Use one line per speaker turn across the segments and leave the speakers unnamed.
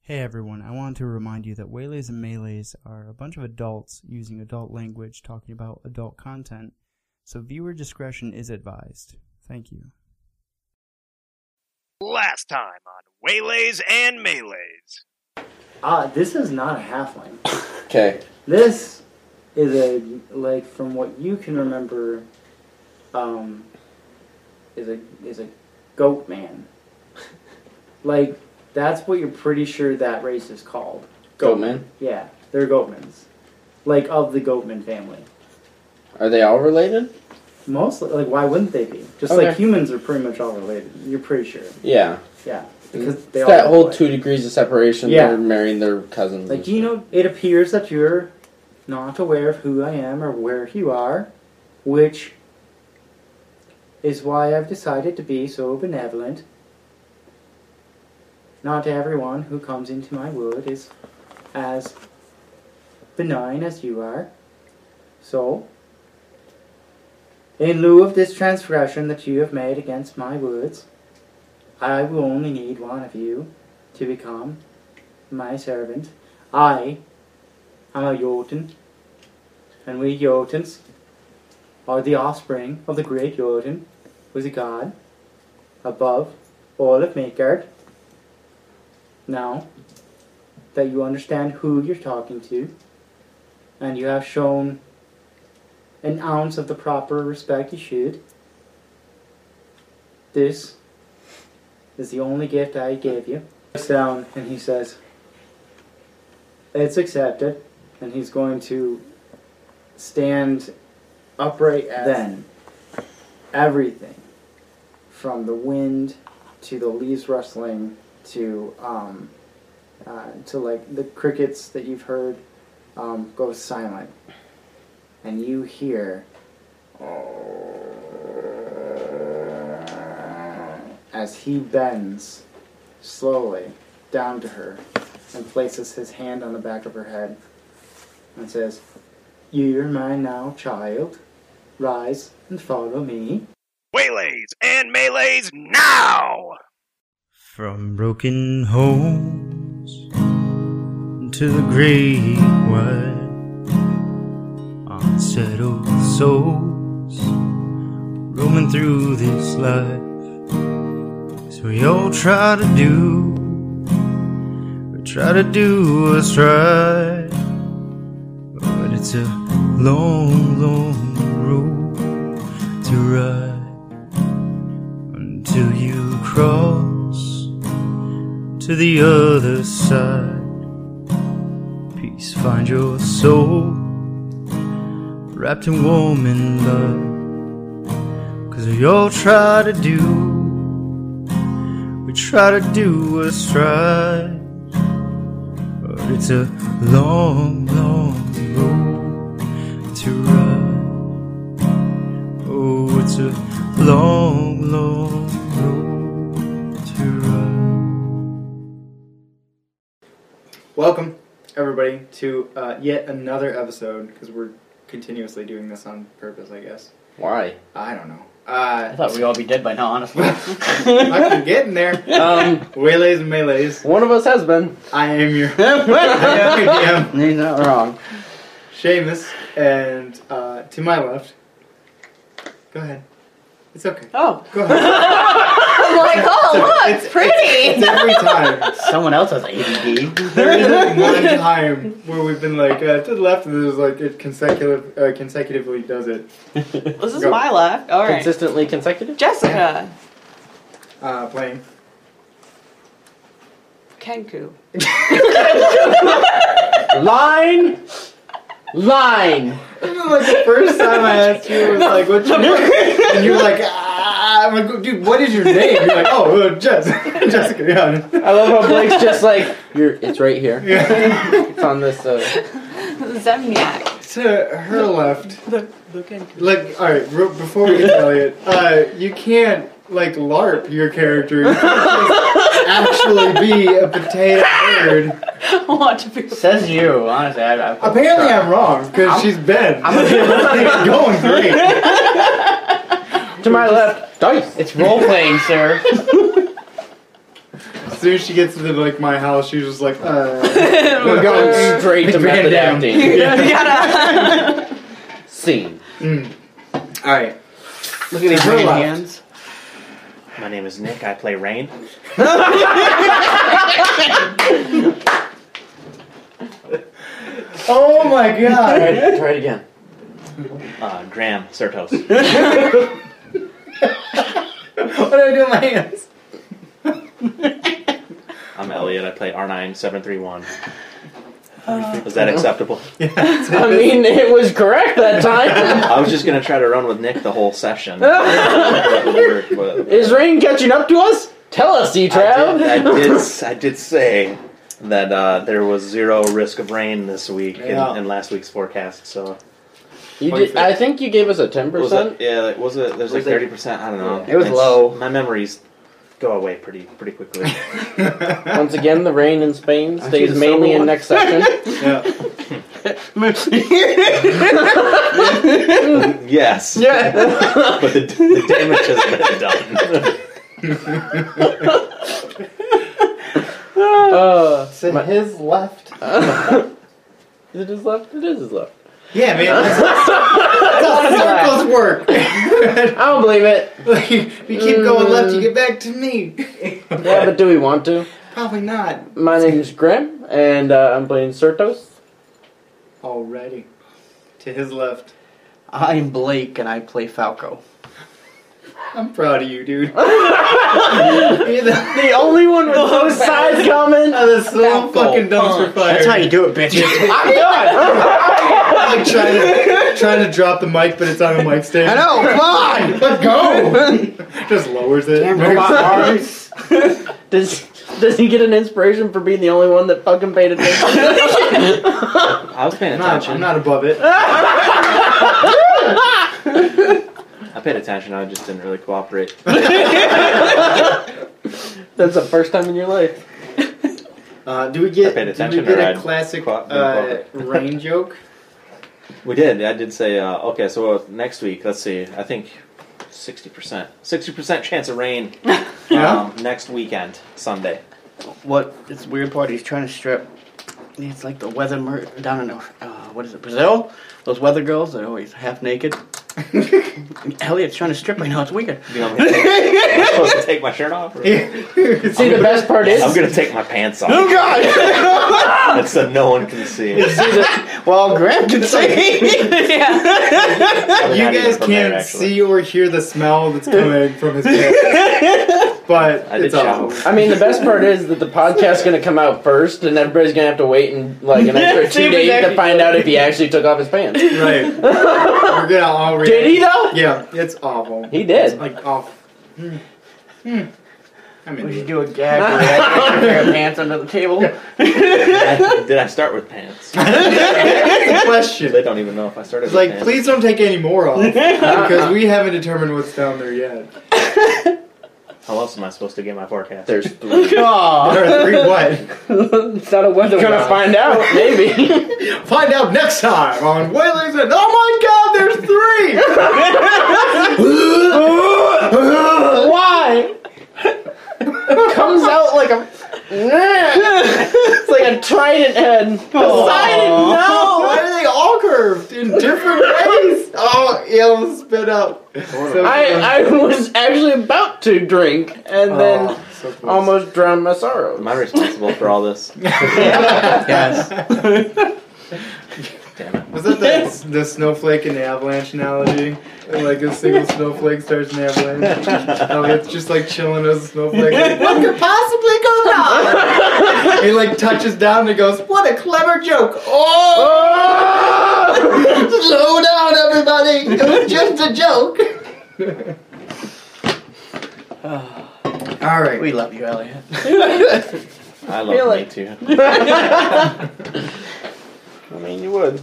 Hey everyone, I want to remind you that Waylays and Melees are a bunch of adults using adult language talking about adult content, so viewer discretion is advised. Thank you.
Last time on Waylays and Melees.
Ah, this is not a halfling.
Okay.
This is a like from what you can remember, um, is a is a goat man. like that's what you're pretty sure that race is called.
Goatman.
Yeah, they're goatmans, like of the goatman family.
Are they all related?
Mostly, like why wouldn't they be? Just
Okay.
like humans are pretty much all related. You're pretty sure.
Yeah.
Yeah, because they
it's
all
that
look
whole
alike.
two degrees of separation.
Yeah.
They're marrying their cousins.
Like,
and
do you know, it appears that you're not aware of who I am or where you are, which is why I've decided to be so benevolent. Not everyone who comes into my wood is as benign as you are. So, in lieu of this transgression that you have made against my woods, I will only need one of you to become my servant. I am a Jotun, and we Jotuns are the offspring of the great Jotun, who is a god above all of Midgard. Now that you understand who you're talking to, and you have shown an ounce of the proper respect you should, this is the only gift I gave you. Looks down and he says, it's accepted, and he's going to stand upright as then everything from the wind to the leaves rustling to um, uh, to like the crickets that you've heard um, go silent, and you hear as he bends slowly down to her and places his hand on the back of her head and says, You're mine now, child. Rise and follow me.
Waylays and Melees now!
From broken homes to the great wide, unsettled souls roaming through this life. So we all try to do, we try to do what's right, but it's a long, long road to ride until you cross to the other side. Peace, find your soul wrapped in warm in love. Cause we all try to do, we try to do what's right. But it's a long, long road to ride. Oh, it's a long, long road to ride.
Welcome, everybody, to uh, yet another episode, because we're continuously doing this on purpose, I guess.
Why?
I don't know.
I
Uh,
thought we'd all be dead by now, honestly.
I'm getting there.
Um,
Waylays and melees.
one of us has been.
I am your I
You're
am your DM,
not wrong.
Seamus, and uh, to my left. Go ahead. It's okay.
Oh,
Go ahead.
I'm like, oh, look, it's,
It's
pretty.
every time.
Someone else has ADD.
There is one time where we've been like uh, to the left, and there's like it consecutive, uh, consecutively does it.
this is my left. All right,
Consistently consecutive.
Jessica
Uh, playing.
Kenku.
Line. Line.
And then, like the first time I asked you, it was like, "What's your name?" And you're like, ah, "I'm like, dude, what is your name?" You're like, "Oh, uh, Jess, Jessica." Yeah.
I love how Blake's just like you're. It's right here.
yeah.
It's on this. Uh,
Zemniak.
to her left,
The, the Kenku.
like, all right, re- before we get to Elliot, uh, you can't like LARP your character. You can't just actually be a potato bird.
I want to be.
Says you, honestly. I, I,
Apparently, I'm wrong because she's Ben. I'm it's going great.
to my left. Dice.
It's role playing, sir.
soon as she gets into like my house, she's just like, uh,
We're going straight to
Bring it
method
down.
acting.
You
Oh,
gotta-
Scene.
all right.
Look at these
her
green
left.
hands.
My name is Nick. I play Rain.
Oh my
Try
god.
it, try it again.
Uh, Graham Sertos.
what do I do with my hands?
I'm Elliot. I play R9731.
Uh,
Is that acceptable?
I mean, it was correct that time.
I was just gonna try to run with Nick the whole session. But we were- but-
Is rain catching up to us? Tell us, D
I did,
Trav.
I did. I did say that uh, there was zero risk of rain this week in,
Yeah.
in last week's forecast. So
You did. I think you gave us a ten
was
percent.
it? Yeah, like, was it? There's like
Was it-
thirty percent. I don't know.
It was
It's-
low.
My memories go away pretty pretty quickly.
Once again, the rain in Spain
I
stays
see the
mainly
silver
in
one.
next section.
Yeah.
yes,
yeah.
but the, the damage has been done.
Uh,
To his left.
is it his left? It is his left.
Yeah, man. That's, that's how circles work.
I don't believe it.
Like, if you keep going left, you get back to me.
Yeah, but do we want to?
Probably not.
My name's Grim, and uh, I'm playing Sertos.
Already. To his left.
I'm Blake and I play Falco.
I'm proud of you, dude. You're the,
The only one
Oh,
with those sides coming.
the slow fucking dumpster fire.
That's how you do it, bitches.
I'm done.
I'm like trying to, trying to drop the mic, but it's on a mic stand.
I know. Come on.
Let's go! Just lowers it.
Damn robot arms.
Does Does he get an inspiration for being the only one that fucking paid attention?
I was paying
I'm not,
attention.
I'm not above it.
I paid attention. I just didn't really cooperate.
That's the first time in your life.
Uh, do we
I
get,
paid
do we
attention
get
or
a
I'd
classic
caught- been
uh,
caught.
rain joke?
We did. I did say uh, okay. So uh, next week, let's see. I think sixty percent, sixty percent chance of rain. um, next weekend, Sunday.
What this weird part? He's trying to strip. He's like the weather mer- down in uh, what is it Brazil? Those weather girls that are always half naked. And Elliot's trying to strip right now. It's weird.
You know, I'm, gonna take, am I supposed to take my shirt off. Or?
See, the best part is
I'm gonna take my pants
Oh
off
God!
so no one can see.
Oh,
well, Graham can see.
yeah.
Probably
You
not even
guys
from
can't
there, actually.
see or hear the smell that's coming from his pants. but
I did
it's awful.
shower.
I mean, the best part is that the podcast's gonna come out first, and everybody's gonna have to wait and like an extra
See
two
if he's
days to
actually-
find out if he actually took off his pants.
Right. We're gonna all read
Did he though?
Yeah, it's awful.
He did.
Like, awful. Hmm. Hmm. I
we should
mean,
do a gag where we actually put our pants under the table.
Did I, did I start with pants?
that's a question.
They don't even know if I started.
It's
With
like,
pants.
please don't take any more off because we haven't determined what's down there yet.
How else am I supposed to get my forecast?
There's three.
Aw.
There are three what?
it's not a weather. Gonna find out, maybe.
Find out next time on Whalers and Oh my God, there's three.
Why? It comes out like a. it's like a trident head.
Oh,
Poseidon, no!
Why are they all curved in different ways? Oh, it almost spit out. So
I, I was actually about to drink and then
Oh, so close.
almost drowned my sorrow.
Am I responsible for all this?
Yes.
Damn it!
Was that the, the snowflake and the avalanche analogy? And, Like a single snowflake starts an avalanche. Oh, it's just like chilling as a snowflake. Like, what could possibly go wrong? he like touches down and goes, "What a clever joke!" Oh, slow down, everybody. It was just a joke. All right.
We love you, Elliot.
I
feel
love me
like-
too.
I mean, you would.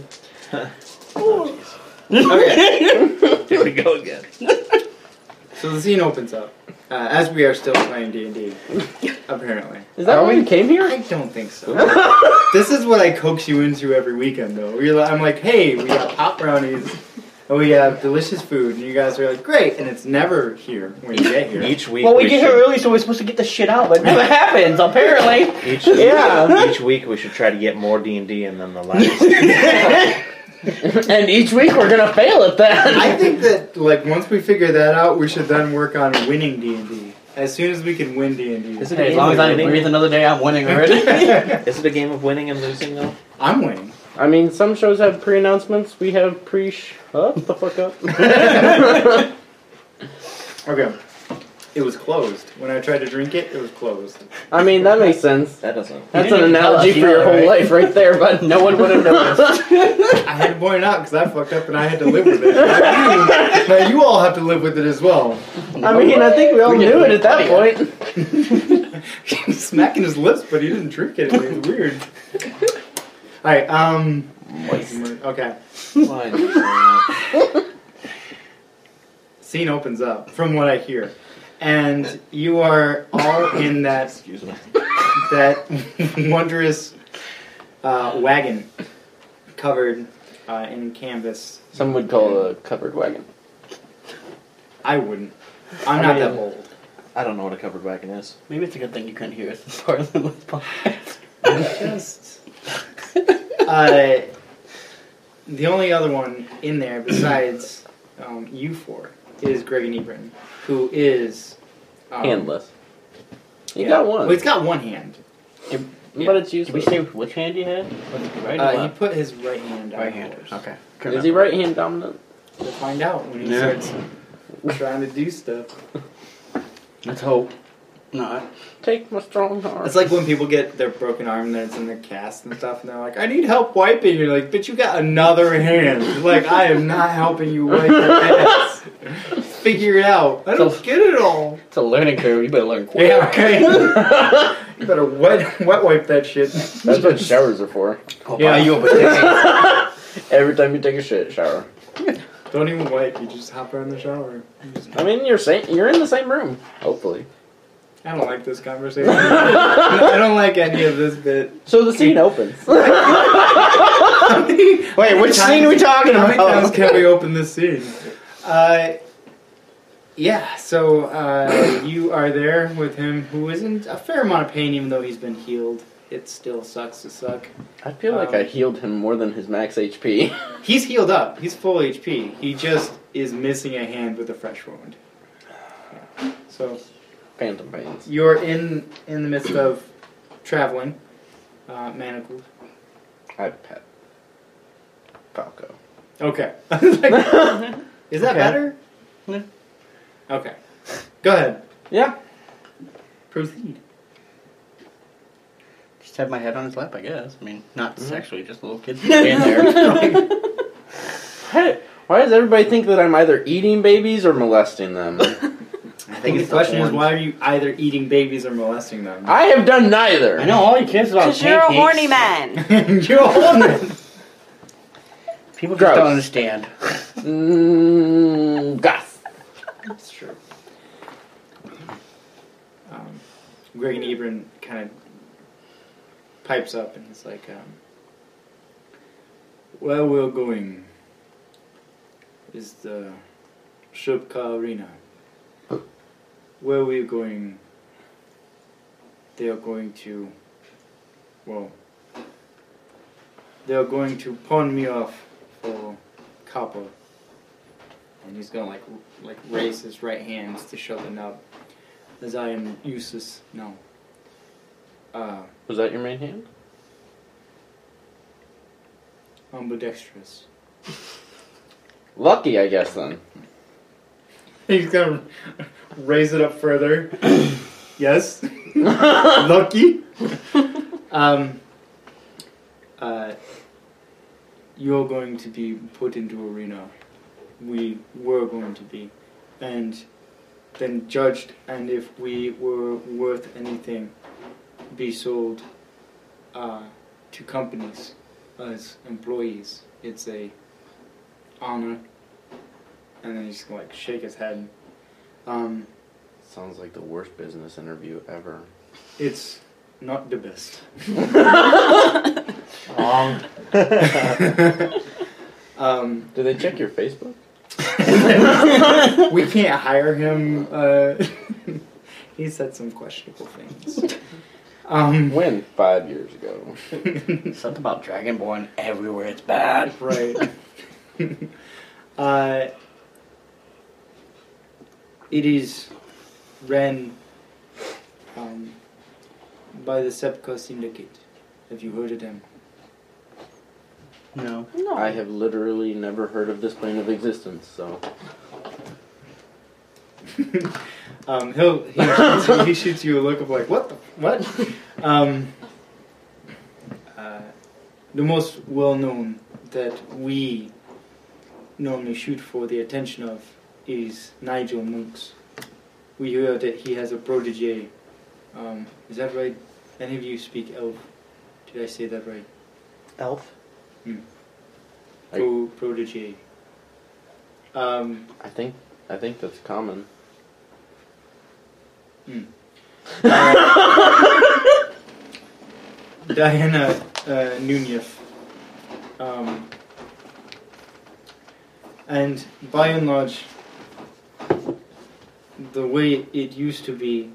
Here we go again.
So the scene opens up uh, as we are still playing D and D. Apparently,
Is that
Are
why
we?
you came here?
I don't think so. this is what I coax you into every weekend, though. You're like, I'm like, hey, we got pop brownies. and we have delicious food, and you guys are like, great, and it's never here when you get here.
Each week
Well, we,
we
get
should-
here early, so we're supposed to get the shit out, but never happens. Apparently,
Each
Yeah.
each week we should try to get more D and D in than the last.
and each week we're gonna fail at
I
that.
think that like once we figure that out, we should then work on winning D and D. As soon as we can win D and D,
Is it
Hey, as long as I breathe another day, I'm winning already.
Is it a game of winning and losing though?
I'm winning.
I mean, some shows have pre-announcements. We have pre. Shut the fuck up.
Okay. It was closed when I tried to drink it. It was closed.
I mean, that makes sense.
That doesn't.
That's
didn't
an
even tell
analogy
us
for
either,
your whole
right?
life, right there. But no one would have noticed.
I had to point it out because I fucked up and I had to live with it. Now you, now you all have to live with it as well.
I mean, I think we all knew it at that point.
He's smacking his lips, but he didn't drink it. It was weird. All right. Um. Okay.
Fine.
Scene opens up from what I hear, and you are all in that
Excuse me.
that wondrous uh, wagon covered uh, in canvas.
Some would call it a covered wagon.
I wouldn't. I'm not that bold.
I don't know what a covered wagon is.
Maybe it's a good thing you couldn't hear us as part of the podcast.
Just. Uh, the only other one in there besides um, you four is Greg and Ebron, who is. Um,
Handless. You
yeah.
got
Well,
one,
he's got one hand.
but it's
Did we
useless.
say which hand you had? Was it right or
Uh, he
left?
put his right hand. on yours.
Okay.
Is he right hand dominant?
We'll find out when he
Yeah.
starts trying to do stuff.
Let's hope. No.
Take my strong arm.
It's like when people get their broken arm that's in their cast and stuff, and they're like, "I need help wiping." You're like, "But you got another hand. Like, I am not helping you wipe your ass. Figure it out. I don't get it all."
It's a learning curve. You better learn quick.
Yeah, okay. you better wet wet wipe that shit.
That's what showers are for.
I'll
Yeah.
buy you a potato.
Every time you take a shit shower.
Don't even wipe. You just hop right in the shower. You just-
I mean, you're same, you're in the same room. Hopefully.
I don't like this conversation. I don't like any of this bit.
So the scene opens.
Wait,
which scene are we talking
How many
about?
times can we open this scene? Uh, yeah, so uh, you are there with him, who is in a fair amount of pain, even though he's been healed. It still sucks to suck.
I feel like I healed him more than his max HP.
He's healed up. He's full HP. He just is missing a hand with a fresh wound. Yeah. So
Phantom pains.
you're in in the midst of traveling, uh, manacled.
I pet Falco.
Okay. Like, is that
Okay.
better?
No.
Okay. Go ahead.
Yeah.
Proceed.
Just have my head on his lap, I guess. I mean, not sexually, just a little kid laying there.
Hey, why does everybody think that I'm either eating babies or molesting them?
I think the question is why are you either eating babies or molesting them?
I have done neither.
I know all he cares about is
Because you're a
pancakes.
horny man.
You're a woman.
People
Gross.
just don't understand.
Mm, goth.
That's true. Um, Greg and Ebron kind of pipes up and he's like, um, "Where we're going is the Shubka Arena. Where we're going, they are going to, well, they are going to pawn me off for copper." and he's gonna like r- like raise his right hands to show the nub, as I am useless now. Uh,
Was that your main hand?
ambidextrous.
Lucky, I guess then.
He's gonna raise it up further. yes, lucky. um, uh, you're going to be put into arena. We were going to be, and then judged. And if we were worth anything, be sold uh, to companies as employees. It's a honor. And then he's gonna like shake his head. Um,
Sounds like the worst business interview ever.
it's not the best.
Wrong.
Um, Um,
Do they check your Facebook?
we can't hire him. Uh, he said some questionable things. Um,
When? Five years ago.
Something about Dragonborn everywhere. It's bad.
right. uh, it is Ren um, by the Sepka Syndicate. Have you heard of them?
No.
No.
I have literally never heard of this plane of existence, so.
Um, he'll he shoots, you- he shoots you a look of like what the what? Um, uh, the most well known that we normally shoot for the attention of is Nigel Monks. We hear that he has a protege. Um, is that right? Any of you speak Elf? Did I say that right?
Elf.
I-
Pro protege. Um,
I think I think that's common.
Diana uh, Nunez. Um, and by and large, the way it used to be,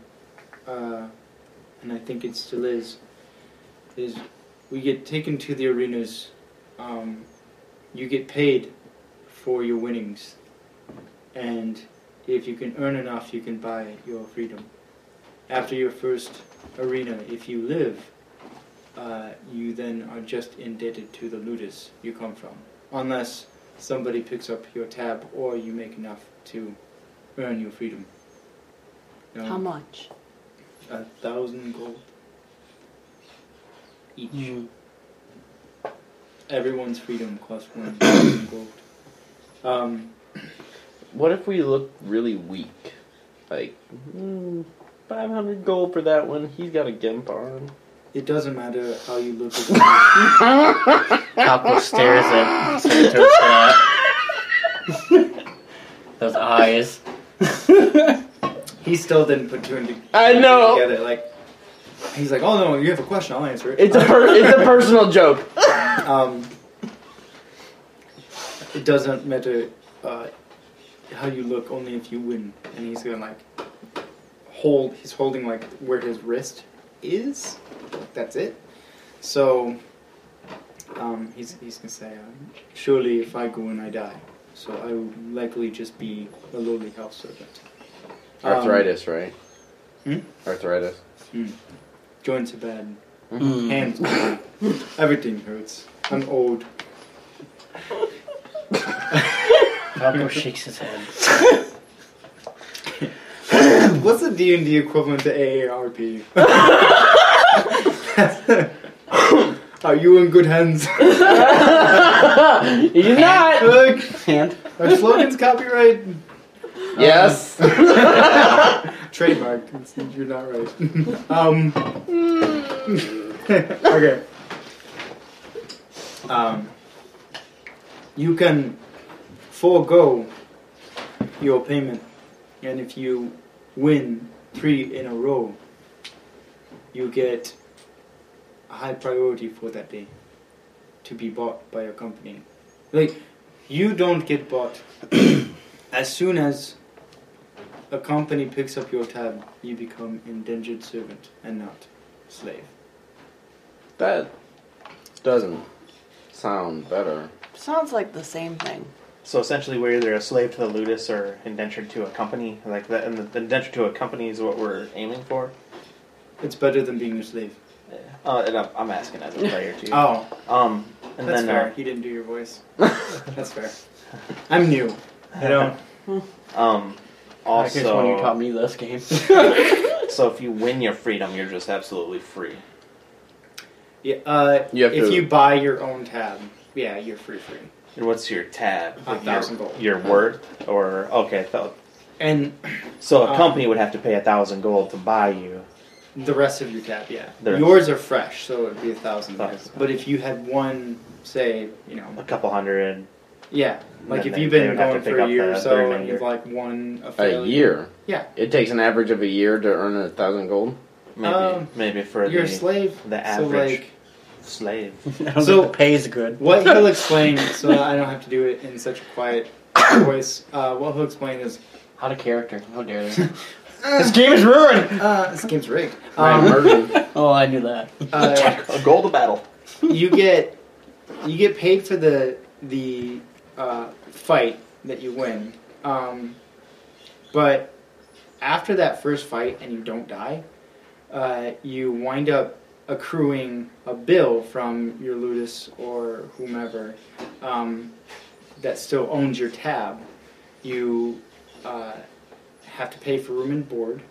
uh, and I think it still is, is we get taken to the arenas. Um, you get paid for your winnings, and if you can earn enough, you can buy your freedom. After your first arena, if you live, uh, you then are just indebted to the ludus you come from, unless somebody picks up your tab or you make enough to earn your freedom. No,
How much?
a thousand gold each.
Mm.
Everyone's freedom costs one thousand gold. Um,
What if we look really weak? Like, mm, 500 gold for that one. He's got a gimp arm.
it doesn't matter how you look at
Cockle stares at Santos. uh, Those eyes.
it. He still didn't put two and two
I
Oh.
know.
together. Like he's like, "Oh no, you have a question. I'll answer it."
It's a per- it's a personal joke.
Um, it doesn't matter uh, how you look, only if you win. And he's gonna like hold. He's holding like where his wrist is. That's it. So um, he's he's gonna say, um, "Surely, if I go and I die, so I will likely just be a lowly house servant." Um,
Arthritis, right?
Hmm?
Arthritis.
Um, joints are bad.
Mm-hmm.
Mhm.
Hands, are bad. everything hurts. I'm old.
Cockle shakes his head.
What's the D and D equivalent to AARP? Are you in good hands?
He's not.
Look,
Hand.
our slogan's copyright.
Yes!
Trademark. It's- You're not right. um. okay. Um. You can forego your payment, and if you win three in a row, you get a high priority for that day to be bought by your company. Like, you don't get bought as soon as a company picks up your tab, you become indentured servant and not slave.
that doesn't sound better.
Sounds like the same thing.
So essentially, we're either a slave to the ludus or indentured to a company. Like that, and the indentured to a company is what we're aiming for.
It's better than being a slave.
Uh, and I'm, I'm asking as a player too.
Oh,
Um, and
that's
then
fair. He didn't do your voice. that's fair. I'm new. I don't.
Uh, um,
I guess when you taught
also,
me this game.
so if you win your freedom, you're just absolutely free.
Yeah, uh,
You have
if
to-
you buy your own tab, yeah, you're free free.
And what's your tab?
A
your,
thousand gold.
Your worth, or okay, thou-
And
so a
Um,
company would have to pay a thousand gold to buy you.
the rest of your tab, yeah.
The rest.
Yours are fresh, so it'd be a thousand.
Thousand.
But if you had one, say, you know,
a couple hundred.
yeah, like
then
if
they-
you've
they
been
would have to
going
pick
for a
up
year or
the
so,
remainder.
and you've like one a,
A
failure,
year.
Yeah.
It takes an average of a year to earn a thousand gold.
Maybe,
Um,
maybe for
you're a
the
slave.
the
so
average-
like,
slave.
I don't
So-
think the pay is good.
What he'll explain, so I don't have to do it in such a quiet voice. Uh, what he'll explain is
Out of character. How dare they? this game is ruined.
uh, this game's rigged.
I
Um,
murdered
Oh, I knew that.
uh,
A goal to battle.
you get you get paid for the the uh, fight that you win, um, but after that first fight and you don't die, uh, you wind up accruing a bill from your ludus or whomever um, that still owns your tab. You uh, have to pay for room and board.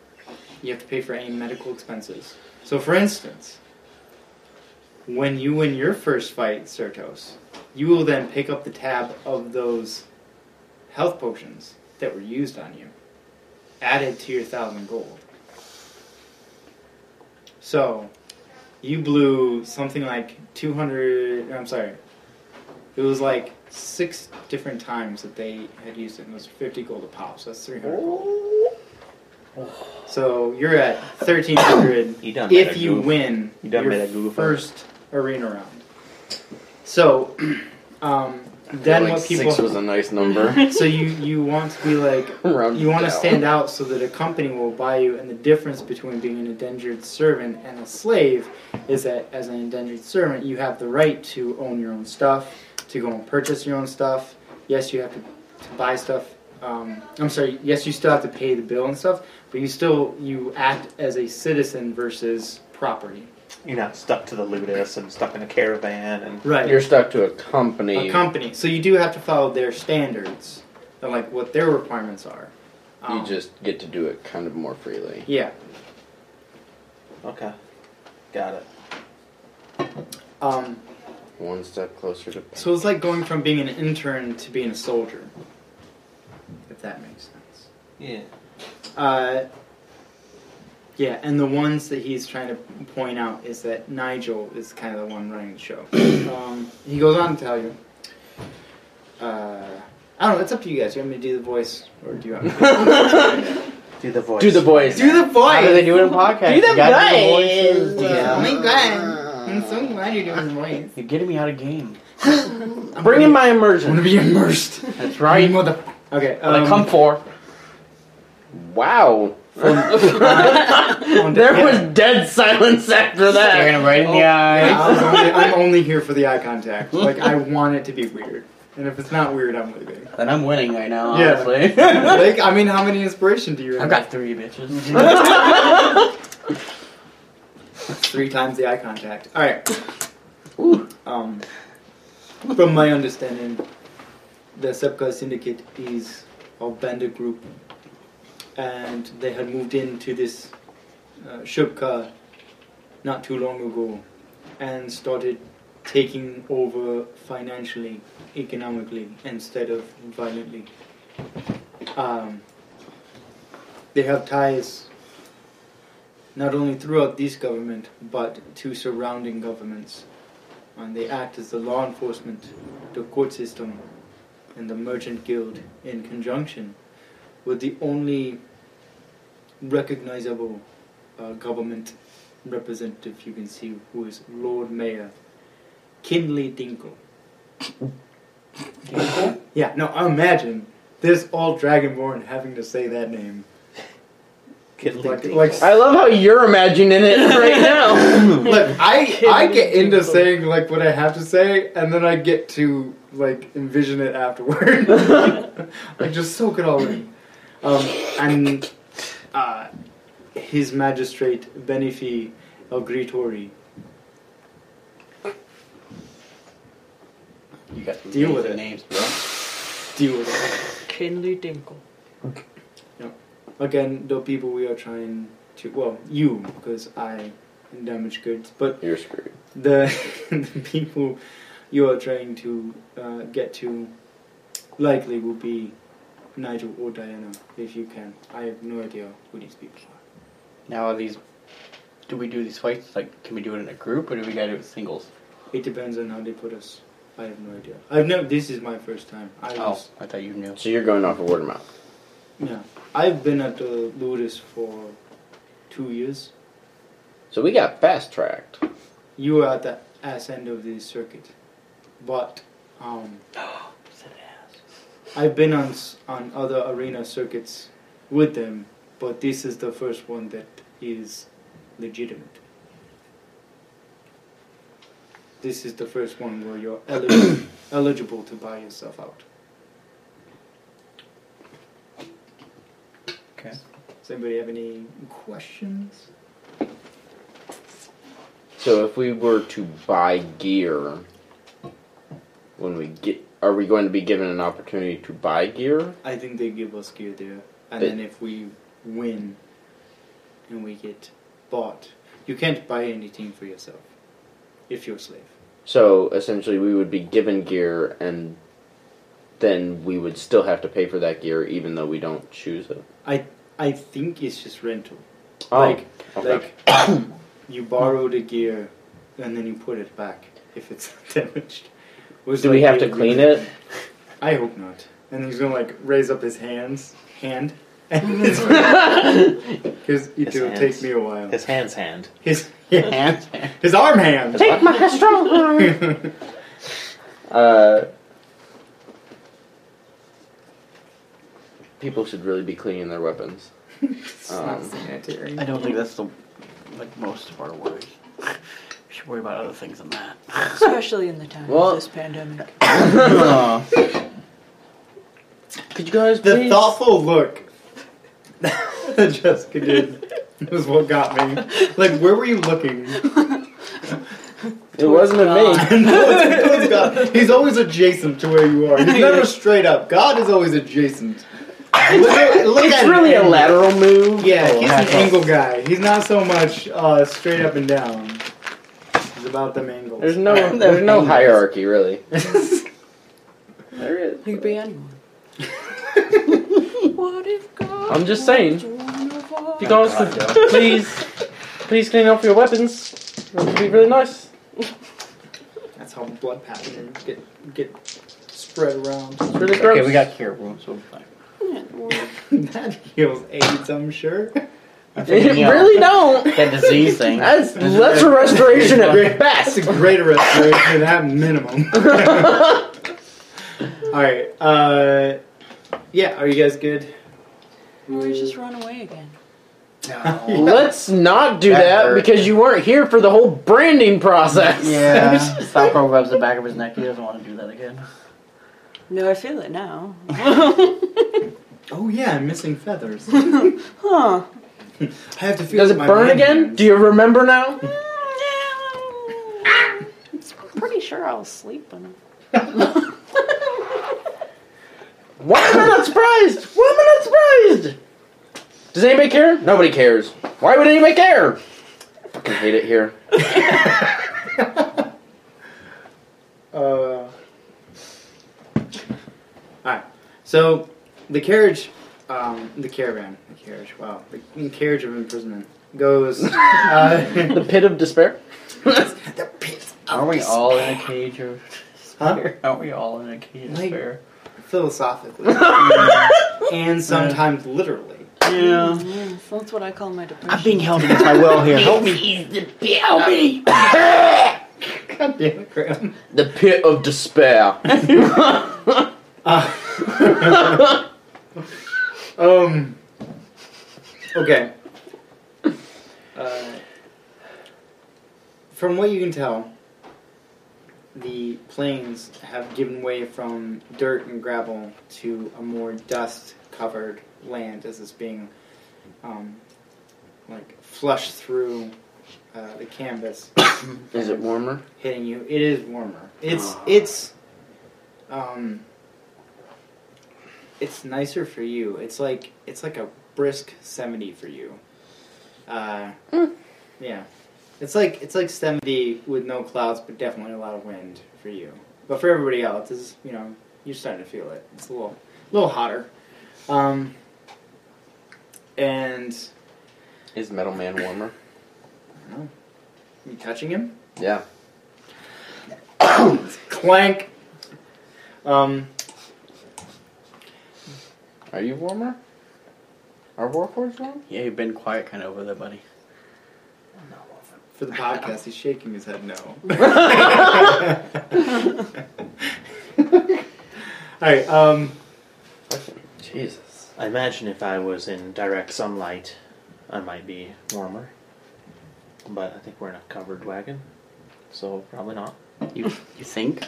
You have to pay for any medical expenses. So, for instance, when you win your first fight, Certos, you will then pick up the tab of those health potions that were used on you, added to your thousand gold. So, you blew something like 200, I'm sorry, it was like six different times that they had used it, and it was 50 gold a pop, so that's 300 gold. So, you're at 1300
Oh. You done made
if
a
you
goof.
win
You done made
your
a goof.
first arena round. So, um, then
like
what people
Six was a nice number.
so you you want to be like
Rounded
you want to
down.
stand out so that a company will buy you, and the difference between being an indentured servant and a slave is that as an indentured servant, you have the right to own your own stuff, to go and purchase your own stuff. Yes, you have to, to buy stuff. Um, I'm sorry. Yes, you still have to pay the bill and stuff, but you still you act as a citizen versus property.
You're not stuck to the ludus and stuck in a caravan and
Right.
You're stuck to a company.
a company. So you do have to follow their standards and like what their requirements are. Um,
you just get to do it kind of more freely.
yeah.
okay, got it.
Um,
One step closer to.
so it's like going from being an intern to being a soldier, if that makes sense.
Yeah.
Uh, yeah, and the ones that he's trying to point out is that Nigel is kind of the one running the show. um, he goes on to tell you. Uh, I don't know. It's up to you guys. You want me to do the voice, or do you want me to
Do the voice.
Do the voice.
do the voice?
How do they do it in podcasts?
Do the
You gotta do the voices.
Oh
Yeah.
my god! I'm so glad you're doing the voice.
You're getting me out of game.
Bring in my
I'm
immersion.
gonna be immersed.
That's right. um, What
Mother. Okay.
I come for.
Wow.
there
There was dead silence after
Staring
that. Oh,
him right in the eye.
I'm only, I'm only here for the eye contact. Like I want it to be weird, and if it's not weird, I'm leaving.
Then I'm winning right now,
Yeah.
honestly.
Like I mean, how many inspiration do you?
I've
have?
got three bitches.
three times the eye contact. All right. Um, from my understanding, the Sepka Syndicate is a bandit group, and they had moved into this uh, Shubka not too long ago, and started taking over financially, economically, instead of violently. Um, they have ties not only throughout this government but to surrounding governments. And they act as the law enforcement, the court system, and the merchant guild in conjunction with the only recognizable uh, government representative you can see, who is Lord Mayor Kinley Dinkle. Yeah, no, imagine this all Dragonborn having to say that name.
Kid
Like,
Lincoln.
like
I love how you're imagining it right now.
Look, I I get into saying like what I have to say, and then I get to like envision it afterward. I just soak it all in. Um, and uh, his magistrate Benefi El Gritori
you got some
Deal with
amazing
it.
names, bro.
deal with it.
Kinley Dinkle.
Again, the people we are trying to well, you because I am damaged goods, but
You're screwed.
the, the people you are trying to uh, get to likely will be Nigel or Diana, if you can. I have no idea who these people are.
Now, are these. Do we do these fights? Like, can we do it in a group or do we gotta do it singles?
It depends on how they put us. I have no idea. I've never. This is my first time. I
Oh,
was.
I thought you knew.
So you're going off of word of mouth.
Yeah. I've been at the Lourdes for two years.
So we got fast tracked.
You were at the ass end of the circuit, but um, I've been on s- on other arena circuits with them, but this is the first one that is legitimate. This is the first one where you're eligible, eligible to buy yourself out.
Okay.
Does anybody have any questions?
So if we were to buy gear, when we get, are we going to be given an opportunity to buy gear?
I think they give us gear there, and
They-
then if we win, and we get bought, you can't buy anything for yourself if you're a slave.
So essentially, we would be given gear, and then we would still have to pay for that gear, even though we don't choose it.
I I think it's just rental.
Oh,
like
okay.
like you borrow the gear, and then you put it back if it's damaged. Was
do we have to clean it?
I hope not. And he's gonna like raise up his hands, hand, because
His
it'll take
hands.
me a while.
His hand's hand.
His hand, his arm hand.
Take my strong Uh, people should really be cleaning their weapons. Um,
I don't think that's the like most of our worry. We should worry about other things than that.
especially in the time
Well-
of this pandemic.
Could you guys
The
please?
thoughtful look that Jessica did was what got me. Like, where were you looking?
it wasn't at me.
no, it's towards God. He's always adjacent to where you are. He's never straight up. God is always adjacent. Look, look
It's
at
really a
him.
lateral move.
Yeah, he's an angle guy. He's not so much uh, straight up and down. He's about them angles.
There's no, there's no hierarchy really. There is.
You'd be anyone. what if God?
I'm just saying. If you guys
God,
could please, please clean up your weapons. That would be really nice.
That's how blood patterns get get spread around.
It's really gross.
Okay, we got cure wounds, so we're fine.
that heals AIDS, I'm sure.
It really don't.
That disease thing.
That's lesser restoration at
That's
best.
a great restoration at minimum. Alright, uh yeah, are you guys good?
We just run away again.
Let's not do that because you weren't here for the whole branding process.
Yeah. Falco rubs the back of his neck. He doesn't want to do that again.
No, I feel it now.
Oh yeah, I'm missing feathers.
Huh.
I have to feel
Does it
my
burn
man
again?
hands.
Do you remember now?
I'm pretty sure I was sleeping.
Why am I not surprised? Why am I not surprised? Does anybody care? Nobody cares. Why would anybody care? Fucking hate it here.
Uh, Alright, so the carriage, um, the caravan, the carriage, wow, the carriage of imprisonment goes. Uh,
The pit of despair.
Aren't we all in a cage of
huh?
Aren't we all in a cage of
Like-
despair?
Philosophically. and sometimes literally.
Yeah.
Yes, that's what I call my depression.
I'm being held against my will here. Help me.
Help me!
God damn it, Graham.
The pit of despair.
Uh, um. Okay. Uh, from what you can tell, the plains have given way from dirt and gravel to a more dust-covered land as it's being, um, like flushed through uh, the canvas
Is it warmer?
hitting you. It is warmer. It's it's um it's nicer for you. It's like it's like a brisk seventy for you. Uh yeah. It's like it's like seventy with no clouds but definitely a lot of wind for you. But for everybody else is you know, you're starting to feel it. It's a little little hotter. Um and
Is Metal Man warmer?
you touching him?
Yeah.
Clank. Um
Are you warmer? Are Warforged warm?
Yeah, you've been quiet kind of over there, buddy.
For the podcast, he's shaking his head no. All right. Um,
Jesus.
I imagine if I was in direct sunlight, I might be warmer. But I think we're in a covered wagon, so probably not.
You you think?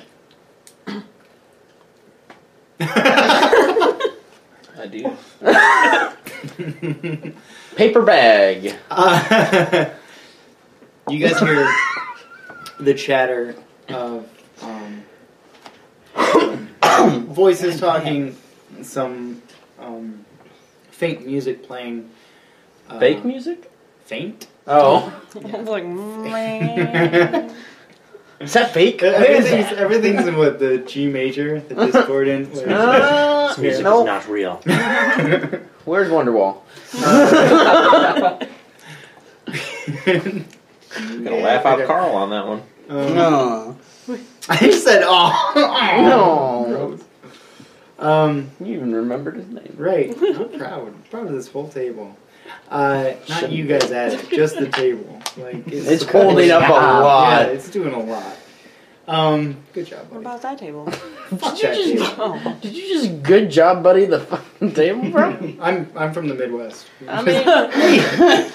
I do.
Paper bag.
Uh, you guys hear the chatter of um, voices talking, some um, faint music playing. Uh,
Fake music?
Faint?
Oh.
I was like, man.
Is that fake?
Everything's, everything's in what the G major, the Discord in.
Uh,
This music
no.
is not real.
Ah.
Where's Wonderwall?
gonna laugh out Carl on that one.
Um,
No.
I said, oh,
No.
gross. Um,
You even remembered his name.
Right. I'm proud. I'm proud of this whole table. Uh, not you guys at it, just the table. Like it's,
It's holding up a
Yeah,
lot.
it's doing a lot. Um, good job,
what
buddy.
about that table?
Fuck that table.
Oh.
Did you just good job, buddy, the fucking table, bro?
I'm I'm from the Midwest.
I mean,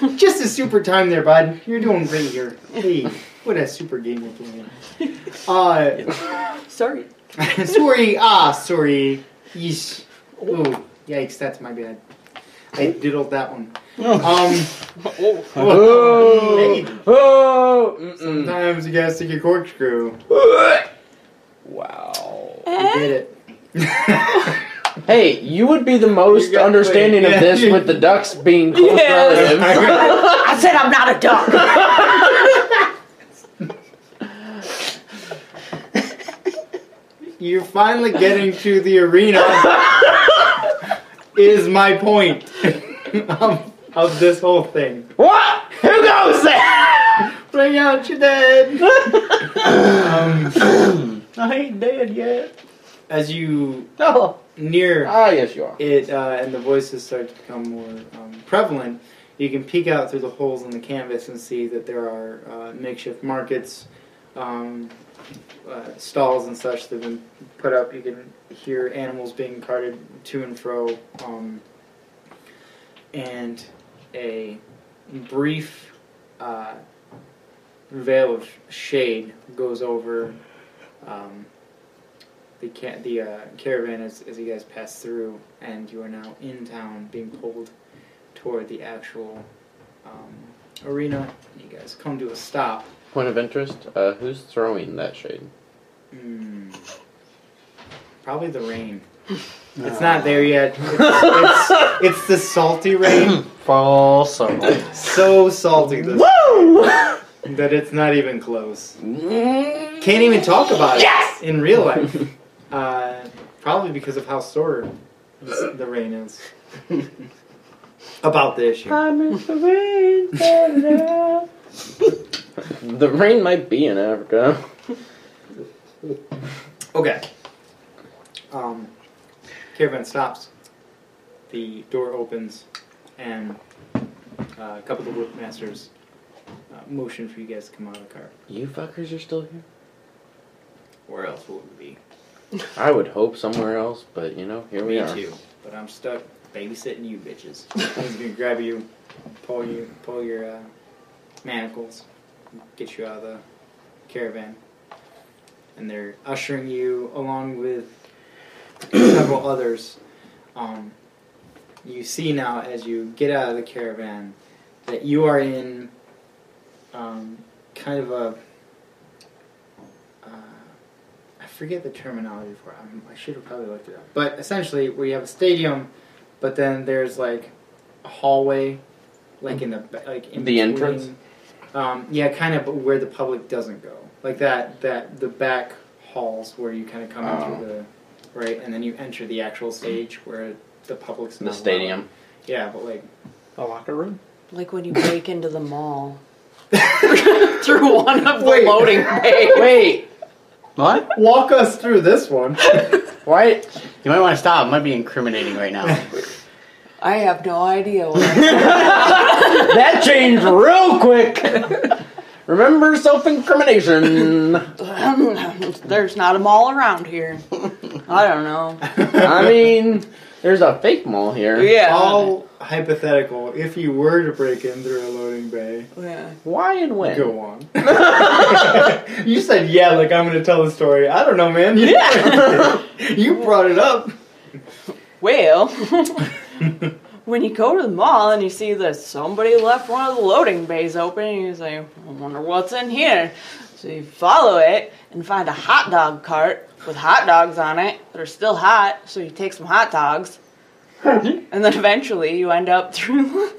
Hey, just a super time there, bud. You're doing great here. Hey, what a super game you're playing. Uh,
Sorry.
sorry. Ah, sorry. Yeesh. Oh, yikes! That's my bad. I diddled that one. Um.
oh, oh, mm-mm.
Sometimes you gotta stick your corkscrew.
wow.
You did it.
Hey, you would be the
You
most
got-
understanding of
yeah.
this with the ducks being close
Yeah.
relatives.
I said I'm not a duck.
You're finally getting to the arena. is my point of, of this whole thing.
What? Who goes there?
Bring out your dead. Um,
I ain't dead yet.
As you
Oh,
near
ah, yes, you are.
it uh, and the voices start to become more um, prevalent, you can peek out through the holes in the canvas and see that there are uh, makeshift markets, um, uh, stalls and such that have been put up. You can hear animals being carted to and fro, um, and a brief uh, veil of shade goes over. Um, the ca- the uh, caravan as, as you guys pass through, and you are now in town, being pulled toward the actual um, arena. You guys come to a stop.
Point of interest, uh, who's throwing that shade?
Mm, probably the rain. It's not there yet. It's, it's, it's the salty rain.
False.
So salty this
Woo!
that it's not even close. Can't even talk about it in real life. Uh, probably because of how sore this- the rain is. about the issue.
the rain might be in Africa.
Okay. Um, caravan stops. The door opens, and uh, a couple of the masters uh, motion for you guys to come out of the car.
You fuckers are still here?
Where else will it be?
I would hope somewhere else, but you know, here we
Me
are.
too. But I'm stuck babysitting you bitches. He's gonna grab you, pull you, pull your uh, manacles, get you out of the caravan, and they're ushering you along with several others. Um, you see now as you get out of the caravan that you are in um, kind of a uh, I forget the terminology for it. I'm, I should have probably looked it up. But essentially, where you have a stadium, but then there's like a hallway, like in the ba- like in
The
between.
entrance?
Um, yeah, kind of where the public doesn't go, like that that the back halls where you kind of come in
Oh.
through the right, and then you enter the actual stage where the public's not
The
allowed.
stadium.
Yeah, but like
A locker room?
Like when you break into the mall through one of the
Wait.
loading
Hey, wait!
What?
walk us through this one.
Why?
You might want to stop. It might be incriminating right now.
I have no idea. What
That changed real quick! Remember self incrimination.
There's not a mall around here. I don't know.
I mean, There's a fake mall here.
Yeah.
All hypothetical. If you were to break in through a loading bay,
yeah.
Why and when?
go on. you said yeah, like I'm gonna tell the story. I don't know, man. You,
Yeah.
you brought it up.
Well, when you go to the mall and you see that somebody left one of the loading bays open, and you say, I wonder what's in here. So you follow it and find a hot dog cart with hot dogs on it that are still hot, so you take some hot dogs. and then eventually you end up through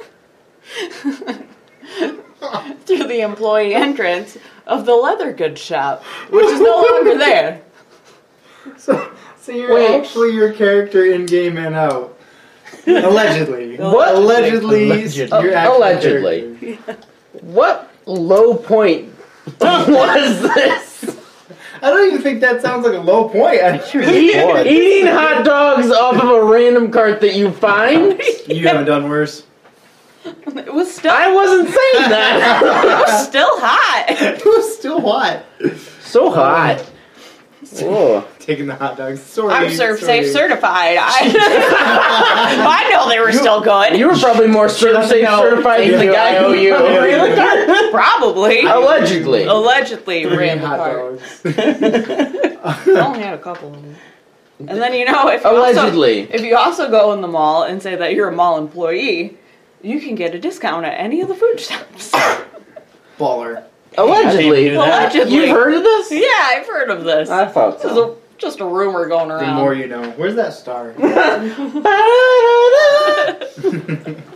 through the employee entrance of the leather goods shop, which is no longer there.
So, so you're
Wait.
actually your character in game and out. Allegedly.
What?
Allegedly.
Allegedly.
your actual
Allegedly.
character.
What low point was this?
I don't even think that sounds like a low point. I think it was-
Eat- eating hot dogs off of a random cart that you find?
you haven't done worse.
It was still
I wasn't saying that.
it was still hot.
It was still hot.
so hot. Whoa.
Taking the hot dogs. Sorry.
I'm serve
sorry.
safe certified. I, I know they were still good.
You were probably more certified, certified than the guy who you.
Probably.
Allegedly.
Allegedly
Three
ran the
hot
cart.
dogs.
I only had a couple of them. And then you know if you
Allegedly.
also, if you also go in the mall and say that you're a mall employee, you can get a discount at any of the food shops.
Baller.
Allegedly.
Allegedly.
You've heard of this?
yeah, I've heard of this.
I thought
this is
so.
a, just a rumor going
The
around.
more you know. Where's that star?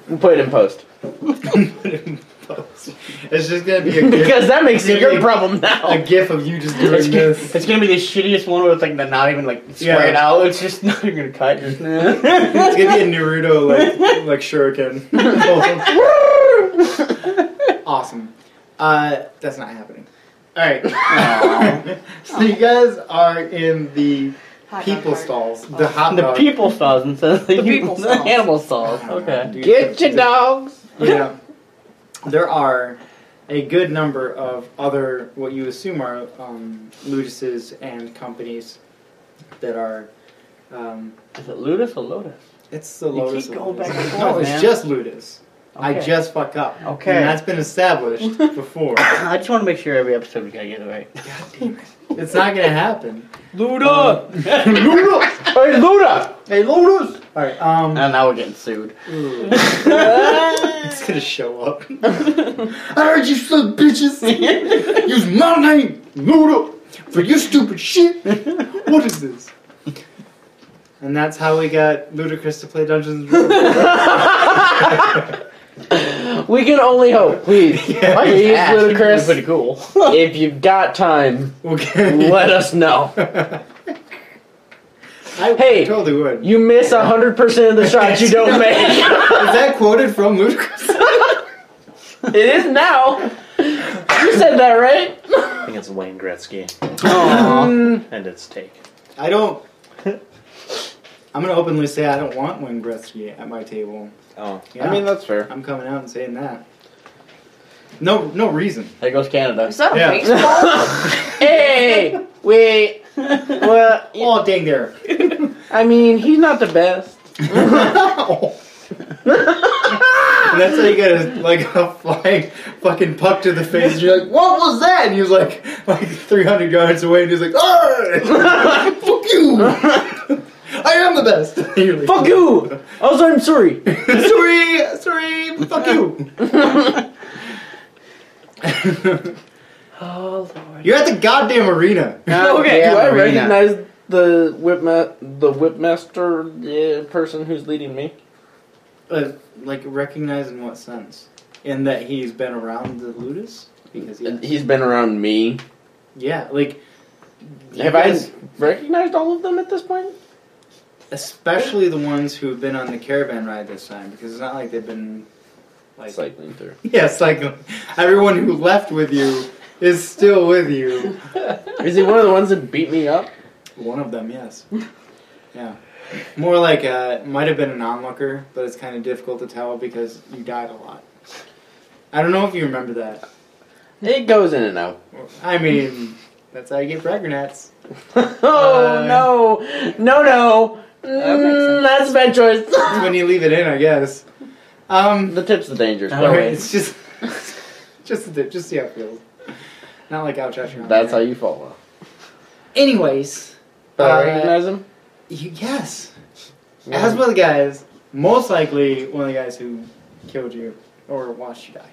We'll put it in post.
it's just gonna be a gif,
Because that makes it your problem
a
now.
gif of you just
It's
doing
gonna,
this.
it's gonna be the shittiest one where it's like they're not even like spread
Yeah.
out. It's just not even gonna cut.
It's
Just,
gonna be a Naruto like like shuriken. awesome. Uh, that's not happening. All right. so you guys are in the
Hot dog
people
cart.
stalls, the hot
Oh. the
dog.
people stalls instead of the,
The people
the
stalls.
animal stalls.
Oh,
Okay.
dude,
Get your
the-
dogs.
Yeah. There are a good number of other what you assume are um, Ludices and companies that are. Um,
Is it Ludus or Lotus?
it's the
You
Lotus.
keep
of
going
Ludus.
back and
no,
forth,
it's
man.
just Ludus. I
Okay.
just fuck up.
Okay.
And that's been established before.
I just want to make sure every episode we gotta get it right.
it's not gonna happen. Um,
Luda.
Hey, Luda!
Hey, Lotus! Alright, um.
And now we're getting sued.
ooh. it's gonna show up. I heard you son of bitches! Use my name, Luda, for your stupid shit! What is this? And that's how we got Ludacris to play Dungeons and Dragons.
We can only hope. Please. Please,
Yeah, it's
Ludacris.
pretty cool.
If you've got time,
Okay.
let us know.
I, I
Hey.
totally would.
You miss 100% of the shots you don't make.
Is that quoted from Ludacris?
It is now. You said that, right?
I think it's Wayne Gretzky and its take.
I don't. I'm gonna openly say I don't want Wayne Gretzky at my table.
Oh,
Yeah.
that's fair.
I'm coming out and saying that. No, no reason.
There goes Canada.
Is that a
Yeah.
baseball?
Hey, wait. Well,
Oh, dang there.
I mean, he's not the best.
That's how you get a, like a flying fucking puck to the face. And you're like, what was that? And he was like, like 300 yards away, and he's like, "Arr! fuck you. I am the best. And you're like,
Fuck you! Also, I'm sorry.
sorry, sorry, fuck you.
Oh, Lord.
You're at the goddamn arena.
Okay, do I
Marina.
recognize the whip ma- the whipmaster uh, person who's leading me?
Uh, like, recognize in what sense? In that he's been around the Ludus? Because he,
He's been around me.
yeah, like, you
Have
guys-
I recognized all of them at this point?
Especially the ones who have been on the caravan ride this time, because it's not like they've been like
Cycling through.
yeah, cycling. Everyone who left with you is still with you.
Is he one of the ones that beat me up?
One of them, yes. Yeah, more like uh, might have been an onlooker, but it's kind of difficult to tell because you died a lot. I don't know if you remember that.
It goes in and out.
I
Uh,
mean, that's how you get Braggernats.
oh no, no, no!
That makes sense.
Mm, that's a bad choice.
when you leave it in, I guess. Um,
the tip's the dangerous
All
alright,
part.
right.
it's just, just a dip, just see how it feels. Not like ouch, ouch. ouch.
That's how you follow.
Anyways,
But I
Uh,
recognize him?
you, yes. As with the guys, most likely one of the guys who killed you or watched you die.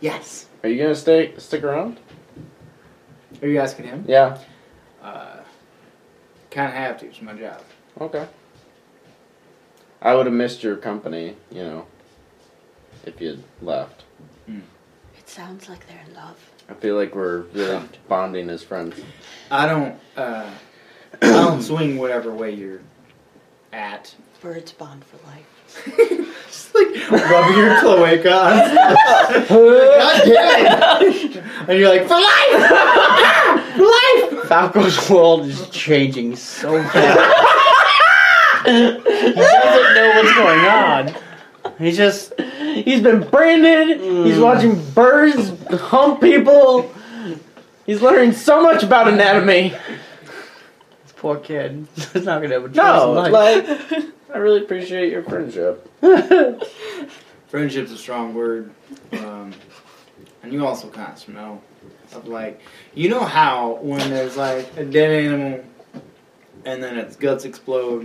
Yes.
Are you gonna stay stick around?
Are you asking him?
Yeah.
Uh, kind of have to. It's my job.
Okay. I would have missed your company, you know, if you'd left.
It sounds like they're in love.
I feel like we're really bonding as friends.
I don't. Uh, I don't swing whatever way you're at.
Birds bond for life.
Just like rubbing your cloaca on. God damn it! And you're like, for life,
Falco's world is changing so fast. he doesn't know what's going on. He's just
He's been branded.
Mm.
He's watching birds hump people. He's learning so much about anatomy.
this poor kid. He's not gonna have a
No,
choice in life.
Oh, like I really appreciate your friendship.
Friendship's a strong word. Um, and you also kind of smell of like, you know how when there's like a dead animal and then its guts explode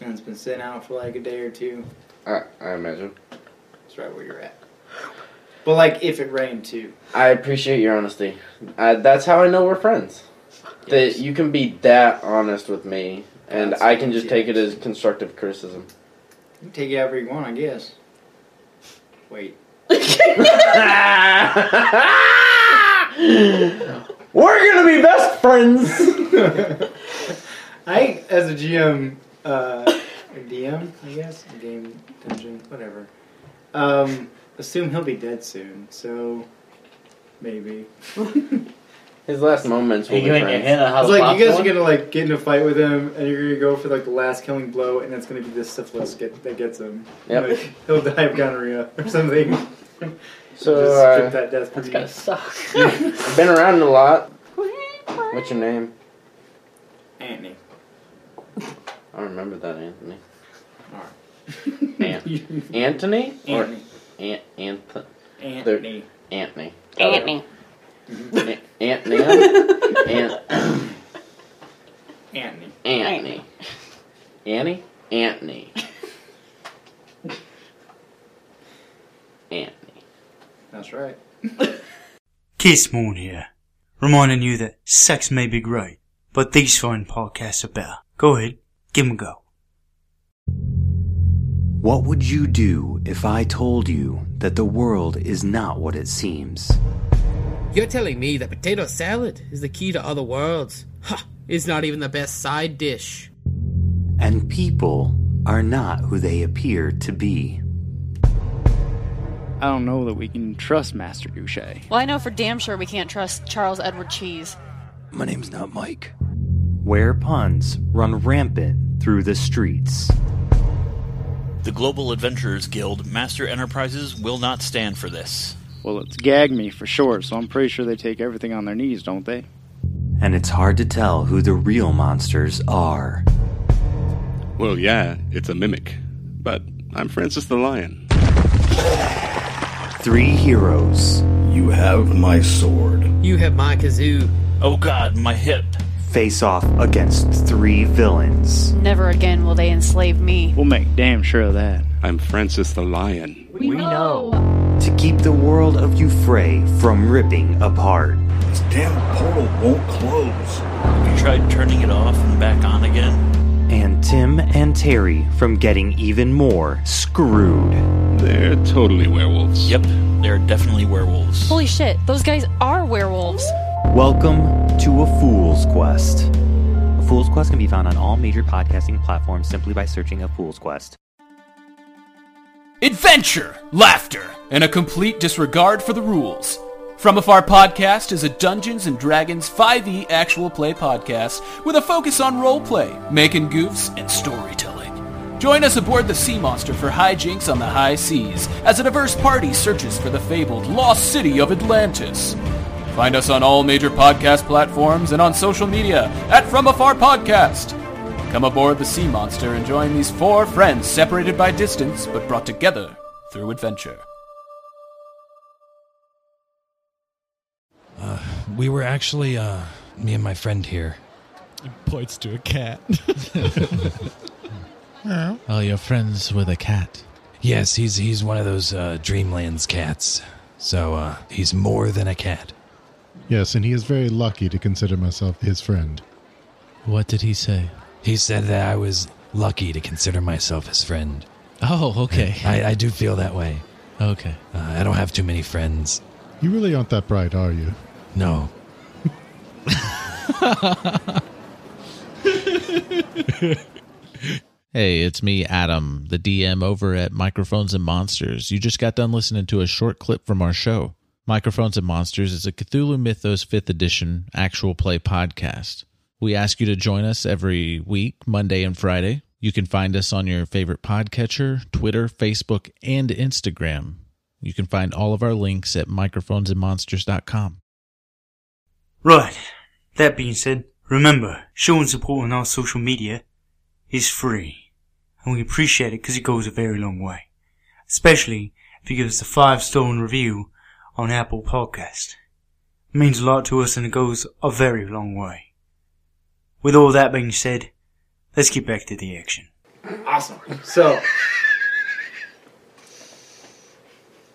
and it's been sitting out for like a day or two?
I, I imagine.
That's right where you're at. But like if it rained too.
I appreciate your honesty. I, that's how I know we're friends. That you can be that honest with me, and
That's
I can just
yes.
take it as constructive criticism.
You can take it however you want, I guess. Wait.
We're gonna be best friends.
I, as a GM, uh, or DM, I guess, a game dungeon, whatever. Um, assume he'll be dead soon, so maybe.
His last moments
Are
will
you
be
giving a
friends.
hint on how
It's
the
like you guys
plot's
are gonna like get in a fight with him, and you're gonna go for like the last killing blow, and it's gonna be the syphilis get, that gets him.
Yep.
Like, he'll die of gonorrhea or something.
So
Just
uh,
strip that death from
going?
you.
That's gonna suck.
been around a lot. What's your name?
Anthony.
I don't remember that Anthony.
Ant.
Anthony or
Anthony.
Ant Anth
Anthony.
Anthony.
Anthony.
Ant Ant
Anthony.
Anthony. Annie? Anthony. Anthony.
That's right.
Kiss Moon here, reminding you that sex may be great, but these fine podcasts are better. Go ahead, give 'em a go.
What would you do if I told you that the world is not what it seems?
You're telling me that potato salad is the key to other worlds? Ha! It's not even the best side dish.
And people are not who they appear to be.
I don't know that we can trust Master Gouche.
Well, I know for damn sure we can't trust Charles Edward Cheese.
My name's not Mike. Where puns run rampant through the streets.
The Global Adventurers Guild Master Enterprises will not stand for this.
Well, it's gag me for sure, so I'm pretty sure they take everything on their knees, don't they?
And it's hard to tell who the real monsters are.
Well, yeah, it's a mimic. But I'm Francis the Lion.
Three heroes
You have my sword.
You have my kazoo.
Oh god, my hip.
face off against three villains.
Never again will they enslave me.
We'll make damn sure of that.
I'm Francis the Lion.
We, To keep the world of Euphrae from ripping apart.
This damn portal won't close. You tried turning it off and back on again?
and Tim and Terry from getting even more screwed.
They're totally werewolves. Yep, they're definitely werewolves.
Holy shit, those guys are werewolves.
Welcome to A Fool's Quest. A Fool's Quest can be found on all major podcasting platforms simply by searching A Fool's Quest.
Adventure, laughter, and a complete disregard for the rules. From Afar Podcast is a Dungeons and Dragons 5e actual play podcast with a focus on roleplay, making goofs, and storytelling. Join us aboard the Sea Monster for hijinks on the high seas as a diverse party searches for the fabled lost city of Atlantis. Find us on all major podcast platforms and on social media at From Afar Podcast. Come aboard the Sea Monster and join these four friends separated by distance but brought together through adventure.
We were actually, uh, me and my friend here. points to a cat.
Oh, you're friends with a cat.
Yes, he's he's one of those uh, Dreamlands cats. So uh, he's more than a cat.
Yes, and he is very lucky to consider myself his friend.
What did he say? He said that I was lucky to consider myself his friend.
Oh, okay.
I, I do feel that way.
Okay.
Uh, I don't have too many friends.
You really aren't that bright, are you?
No.
Hey, it's me, Adam, the DM over at Microphones and Monsters. You just got done listening to a short clip from our show. Microphones and Monsters is a Cthulhu Mythos 5th edition actual play podcast. We ask you to join us every week, Monday and Friday. You can find us on your favorite podcatcher, Twitter, Facebook, and Instagram. You can find all of our links at microphonesandmonsters.com.
Right. That being said, remember, showing support on our social media is free. And we appreciate it because it goes a very long way. Especially if you give us a five star review on Apple Podcast. It means a lot to us and it goes a very long way. With all that being said, let's get back to the action.
Awesome. So.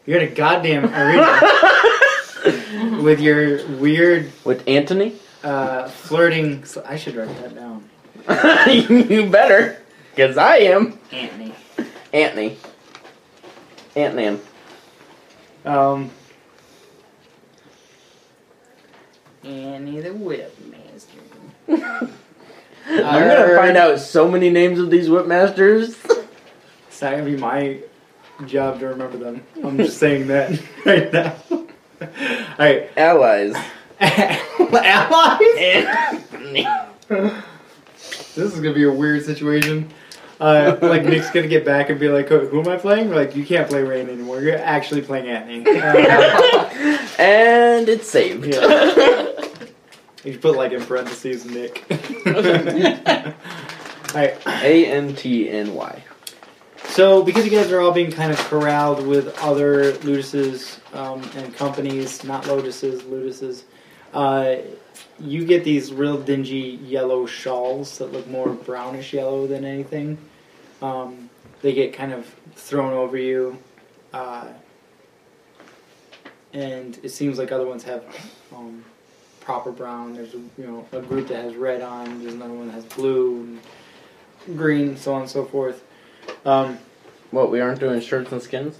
You're in a goddamn arena with your weird.
With Anthony?
Uh, flirting. so I should write that down.
you better, because I am. Anthony. Anthony. Ant-Man.
Um,
Annie the Whipmaster.
I'm gonna find out so many names of these whipmasters.
It's not gonna be my job to remember them. I'm just saying that right now. Alright.
Allies.
Allies? this is gonna be a weird situation. Uh, like Nick's gonna get back and be like, "Who who am I playing?" We're like, "You can't play Rain anymore. You're actually playing Um, Anthony."
and it's saved.
you put like in parentheses, Nick.
A N T N Y.
So, because you guys are all being kind of corralled with other Lutuses um, and companies, not Lotuses, Lutuses, uh, you get these real dingy yellow shawls that look more brownish yellow than anything. Um, they get kind of thrown over you, uh, and it seems like other ones have um, proper brown. There's you know a group that has red on. There's another one that has blue, and green, so on and so forth. Um,
what we aren't doing shirts and skins?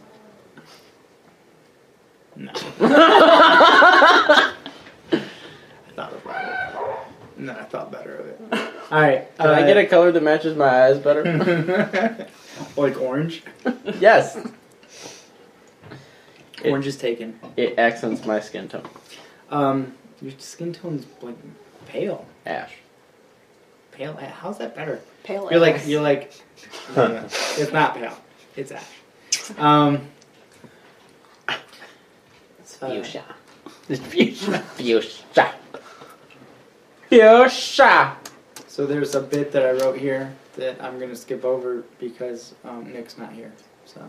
No, I thought better of it. All right.
Can I
uh,
get a color that matches my eyes better?
like orange?
yes.
Orange is taken.
It accents my skin tone.
Um, your skin tone's like pale,
Ash.
pale. ash. How's that better?
Pale
You're like
ash.
you're like. no, no, it's not pale. It's ash. uh, Um. It's
fuchsia.
It's fuchsia.
Fuchsia. Fuchsia.
So there's a bit that I wrote here that I'm gonna skip over because um, Nick's not here. So.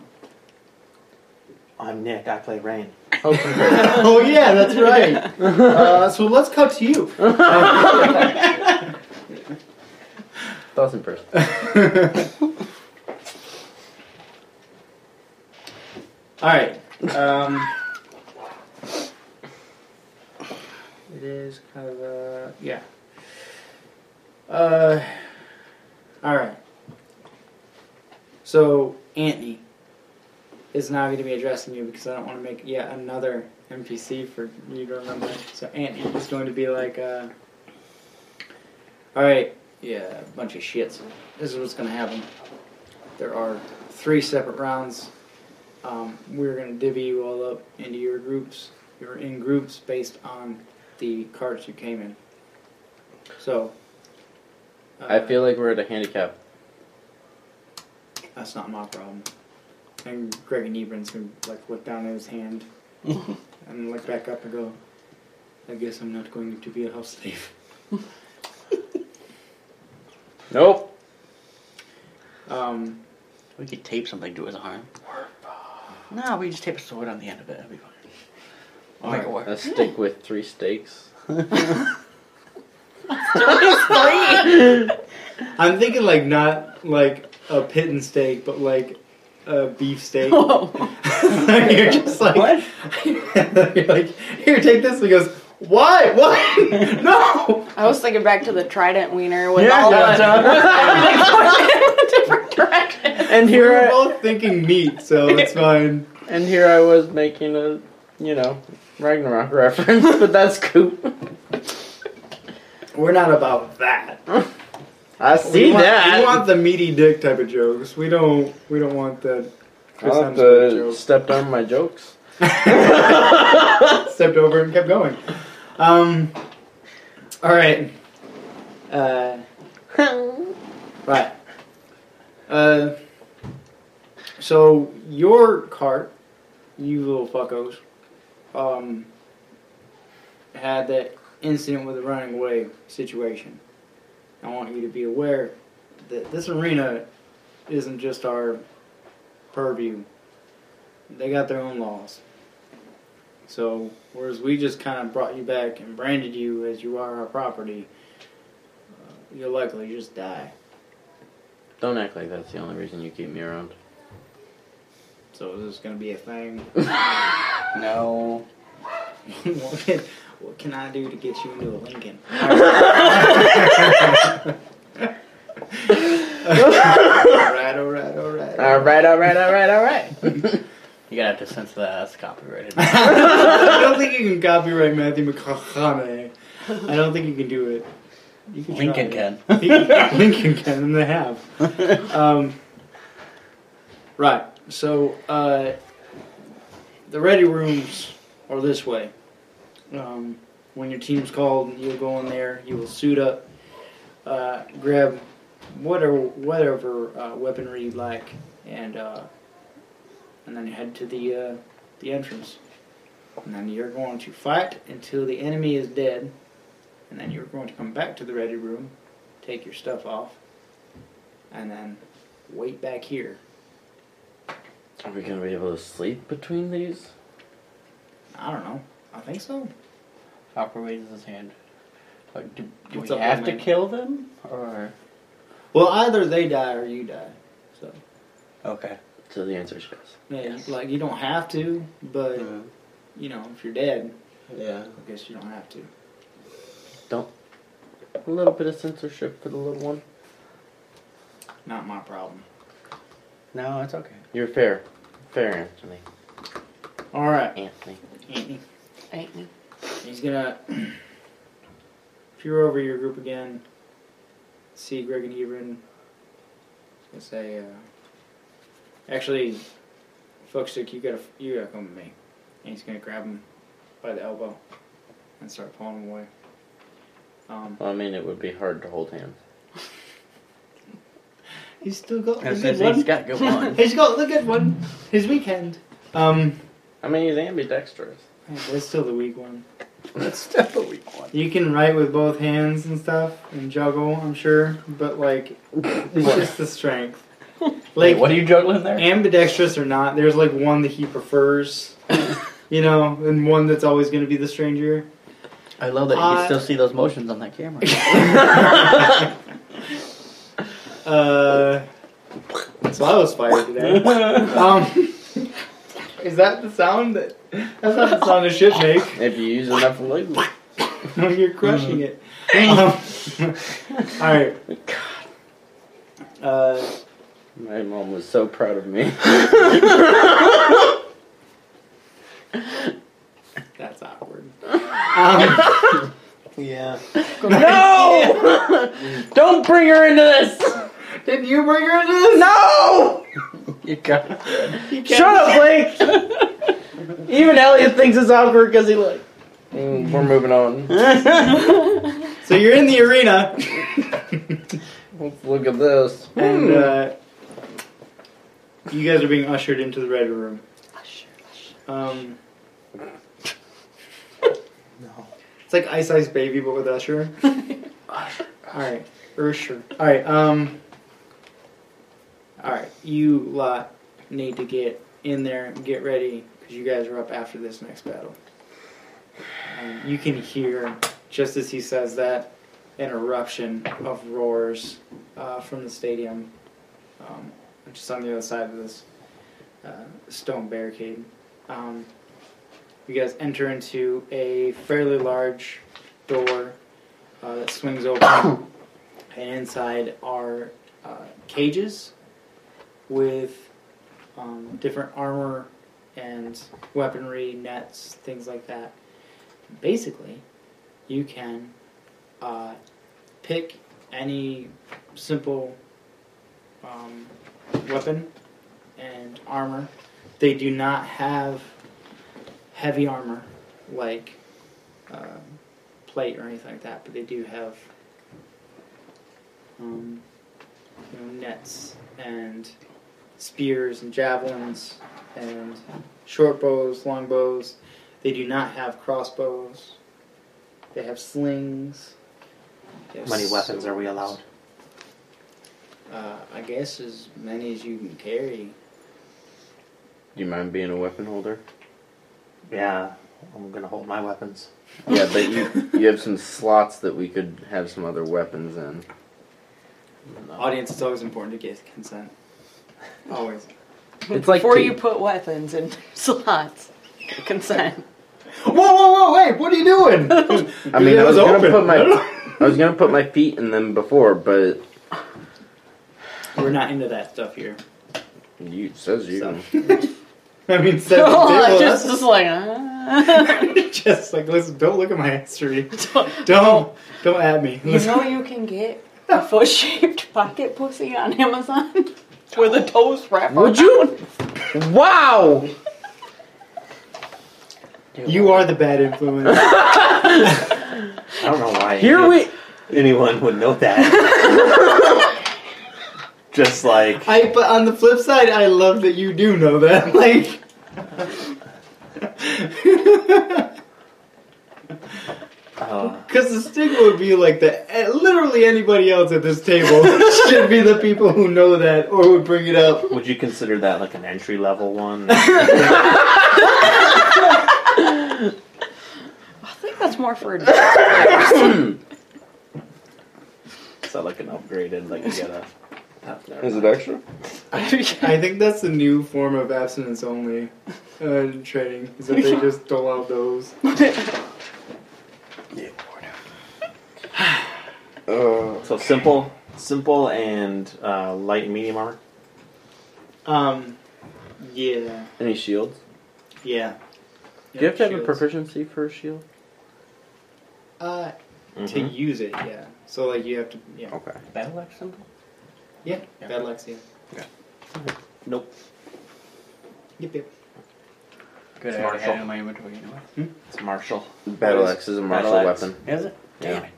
I'm Nick. I play Rain.
oh yeah, that's right. Uh, so let's cut to you.
Thoughts in person.
All right. Um, it is kind of uh, yeah. Uh, all right. So Antony is now going to be addressing you because I don't want to make yet another NPC for you to remember. So Antony is going to be like, uh, all right, yeah, bunch of shits. This is what's going to happen. There are three separate rounds. Um, we're going to divvy you all up into your groups. You're in groups based on the cards you came in. So
I feel like we're at a handicap.
that's not my problem. And Greg and Ebron's going to like look down at his hand and look back up and go, I guess I'm not going to be a house slave.
Nope.
Um,
We could tape something to his arm. No, we just tape a sword on the end of it. That'd be fine. I'll make it work.
A stick with three stakes.
I'm thinking like not like a pittance steak, but like a beef steak. you're just like you're like here, take this. He goes, why? What? no.
I was thinking back to the trident wiener with
Yeah,
all
yeah,
the
yeah.
And here
we're
I-
both thinking meat, so it's fine.
And here I was making a, you know, Ragnarok reference, but that's cool.
We're not about that.
I see
we want,
that.
We want the meaty dick type of jokes. We don't. We don't want the. Chris
I'll have
Hemsworth
to
jokes.
step down my jokes.
stepped over and kept going. Um, all right. Uh, right. Uh, so your cart, you little fuckos, um, had that incident with the running away situation. I want you to be aware that this arena isn't just our purview. They got their own laws. So, whereas we just kind of brought you back and branded you as you are our property, uh, you'll likely just die.
Don't act like that's the only reason you keep me around.
So, is this going to be a thing?
no.
what, can, what can I do to get you into a Lincoln? alright, alright, alright.
Alright, alright, alright, alright. You're gonna have to censor that. That's copyrighted.
I don't think you can copyright Matthew McConaughey. I don't think you can do it. You can try.
Lincoln can.
He can- Lincoln can, and they have. Um, right. So uh, the ready rooms are this way. Um, when your team's called, you'll go in there. You will suit up, uh, grab whatever whatever uh, weaponry you like, and uh, and then you head to the uh, the entrance. And then you're going to fight until the enemy is dead. And then you're going to come back to the ready room, take your stuff off, and then wait back here.
Are we gonna be able to sleep between these?
I don't know. I think so.
Hopper raises his hand. Like, do do
What's
we
up,
have
old
to
man?
kill them? Or.
Well, either they die or you die. So
Okay.
So the answer is yes.
yeah, you- like you don't have to, but
Mm-hmm.
you know if you're dead,
yeah,
I guess you don't have to.
Don't. A little bit of censorship for the little one.
Not my problem.
No, it's okay.
You're fair. Fair, Anthony.
All right.
Anthony.
Anthony. He's gonna peer over your group again. See Greg and Ebron. He's gonna say, uh, "Actually, Fuckstick, you gotta you gotta come with me." And he's gonna grab him by the elbow and start pulling him away. Um,
Well, I mean, it would be hard to hold hands.
he's still got
That's
the good
it, he's
one.
got good one.
he's got the good one. His weekend. Um,
I mean, he's ambidextrous.
That's still the weak one.
That's still the weak one.
You can write with both hands and stuff and juggle, I'm sure, but like, it's just the strength.
Wait, what are you juggling there?
Ambidextrous or not, there's like one that he prefers, you know, and one that's always going to be the stranger.
I love that you can
Uh,
still see those motions on that camera.
Uh, so I was fired today. um, is that the sound that? That's not the sound a shit make.
If you use enough lube.
You're crushing it. Um, all right. Uh,
My mom was so proud of me.
That's awkward.
yeah.
No! Don't bring her into this!
Did you bring her into this?
No!
You got it.
Shut up, Blake! Even Elliot thinks it's awkward because he like.
Mm, we're moving on.
so you're in the arena.
Let's look at this.
And uh, you guys are being ushered into the red room. Um, It's like Ice Ice Baby, but with Usher. All right, Usher. All right. Um, All right, you lot need to get in there and get ready because you guys are up after this next battle. And you can hear, just as he says that, an eruption of roars uh, from the stadium, um, which is on the other side of this uh, stone barricade. Um, you guys enter into a fairly large door uh, that swings open, and inside are uh, cages with um, different armor and weaponry, nets, things like that. Basically, you can uh, pick any simple um, weapon and armor. They do not have heavy armor like um plate or anything like that, but they do have um, you know, nets and spears and javelins and short bows, long bows. They do not have crossbows. They have slings. They
How
have
many weapons are we
swords.
allowed?
Uh, I guess as many as you can carry.
Do you mind being a weapon holder?
Yeah, I'm gonna hold my weapons.
Yeah, but you you have some slots that we could have some other weapons in.
Audience, it's always important to get consent. Always.
It's like
Before
tea.
you put weapons in slots, consent.
Whoa, whoa, whoa, wait, what are you doing?
I mean, I was gonna put my I was gonna put my feet in them before, but
We're not into that stuff here.
you says you.
I mean, set the
Oh,
table,
just,
that's-
just like, ah.
just like listen. Don't look at my history. Don't don't, at me.
you know you can get a foot-shaped pocket pussy on Amazon with a toes wrap.
Would you? Wow. You are the bad influence.
I don't know why.
Here
we. Anyone would know that. Just like
I but on the flip side, I love that you do know that. Like,
uh,
because the stigma would be like that. eh, Literally anybody else at this table should be the people who know that or would bring it up.
Would you consider that like an entry level one?
I think that's more for adults.
Is that like an upgraded, like you get a. oh, never
Is it
mind.
extra?
I think that's the new form of abstinence only uh, training. Is that they just dole out those.
Uh,
so simple, simple, and uh, light and medium armor.
Um, yeah,
Any shields?
yeah.
Do you have to have a proficiency for a shield?
Uh, to
Mhm.
use it, yeah. So like you have to, yeah.
Okay.
Battle axe symbol?
Yeah, bad luck, yeah.
Nope.
Yep, yep.
Good. I already had it in my inventory. You know what?
It's martial.
Battle axe is a martial
Battle axe.
weapon.
Is it? Damn
Yeah.
it.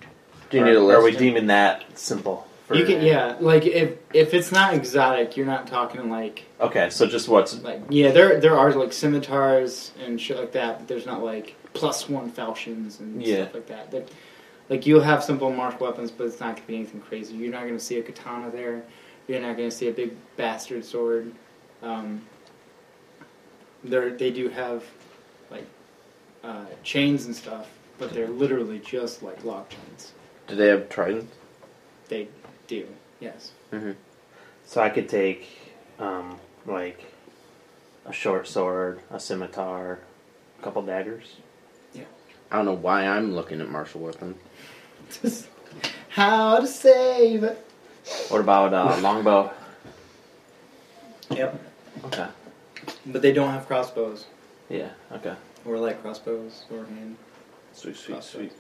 Do you
Or-
need a
Are we
list?
deeming that simple? for-
You can, yeah. Like if if it's not exotic, you're not talking like
Okay, so just what's
like yeah. There there are like scimitars and shit like that, but there's not like plus one falchions and
Yeah.
stuff like that. That like you'll have simple martial weapons, but it's not gonna be anything crazy. You're not gonna see a katana there. You're not gonna see a big bastard sword. Um, there they do have like uh, chains and stuff, but they're literally just like lock chains.
Do they have tridents?
They do yes.
Mm-hmm.
So I could take, um, like, a short sword, a scimitar, a couple daggers.
I don't know why I'm looking at martial weapon.
How to save it.
What about uh, longbow?
Yep.
Okay.
But they don't have crossbows.
Yeah. Okay.
Or light crossbows or hand.
Sweet, sweet, sweet.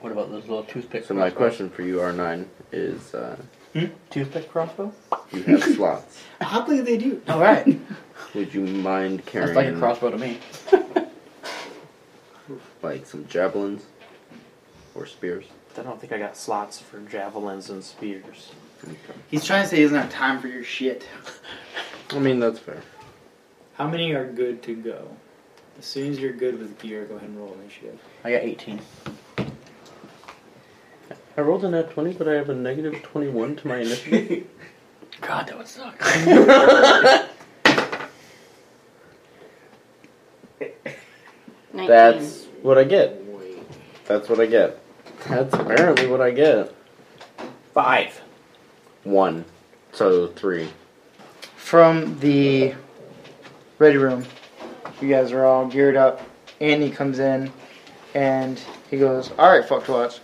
What about those little toothpick?
So my
crossbows?
question for you, R9, is uh,
Toothpick crossbow?
you have slots.
I believe they do.
All right.
Would you mind carrying
That's like a crossbow to me.
like some javelins or spears?
I don't think I got slots for javelins and spears.
He's trying to say he doesn't have time for your shit.
I mean, that's fair.
How many are good to go? As soon as you're good with gear, go ahead and roll initiative.
I got 18.
I rolled an at 20, but I have a negative 21 to my initiative.
God, that would suck.
That's what I get. That's what I get. That's apparently what I get. Five. One. So three.
From the ready room, you guys are all geared up. Andy comes in and he goes, All right, fuck twats.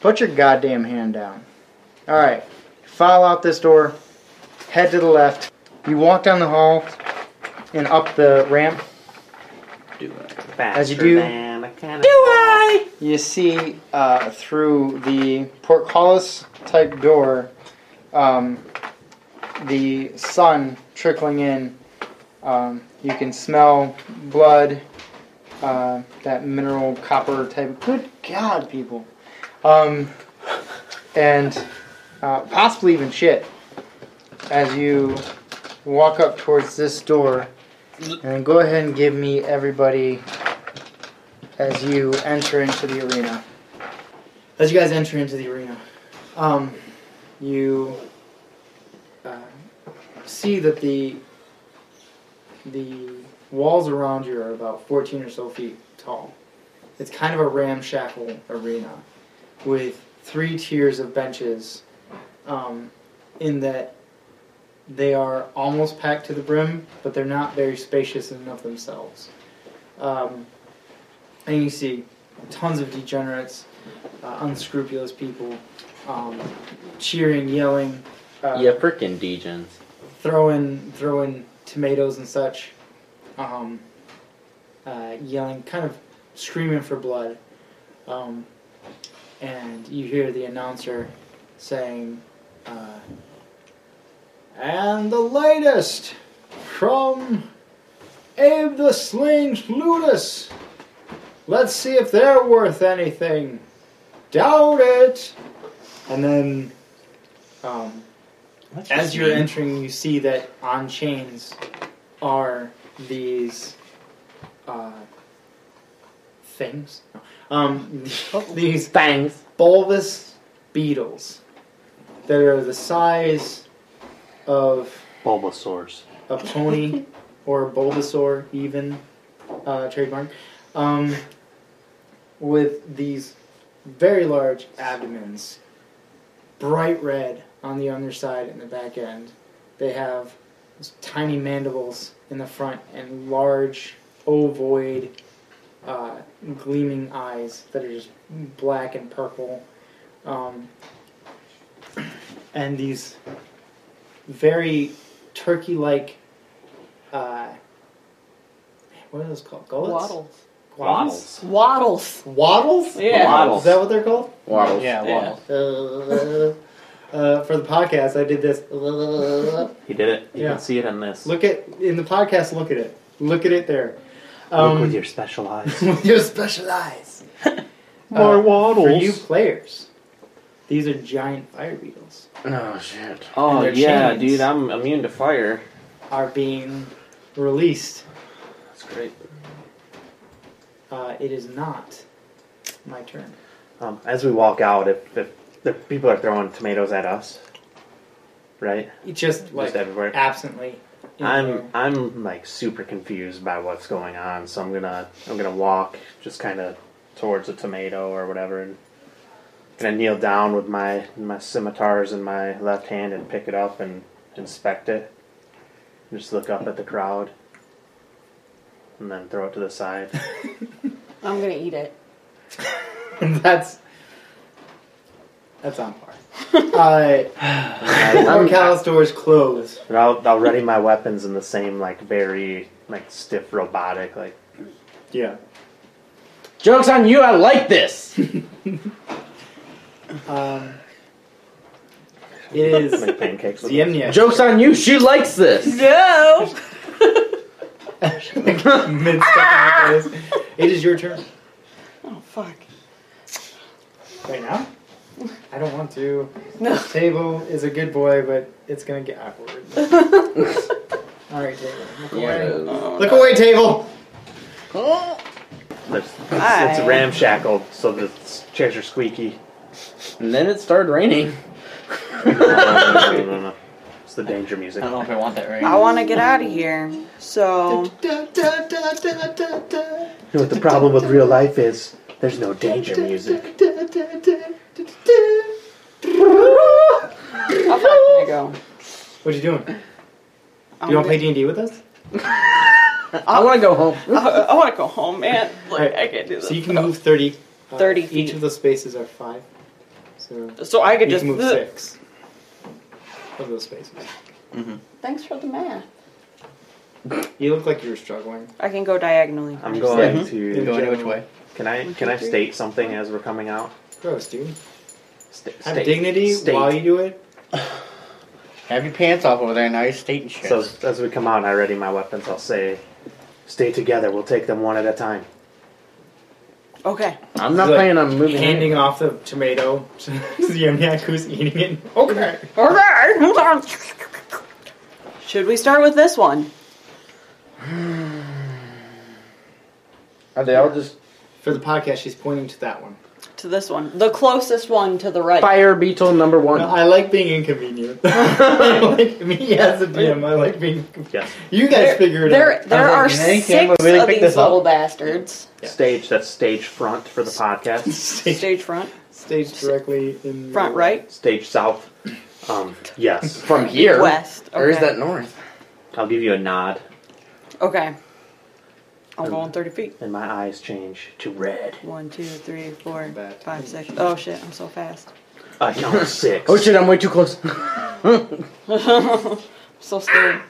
Put your goddamn hand down. All right, file out this door, head to the left. You walk down the hall and up the ramp.
Do
it. As you do,
do
I? You see uh, through the portcullis type door, um, the sun trickling in. Um, you can smell blood, uh, that mineral copper type. Good God, people! Um, and uh, possibly even shit. As you walk up towards this door, and go ahead and give me everybody as you enter into the arena. As you guys enter into the arena, um, you uh, see that the the walls around you are about 14 or so feet tall. It's kind of a ramshackle arena with three tiers of benches, um, in that they are almost packed to the brim, but they're not very spacious enough themselves. Um, and you see tons of degenerates, uh, unscrupulous people, um, cheering, yelling, uh,
yeah, frickin' degens.
throwing throwing tomatoes and such, um, uh, yelling, kind of screaming for blood. Um, and you hear the announcer saying, uh,
And the latest from Abe the Sling Ludus. Let's see if they're worth anything. Doubt it.
and then um, as you're entering, you see that on chains are these uh, things. Um, these things, bulbous beetles that are the size of
Bulbasaur's.
a pony or a Bulbasaur, even uh, trademark, um, with these very large abdomens, bright red on the underside and the back end. They have these tiny mandibles in the front and large ovoid uh, gleaming eyes that are just black and purple. Um, and these very turkey like. Uh, what are those called? Gullets?
Waddles.
Waddles.
Waddles.
Waddles?
Yeah. Waddles.
Is that what they're called?
Waddles.
Yeah,
Yeah.
waddles. Uh, uh, for the podcast, I did this.
He did it. You
Yeah.
can see it on this.
Look at in the podcast. Look at it. Look at it there. Um, uh,
Look with your special
uh,
eyes.
with your special eyes.
More waddles.
For you players, these are giant fire beetles.
Oh shit.
Oh
And their
yeah,
chains.
dude, I'm immune to fire.
Are being released.
That's great.
Uh, it is not my turn.
Um, as we walk out, if, if the people are throwing tomatoes at us, right?
It just like
everywhere.
absently. in
I'm I'm like super confused by what's going on, so I'm gonna I'm gonna walk just kind of towards a tomato or whatever, and gonna kneel down with my my scimitars in my left hand and pick it up and inspect it. Just look up at the crowd, and then throw it to the side.
I'm gonna eat it.
that's that's on par. Uh,
I'm-
Morcalis doors close.
And I'll, I'll ready my weapons in the same like very like stiff robotic like
yeah.
Joke's on you, I like this!
Um, it is
Make pancakes with
Ziemnia.
Joke's on you, she likes this!
No.
Mid step in the face. It is your turn.
Oh fuck.
Right now? I don't want to.
No.
Table is a good boy, but it's gonna get awkward. All right, table. Look away. Look away, table.
It's, it's, it's
Hi.
ramshackled, so the s- chairs are squeaky.
And then it started raining.
No, no, no, no, no, no.
It's the danger music.
I don't know if I want that right
I want to get out of here. So.
You know what the problem with real life is? There's no danger music.
How far can I go?
What are you doing? you want to play D&D with us?
I
want to go home.
I, I want to go home, man. Like, I can't do this.
So you can move 30.
30
Each of the spaces are 5. So,
So I could
you
just- uh,
can move 6 of those spaces.
Thanks for the math.
You look like you were struggling.
I can go diagonally.
I'm going
Yeah.
to.
In Going which general. way?
Can I
One,
can
two,
I
three.
state something as we're coming out?
Gross, dude.
Sta-
Have
state-
dignity
state.
while you do it.
Have your pants off over there now. You're stating shit.
So as we come out, I ready my weapons. I'll say, "Stay together. We'll take them one at a time."
Okay.
I'm
not planning on moving
Handing off the tomato to Yemyak who's eating it. Okay.
Okay, hold on. Should we start with this one?
Are they all just... For the podcast, she's pointing to that one.
To this one. The closest one to the right.
Fire beetle number one. I like being inconvenient. I like me as a DM. I like being.
Yes.
You guys figure it
There,
out.
there are six of these little bastards.
Stage. That's stage front for the podcast.
stage, front.
Stage directly in
front right.
Stage south. Um, yes.
From here? West, Or is okay. that
north? I'll give you a nod,
Okay. I'm going thirty feet.
and my eyes change to red.
One, two, three, four, five, six. Oh shit! I'm so fast.
I count six.
Oh shit, I'm way too close.
so scared.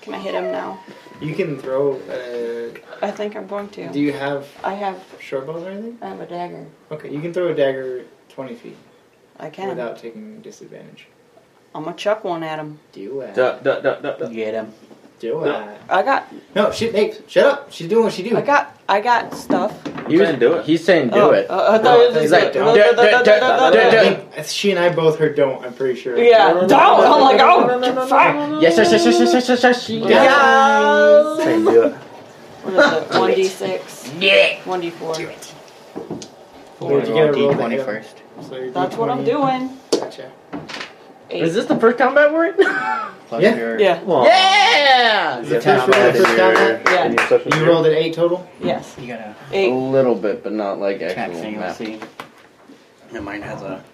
Can I hit him now?
You can throw. Uh,
I think I'm going to.
do you have?
I have.
Short bows or anything?
I have a dagger.
Okay, you can throw a dagger twenty feet.
I can.
without taking disadvantage.
I'm gonna chuck one at him.
Do it.
Duh, duh, duh, duh, duh.
Get him.
Do it.
I got.
No, shit, hey, shut up. She's doing what she do.
I got. I got stuff.
You didn't do it. He's saying do
Oh,
it.
uh, I thought it was
he's
like,
like,
duh,
"Duh, duh,
duh, duh,
duh,
duh,
duh,
duh,
duh."
I think She and I both heard don't. I'm pretty sure.
Yeah, don't. I'm like,
No, no, no,
oh,
no,
fuck.
Yes, yes, yes, yes, yes, yes, yes, yes.
Yes.
Say do it.
What is it? One d six. Yeah. One d four.
Four,
Did you get a roll
D20
that-
first.
So you're
That's what I'm
D20.
doing.
Gotcha.
Eight.
Is this the first combat we're in?
Plus
Yeah.
your-
Yeah.
Well,
yeah!
Is it first roll, first combat?
Yeah.
And your social
You
security.
rolled an eight total.
Yes.
You gotta
A
Eight.
little bit, but not like
tap
actual
thing. You'll
map.
see. And mine has a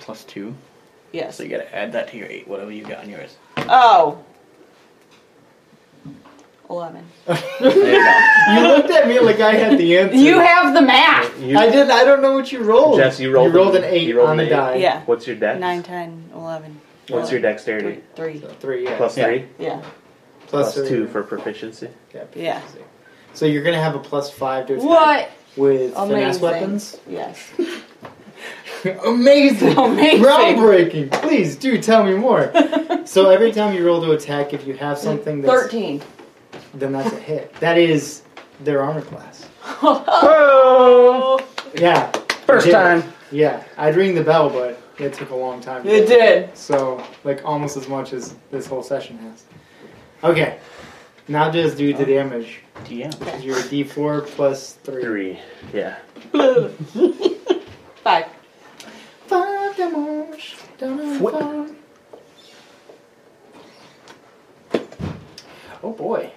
plus two.
Yes.
So you gotta add that to your eight, whatever you got on yours.
Oh. Eleven.
You looked at me like I had the answer.
You have the math.
I did. I don't know what you rolled.
Jess, you rolled.
You rolled an
you
eight
rolled
on
an
the die.
Yeah.
What's your dex?
Nine, ten, eleven.
What's your dexterity?
Three.
Three. Yeah.
Plus three.
Yeah.
Plus
Plus three.
two for proficiency.
Yeah.
Yeah.
So you're gonna have a plus five to attack
What?
with finesse
Amazing.
weapons.
Yes.
Amazing.
Amazing.
Groundbreaking. Please do tell me more. so every time you roll to attack, if you have something that's
Thirteen.
then that's a hit. That is their armor class.
Oh.
Yeah.
First
It did.
time.
Yeah. I'd ring the bell, but it took a long time.
It did.
So, like, almost as much as this whole session has. Okay. Now just do the damage.
DM.
Your d4 plus 3.
Three. Yeah.
Five.
Five damage. What? Oh boy.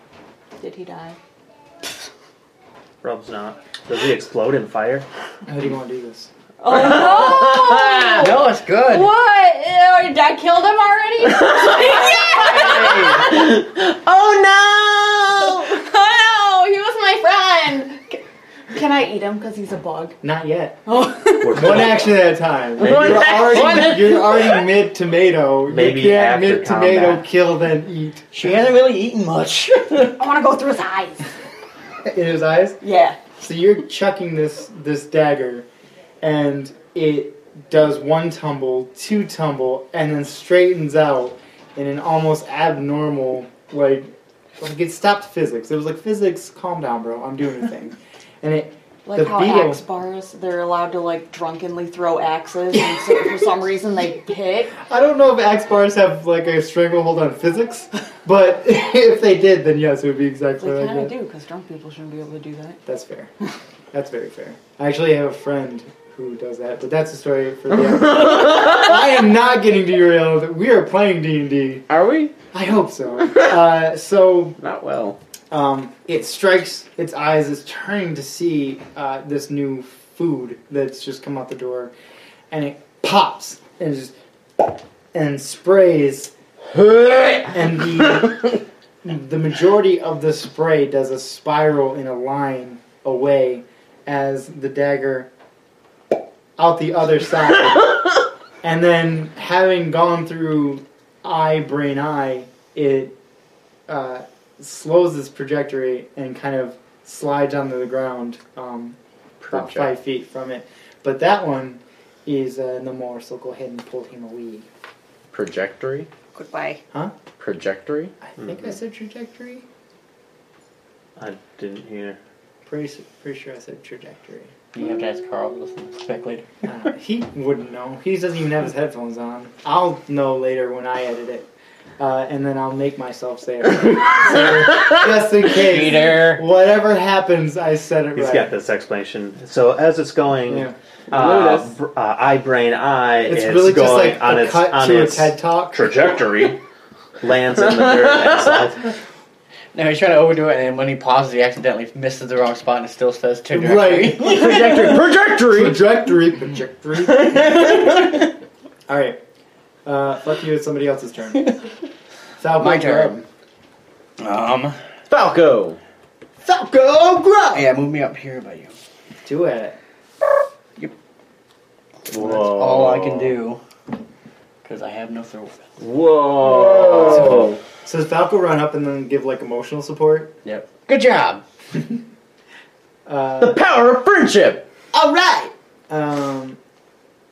Did he die?
Rob's not. Does he explode in fire?
How do you want to do this?
Oh no!
it's good.
What? Uh, I killed him already? Yeah! Oh no! Oh no! He was my friend! C- Can I eat him because he's a bug?
Not yet.
Oh.
One action at a time.
Maybe-
You're
One-
already, you're already mid tomato.
Maybe
you can't
after
mid tomato
combat.
kill then eat.
She hasn't really eaten much.
I want to go through his eyes.
in his eyes.
Yeah.
So you're chucking this this dagger, and it does one tumble, two tumble, and then straightens out in an almost abnormal like like it stopped physics. It was like physics, calm down, bro. I'm doing a thing, and it
Like
the
how
beetle.
axe bars, they're allowed to like drunkenly throw axes, and so for some reason they hit.
I don't know if axe bars have like a stranglehold on physics, but if they did, then yes, it would be
They
exactly like
kind
that.
of do because drunk people shouldn't be able to do that.
That's fair. That's very fair. I actually have a friend who does that, but that's a story for the. I am not getting derailed. We are playing D and D.
Are we?
I hope so. Uh, so
not well.
Um, it strikes its eyes. It's turning to see uh, this new food that's just come out the door, and it pops and just and sprays, and the the majority of the spray does a spiral in a line away as the dagger out the other side. and then, having gone through eye, brain, eye, it uh, slows its trajectory and kind of slides onto the ground um, about five feet from it. But that one is uh, no more, so go ahead and pull him away.
Projectory?
Goodbye.
Huh?
Projectory?
I think I said trajectory.
I didn't hear.
Pretty, s- pretty sure I said trajectory.
You have to ask Carl to listen to this back later.
Uh, he wouldn't know. He doesn't even have his headphones on. I'll know later when I edit it. Uh, and then I'll make myself say it. right. So, just in case.
Cheater.
Whatever happens, I said it
He's
right.
got this explanation. So as it's going,
Yeah.
uh,
Notice.
br- uh, eye, brain, eye,
It's
it's,
really just
going
like
on
a
its,
cut
on
to a
its
TED Talk.
trajectory, lands in the dirt. and slides
No, he's trying to overdo it, and when he pauses, he accidentally misses the wrong spot and it still says trajectory.
Right.
Trajectory.
Trajectory. Trajectory. All right. Uh, fuck you. It's somebody else's turn. Sal,
My
you're up.
turn. Um. Falco. Falco, grow. Yeah, move me up here by you.
Do it.
That's all I can do. Because I have no throw weapon.
Whoa. So, does Falco run up and then give like emotional support?
Yep. Good job.
Uh,
the power of friendship.
All right. Um,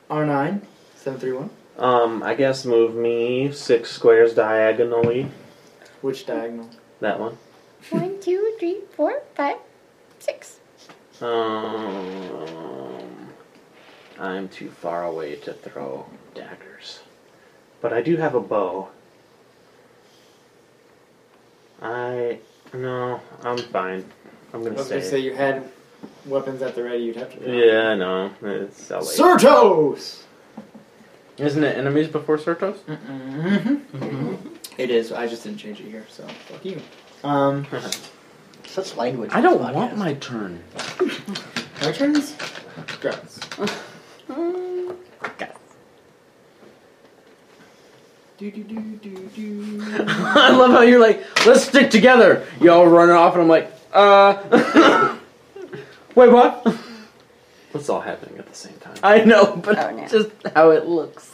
R nine seven three one.
Um, I guess move me six squares diagonally.
Which diagonal?
That one.
One, two, three, four, five, six.
Um, I'm too far away to throw daggers, but I do have a bow. I no, I'm fine. I'm
I
gonna
was gonna
save.
say you had weapons at the ready. You'd have to.
yeah, I know. It's LA.
Certos.
Isn't it enemies before Certos?
Mm-hmm. It is. I just didn't change it here, so fuck you. Um,
such language.
I don't
want my turn.
My turns. Grounds.
I love how you're like, let's stick together. Y'all run off, and I'm like, uh. Wait, what?
It's all happening at the same time.
I know, but
Oh,
just how it looks.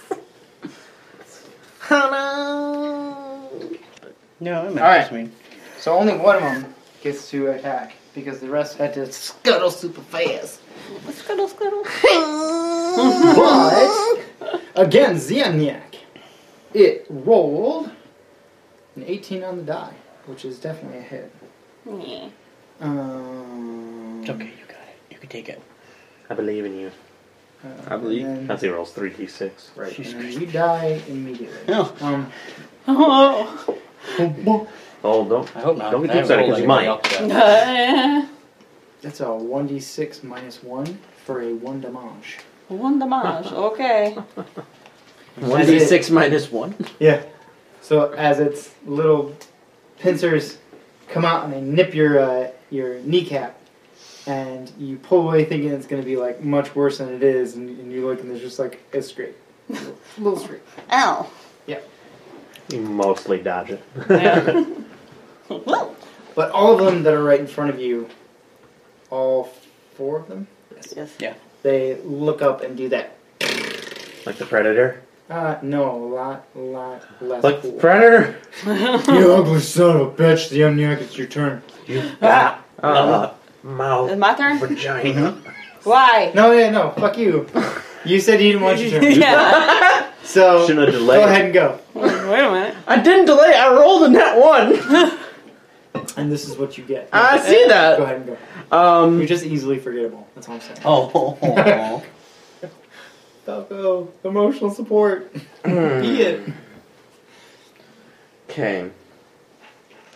No, it
matters
I mean.
So only one of them gets to attack because the rest had to scuttle super fast.
Scuttle, scuttle.
but again, Zianiac, it rolled an 18 on the die, which is definitely a hit. Um,
It's okay, you got it. You can take it.
I believe in you.
I believe. uh, and then-
As he rolls three d six. Right.
and then you die immediately.
No.
Um,
Oh.
Oh, don't.
I hope not.
Don't get
I
too excited
roll
because you
like a
might.
that's a 1d6 minus 1 for a 1 damage.
One damage. Okay.
One d six minus one.
Yeah. So as its little pincers come out and they nip your uh, your kneecap, and you pull away thinking it's going to be like much worse than it is, and, and you look and there's just like a scrape, a little scrape.
Ow.
You mostly dodge it.
But all of them that are right in front of you, all four of them,
Yes.
Yeah.
they look up and do that.
Like the predator.
Uh, no, a lot, lot less.
Like
cool.
predator.
you ugly son of a bitch, the Amniac, it's your turn.
Ah.
Uh, mouth.
Is it my turn?
Mm-hmm.
Vagina.
Why?
No, yeah, no, fuck you. You said you didn't want your turn.
Yeah.
So
Shouldn't have delayed.
go ahead and go.
Wait a minute.
I didn't delay. I rolled in that one.
And this is what you get.
I see that.
Go ahead and go.
Um,
You're just easily forgettable. That's all I'm saying.
Oh.
Falco, emotional support.
Hmm.
Be it.
Okay.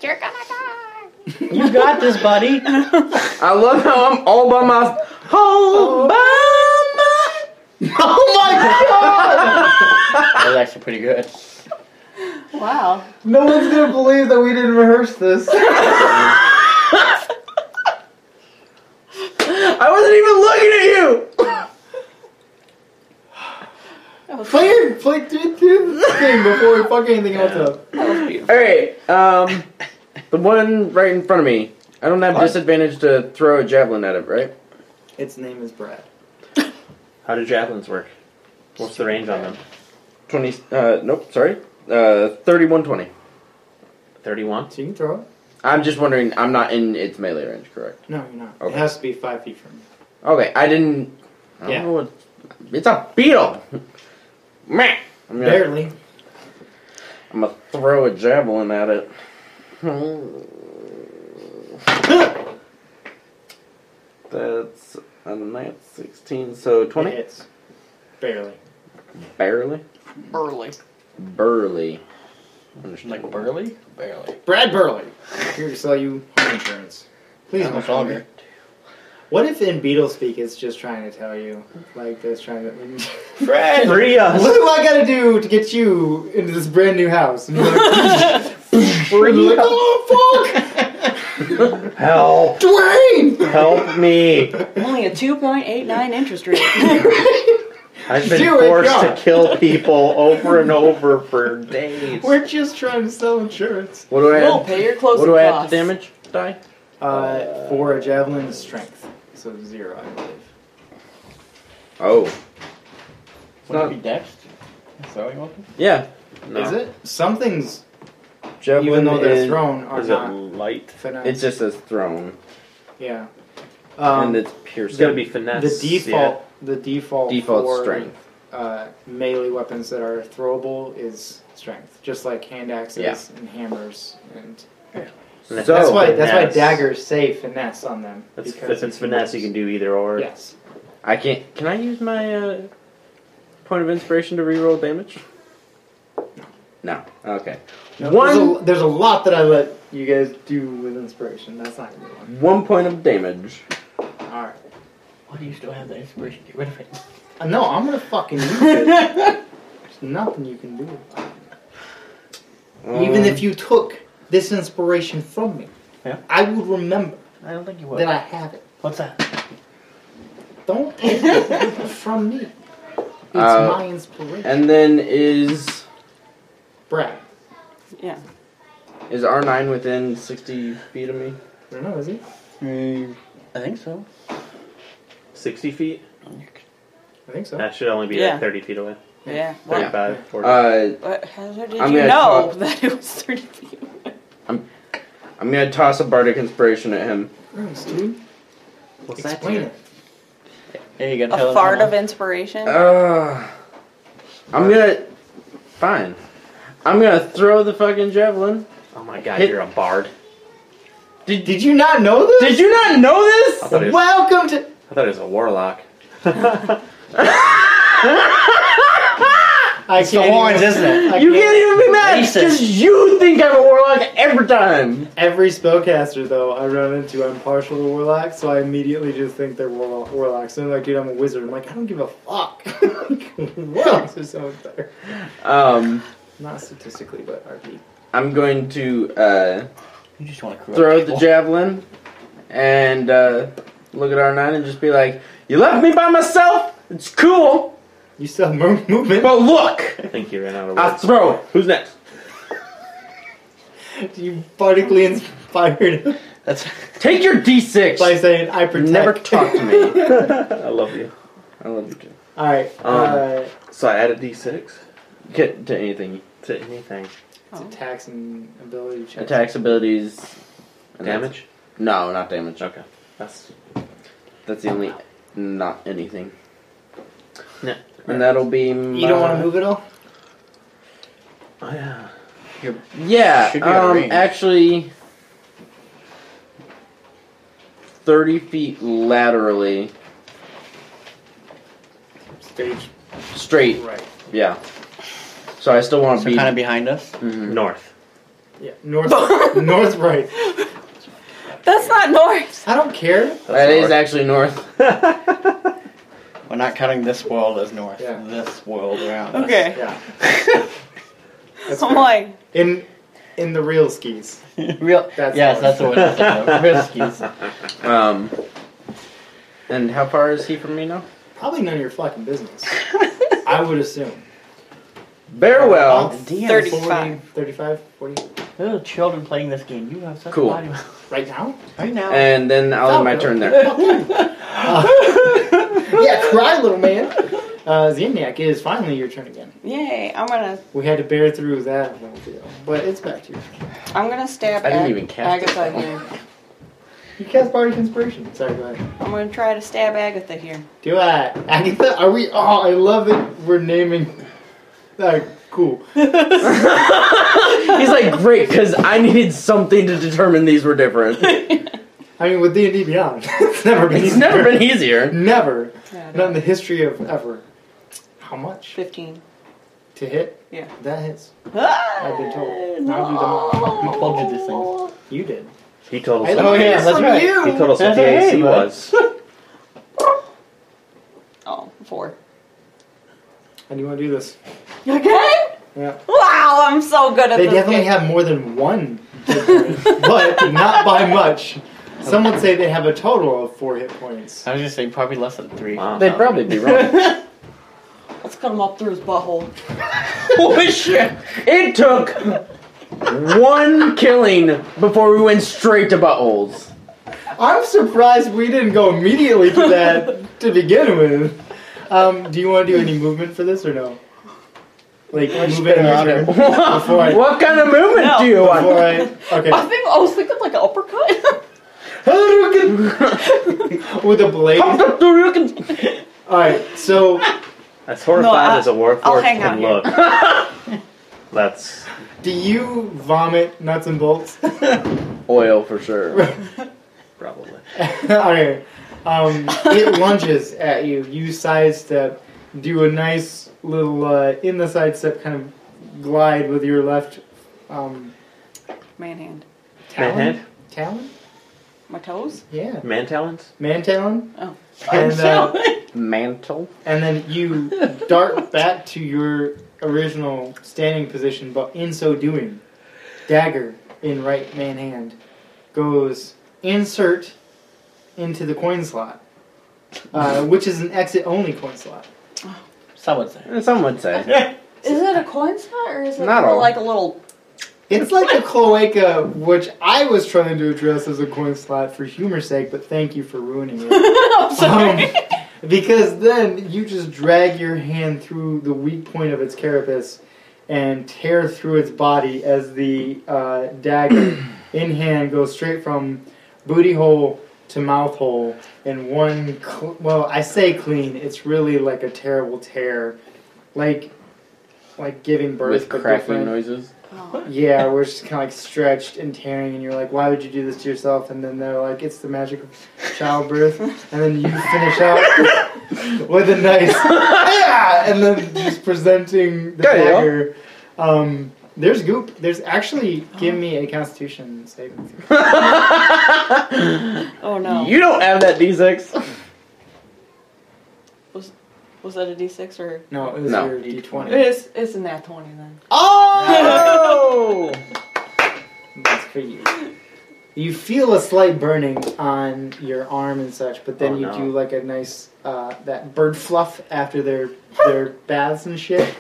You're gonna die.
You got this, buddy.
Oh. I love how I'm all by my all by
was actually pretty good.
Wow.
No one's gonna believe that we didn't rehearse this.
I wasn't even looking at you.
Play it, play do, do the thing before we fuck anything else up.
All right, um, the one right in front of me. I don't have
What?
disadvantage to throw a javelin at it, right?
Its name is Brad.
How do javelins work? What's the range on them?
Twenty. Uh, nope. Sorry. Uh, thirty-one twenty.
Thirty-one.
So you can throw it.
I'm just wondering. I'm not in its melee range, correct?
No, you're not.
Okay.
It has to be five feet from you.
Okay. I didn't. I don't
Yeah.
know what. It's a beetle. Man. I'm gonna-
Barely.
I'm gonna throw a javelin at it. That's on the that's sixteen, so twenty.
It hits. Barely.
Barely.
Burly.
Burly. Like
burly? Barely.
Brad Burley. Here to sell you home insurance. Please,
How
my
much
friend.
longer?
What if in Beetle speak it's just trying to tell you, like this, trying to.
Brad, free us.
What do I gotta do to get you into this brand new house? And you're like, free like, oh fuck!
Help.
Dwayne!
Help me.
Only a 2.89 interest rate.
I've been
Do it,
forced
yeah.
to kill people over and over for days.
We're just trying to sell insurance.
What do I
We'll add- pay your closing what do I add to costs. damage
die?
Uh, for a javelin is strength, so zero, I believe.
Oh.
Would it be dexed? Throwing weapon?
Yeah.
Is it? Something's
Javelin
even though they're
is-
thrown are
is it
not
light.
Finesse.
It's just a thrown.
yeah.
and Um, it's piercing.
The default, the default,
Default
for,
strength.
Uh, melee weapons that are throwable is strength, just like hand axes and hammers, and
So-
that's why that's why
Finesse.
daggers say finesse on them.
That's-
because
if it's
you can
finesse,
use-
you can do either or.
Yes.
I can't. Can I use my uh, point of inspiration to reroll damage? No. Okay.
No, There's a,
One
there's a lot that I let you guys do with inspiration. That's not gonna be one.
one point of damage.
All right.
Why do you still have that inspiration? Get rid of it.
Uh, No, I'm gonna fucking use it. There's nothing you can do. about it.
Uh,
Even
Um.
if you took this inspiration from me,
Yeah.
I would remember
I don't think you would.
that I have it.
What's that?
Don't take it from me. It's
Uh,
my inspiration.
And then is
Brad.
Yeah.
is R nine within sixty feet of me?
I don't know, is he?
I think so.
Sixty feet.
I think so.
That should only be
Yeah.
like thirty feet away.
Yeah.
Thirty-five. 40.
Uh,
What, how did you
I'm
know
gonna talk-
that it was 30 feet?
I'm gonna toss a bardic inspiration at him.
Gross, dude.
What's
Explain
that?
it.
Hey, you got
A fart of inspiration?
Uh, I'm gonna. Fine. I'm gonna throw the fucking javelin.
Oh my god,
Hit-
you're a bard.
Did,
did you not know this?
Did you not know this?
I thought it was-
Welcome to.
I thought it was a warlock.
I
the
can't
horns,
even-
isn't it?
I
You can't even be mad
Racist.
because you think I'm a warlock every time.
Every spellcaster, though, I run into, I'm partial to warlocks, so I immediately just think they're warlock, warlocks. And they're like, dude, I'm a wizard. I'm like, I don't give a fuck. warlocks are so much better.
Um,
Not statistically, but RP.
I'm going to uh,
You just want to
throw the javelin and uh, look at R9 and just be like, "You left me by myself. It's cool."
You still have mo- movement.
But look,
I think you ran out of
I
words.
throw it. Who's next?
You bardically inspired
That's
Take your D6.
by saying, I protect.
Never talk to me.
I love you.
I love you too.
Alright,
Um,
uh,
So I added D6
Get to anything.
to anything.
it's attacks and ability checks.
Attacks, abilities, and that's-
Damage?
No, not damage.
Okay. That's
That's the only not anything.
No.
And that'll be.
You don't want to move at all?
Oh yeah.
Yeah.
Should be out of
Um.
range.
Actually, thirty feet laterally,
Stage
straight.
right.
Yeah. So I still want to
So
be
kind of behind us.
Mhm.
North.
Yeah, north, north right.
That's not north.
I don't care.
That is actually north.
We're not counting this world as north. This world around. us.
Okay.
Yeah.
I'm like,
In in the real skis.
real.
That's
yes, that's the
what
word. I'm thinking of. Real skis.
Um, and how far is he from me now?
Probably none of your fucking business. I would assume.
Very well.
Oh,
About 40, 35, 40.
Little children playing this game. You have such
Cool.
a body.
Right now?
Right now.
And then I'll end my
Oh.
Falco.
turn there.
yeah, cry, little man. Uh, Zemniak, it is finally your turn again.
yay! I'm gonna,
We had to bear through that whole deal, but it's back to you.
I'm gonna stab.
I didn't
Ag-
even cast it.
Agatha here.
You cast Bardic Inspiration. Sorry, go ahead.
I'm gonna try to stab Agatha here.
Do I? Agatha, are we? Oh, I love it. We're naming. Uh, cool.
He's like, great, because I needed something to determine these were different.
I mean, with D and D Beyond, it's never been.
It's
easier.
never been easier.
Never.
Yeah,
Not in the history of ever. How much?
Uh, Fifteen. Ah,
To hit?
Yeah.
That hits. I've been told. Now you don't. We told you this thing. You did.
He
I
told us. what-
learned this from you.
He told us what
That's okay,
the AC
bud.
was.
Oh, four.
And you want to do this?
Again?
Yeah.
Wow, I'm so good at
They
this.
definitely
game.
have more than one, hit point, but not by much. Some would say they have a total of four hit points.
I was just saying probably less than three.
They'd probably be wrong.
Let's cut him up through his butthole.
Holy shit! It took one killing before we went straight to buttholes.
I'm surprised we didn't go immediately to that to begin with. Um, do you want to do any movement for this or no? Like
Much
move it in your
better
turn
honor.
before I-
What kind of movement do you want?
Before I, okay.
I think I was thinking like an uppercut.
With a blade. Alright, so
As horrified
No, I-
as a
I'll
warforged
hang out here.
can look. That's
do you vomit nuts and bolts?
Oil for sure.
probably.
okay. Um, it lunges at you. You sidestep, do a nice little uh, in the sidestep kind of glide with your left um,
Manhand.
talon.
Manhand?
Talon?
My toes?
Yeah.
Man talons?
Man talon.
Oh.
And, uh,
Mantle.
and then you dart back to your original standing position, but in so doing, dagger in right man hand goes insert into the coin slot, uh, which is an exit only coin slot.
Eh, Some would say.
Some would say.
Is it a coin slot or is it
Not all.
like a little?
It's like a cloaca, which I was trying to address as a coin slot for humor's sake, but thank you for ruining it. Um, because then you just drag your hand through the weak point of its carapace and tear through its body as the uh, dagger in hand goes straight from booty hole to mouth hole in one. Cl- well, I say clean. It's really like a terrible tear, like like giving birth
With
but
cracking
different.
noises.
Yeah, we're just kind of like stretched and tearing, and you're like, "Why would you do this to yourself?" And then they're like, "It's the magic of childbirth," and then you finish out with a nice yeah, and then just presenting the
There you go.
dagger. Um, there's goop. There's actually give me a Constitution saving. throw.
Oh no.
You don't have that D6.
Was was that a D six or?
No, it was
No.
your d20.
It's it's a nat twenty then.
Oh!
That's for you. You feel a slight burning on your arm and such, but then
Oh,
you
no.
do like a nice uh, that bird fluff after their their baths and shit,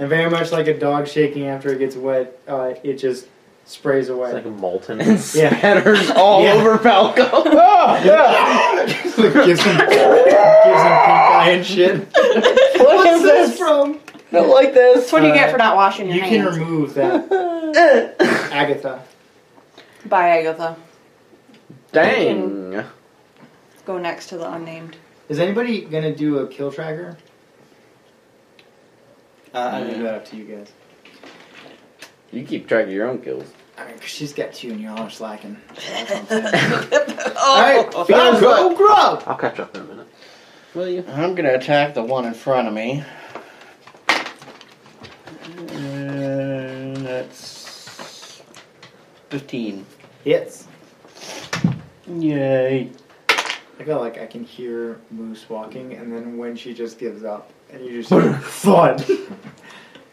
and very much like a dog shaking after it gets wet, uh, it just sprays away.
It's like molten.
Yeah.
Spatters all over Falco. oh,
yeah. gives him gives him pink eye and shit.
What
is this from?
Not like this.
What do you get for not washing your
You
hands?
can remove that, Agatha.
Bye, Agatha.
Dang.
Let's go next to the unnamed.
Is anybody gonna do a kill tracker? Uh, I'll leave that up to you guys.
You keep track of your own kills.
I mean, 'cause she's got two and y'all are slacking.
Alright,
Oh, Falco,
go
grub!
I'll catch up in a minute. Will you? I'm gonna attack the one in front of me. And that's 15.
Hits.
Yay.
I feel like I can hear Moose walking, and then when she just gives up, and you just hear thud.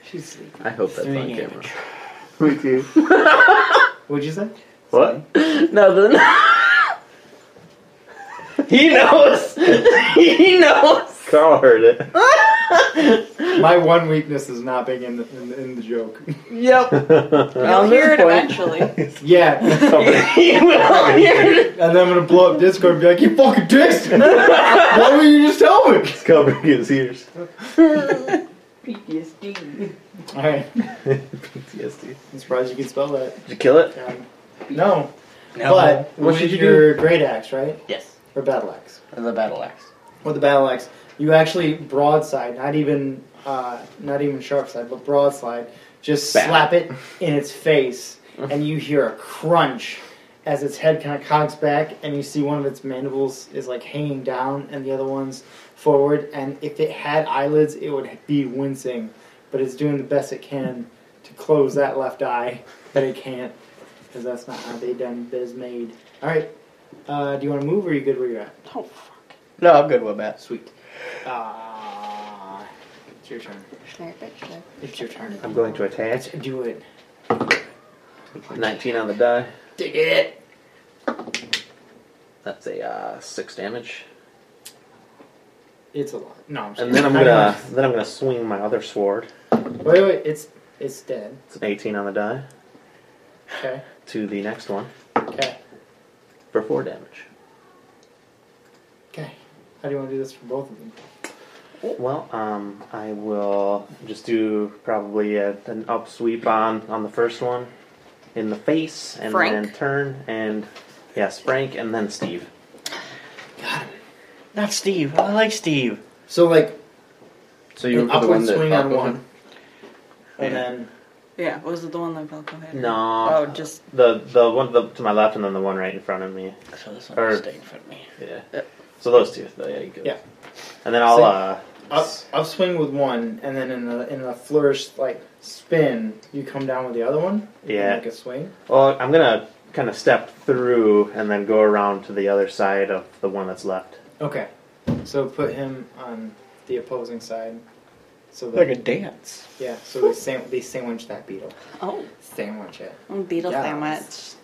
She's
I hope that's on
Three
camera.
Me too. What'd you say?
What? Nothing. he knows. he knows.
Carl heard it.
My one weakness is not being in the, in, the- in the joke.
Yep.
You'll
hear it eventually.
Yeah.
You will hear
and then I'm gonna blow up Discord and be like, "You fucking dicks! Why would you just tell me?" It's
covering his ears.
PTSD.
All right. PTSD. I'm surprised you can spell that.
Did you kill it?
Um, no.
No.
But
What
with
should you do?
your great axe, right?
Yes.
Or battle axe.
The battle axe.
With the battle axe, you actually broadside, not even uh, not even sharp side, but broadside. Just
Bam.
slap it in its face, and you hear a crunch as its head kind of cocks back, and you see one of its mandibles is like hanging down, and the other one's forward. And if it had eyelids, it would be wincing, but it's doing the best it can to close that left eye, but it can't because that's not how they done biz made. All right, uh, do you want to move, or are you good where you're at?
Oh,
No, I'm good with that. Sweet.
Ah, it's your turn. It's your turn.
I'm going to attack.
Do it.
19 on the die.
Dig it.
That's a uh, six damage.
It's a lot. No, I'm just
And then I'm
kidding.
gonna then I'm gonna swing my other sword.
Wait, wait. It's it's dead.
It's an 18 on the die
Okay.
to the next one
Okay.
for four damage.
Okay. How do you want to do this for both of them?
Well, um, I will just do probably a, an up sweep on on the first one in the face, and
Frank?
then turn and yes, Frank, and then Steve. Not Steve. I like Steve.
So like.
So
An upward swing on one. And
Yeah.
then
Yeah, was it the one that Falco had?
No.
Oh, just
the the one to the, to my left, and then the one right in front of me.
So this
one or, stay in front of me. Yeah. So those two. though, yeah, you go.
Yeah.
And then I'll
So-
uh,
up upswing with one, and then in a in a flourish like spin, you come down with the other one. and
Yeah.
Make a swing.
Well, I'm gonna kind of step through and then go around to the other side of the one that's left.
Okay. So put him on the opposing side. So that,
Like a dance.
Yeah. So they sam- they sandwich that beetle.
Oh.
Sandwich it.
beetle
Yes.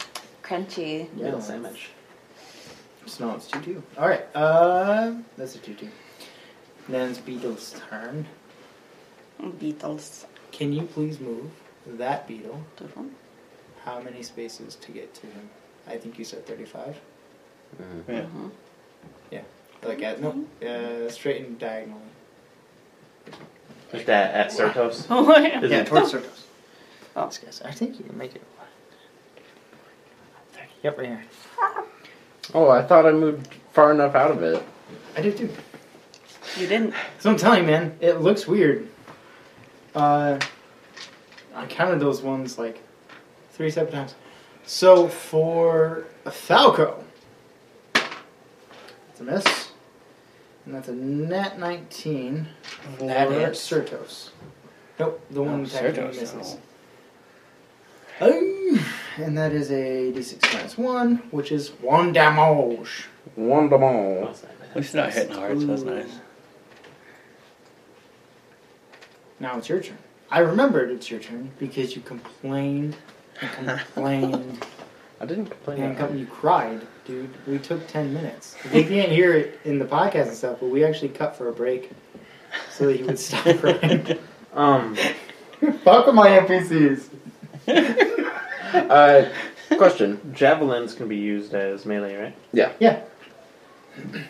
sandwich, crunchy.
Beetle Yes. sandwich. Snow, it's 2 2. Alright, uh, that's a 2 2. Then it's Beetle's turn.
Beetles.
Can you please move that beetle?
This one?
How many spaces to get to him? I think you said 35.
Mm-hmm.
Yeah. Yeah. Like, at, no, uh, straight and diagonally.
Like that at Certos.
Oh, yeah.
Is
yeah,
it-
towards Certos. Oh. I think you can make it. Yep, right here.
Oh, I thought I moved far enough out of it.
I did too.
You didn't.
So I'm telling you, man, it looks weird. Uh, I counted those ones like three separate times. So for Falco, it's a miss, and that's a net 19 for
That hits.
Certos. Nope, the one
Oh,
attacking
Certos, oh.
misses. Um, and that is a d6 minus one, which is one damage.
One them all.
At
least not hitting hard, so that's nice. Now it's your turn. I remembered it's your turn because you complained and complained.
I didn't complain.
And com- you cried, dude. We took 10 minutes. You can't hear it in the podcast and stuff, but we actually cut for a break so that you would stop crying.
Um,
Fuck with my NPCs.
uh, question: Javelins can be used as melee, right?
Yeah.
Yeah.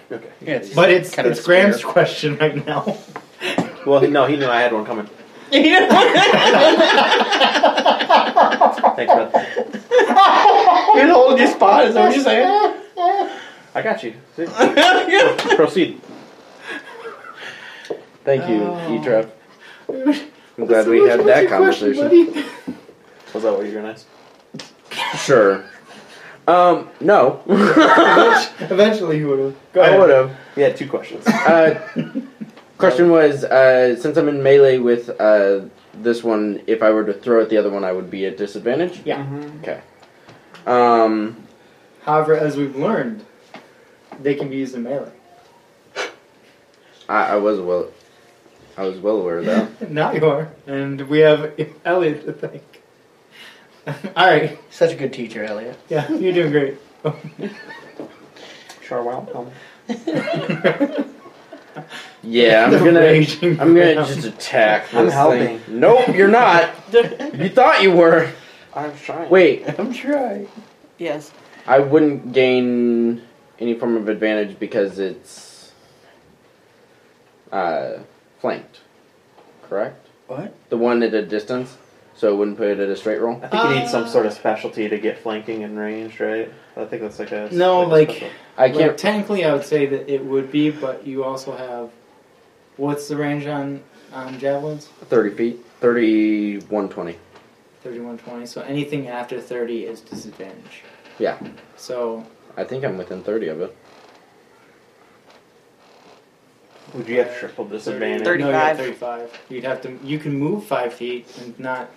Okay.
but it's, it's Graham's question right now.
Well, he- no, he knew I had one coming. Thanks, bud.
You're holding your spot, is that what you're saying?
I got you. See? Proceed.
Thank you,
Uh,
Oh.
e Trap. I'm glad we had that conversation.
Was that what you were gonna ask?
Sure. Um, no.
Eventually, you would have.
I would have.
He had two questions.
Uh, question was, uh, since I'm in melee with uh, this one, if I were to throw at the other one, I would be at disadvantage.
Yeah.
Okay. Um,
However, as we've learned, They can be used in melee.
I, I was well, I was well aware of that.
Now you are. And we have Elliot to thank. All right.
Such a good teacher, Elliot.
Yeah, you're doing great.
Sure, welcome.
Yeah, I'm gonna,
Raging
I'm gonna
ground.
just attack.
I'm
This
helping.
Thing. Nope, you're not. you thought you were.
I'm trying.
Wait,
I'm trying.
Yes.
I wouldn't gain any form of advantage because it's uh, flanked. Correct.
What?
The one at a distance, so it wouldn't put it at a straight roll.
I think you need some sort of specialty to get flanking and ranged, right? I think that's like a
No,
a
like
special-
I
like,
can't-
technically, I would say that it would be, but you also have. What's the range on on javelins?
Thirty feet. Thirty-one twenty.
Thirty-one twenty. So anything after thirty is disadvantage.
Yeah,
So
I think I'm within thirty of it.
Would you have triple disadvantage?
No, you're at thirty-five. You'd have to. You can move five feet and not.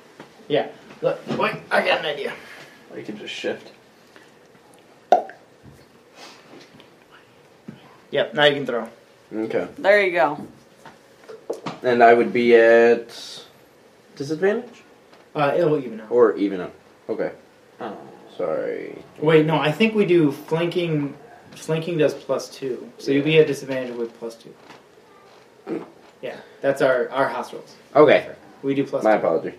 Yeah. Look. Wait. I got an idea.
Or you could just shift.
Yep. Now you can throw.
Okay.
There you go.
And I would be at disadvantage
Uh, it'll even out.
or even up. Okay. Oh. Sorry.
Wait. No. I think we do flanking. Flanking does plus two, so you'll be at disadvantage with plus two. Yeah. That's our our house rules.
Okay.
We do plus
My
two.
apology.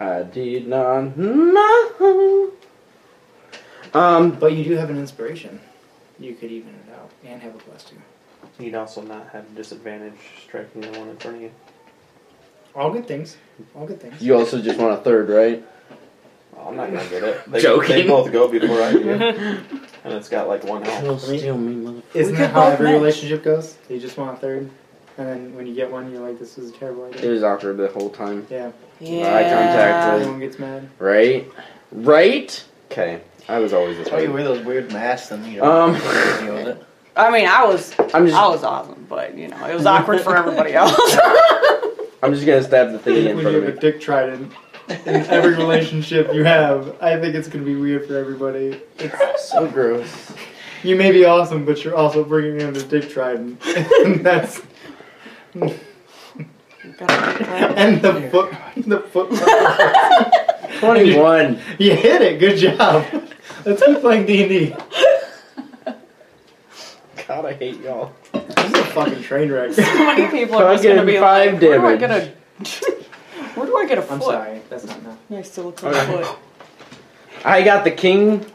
I did not know. Um,
But you do have an inspiration. You could even it out and have a plus two.
You'd also not have disadvantage striking the one in front of you.
All good things. All good things.
you also just want a third, right?
I'm not gonna get it. They,
Joking.
They both go before I do, and it's got like one
Kill,
health.
steal me, motherfucker.
Isn't
We
that
could
how
both
every
match.
relationship goes? You just want a third, and then when you get one, you're like, "This is a terrible idea."
It was awkward the whole time.
Yeah.
Eye
Yeah.
contact.
Everyone gets mad.
Right? Right? Okay. I was always this
Why Oh, you
way.
wear those weird masks and you
Um.
don't deal with it?
I mean, I was
I'm just-
I was awesome, but you know, it was awkward for everybody else.
I'm just gonna stab the thing in
When
front
you
of
have
me.
a dick trident in every relationship you have, I think it's gonna be weird for everybody. It's
so gross.
You may be awesome, but you're also bringing in the dick trident, and that's and the foot the foot.
Twenty one.
You hit it. Good job. Let's keep playing D and D.
God, I hate y'all.
This is a fucking train wreck.
so many people are just gonna
Fucking
be
five
like, where do I
damage.
get a where do I get a foot?
I'm sorry, that's not enough.
Nice silicone
Okay.
foot.
I got the king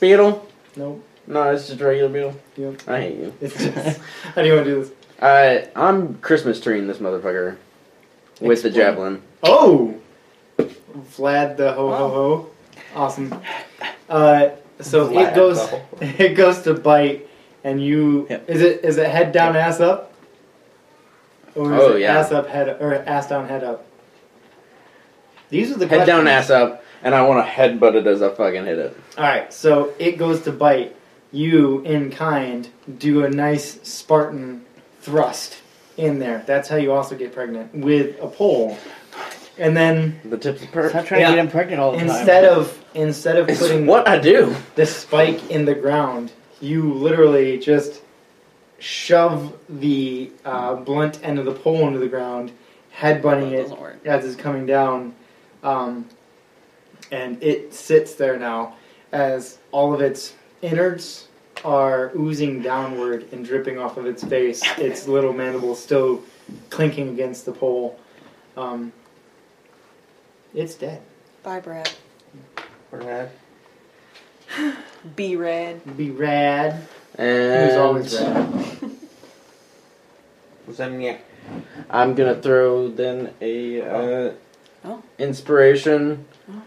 beetle.
Nope.
No, it's just regular beetle.
Yep.
I hate you.
It's just how do you want to do this?
Uh, I'm Christmas treeing this motherfucker with the
Explain.
javelin.
Oh, Vlad the ho ho ho, awesome. Uh, so
Vlad
it goes,
the ho.
it goes to bite, and you is it is it head down ass up, or is
Oh,
it
yeah.
ass up head or ass down head up? These are the
Head down,
questions.
ass up, and I want to headbutt it as I fucking hit it.
All right, so it goes to bite. You, in kind, do a nice Spartan thrust in there. That's how you also get pregnant with a pole. And then
the tips per-
Stop trying to get him pregnant all the time.
instead of instead of
It's
putting
what I do.
the spike in the ground, you literally just shove the uh, blunt end of the pole into the ground, headbutting it as it's coming down, um, and it sits there now as all of its innards are oozing downward and dripping off of its face. Its little mandible still clinking against the pole. Um, it's dead.
Bye, Brad.
Brad.
Be red.
Be rad.
And
always rad.
Was that in the
I'm gonna throw then a uh,
Oh.
inspiration.
Oh.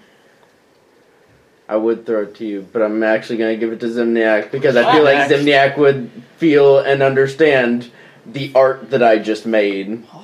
I would throw it to you, but I'm actually gonna give it to Zimniak because I feel like
Nice.
Zimniak would feel and understand the art that I just made.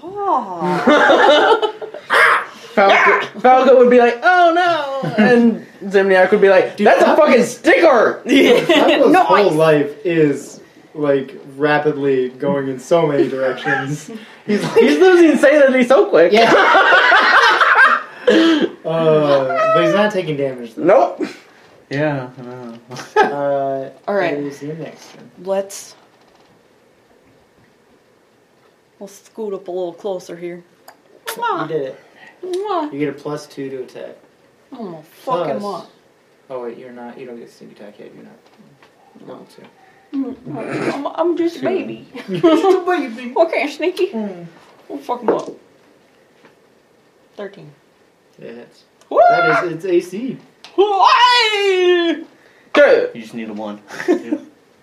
Falco, Falco would be like, "Oh no," and Zimniak would be like, "That's a fucking sticker."
Pablo's whole life is like rapidly going in so many directions. He's
he's losing sanity so quick.
Yeah. uh, but he's not taking damage.
Nope.
Yeah, I know.
uh,
All right.
Who's the next one?
Let's. We'll scoot up a little closer here.
You did it.
Mwah.
You get a plus two to attack.
Oh, fuck him
Plus-
up.
Oh wait, you're not. You don't get sneak attack yet. You're not. No, two.
I'm, I'm just a baby. okay, sneaky. We'll fuck him up. 13.
It hits. That is its AC.
Good. You just need a one.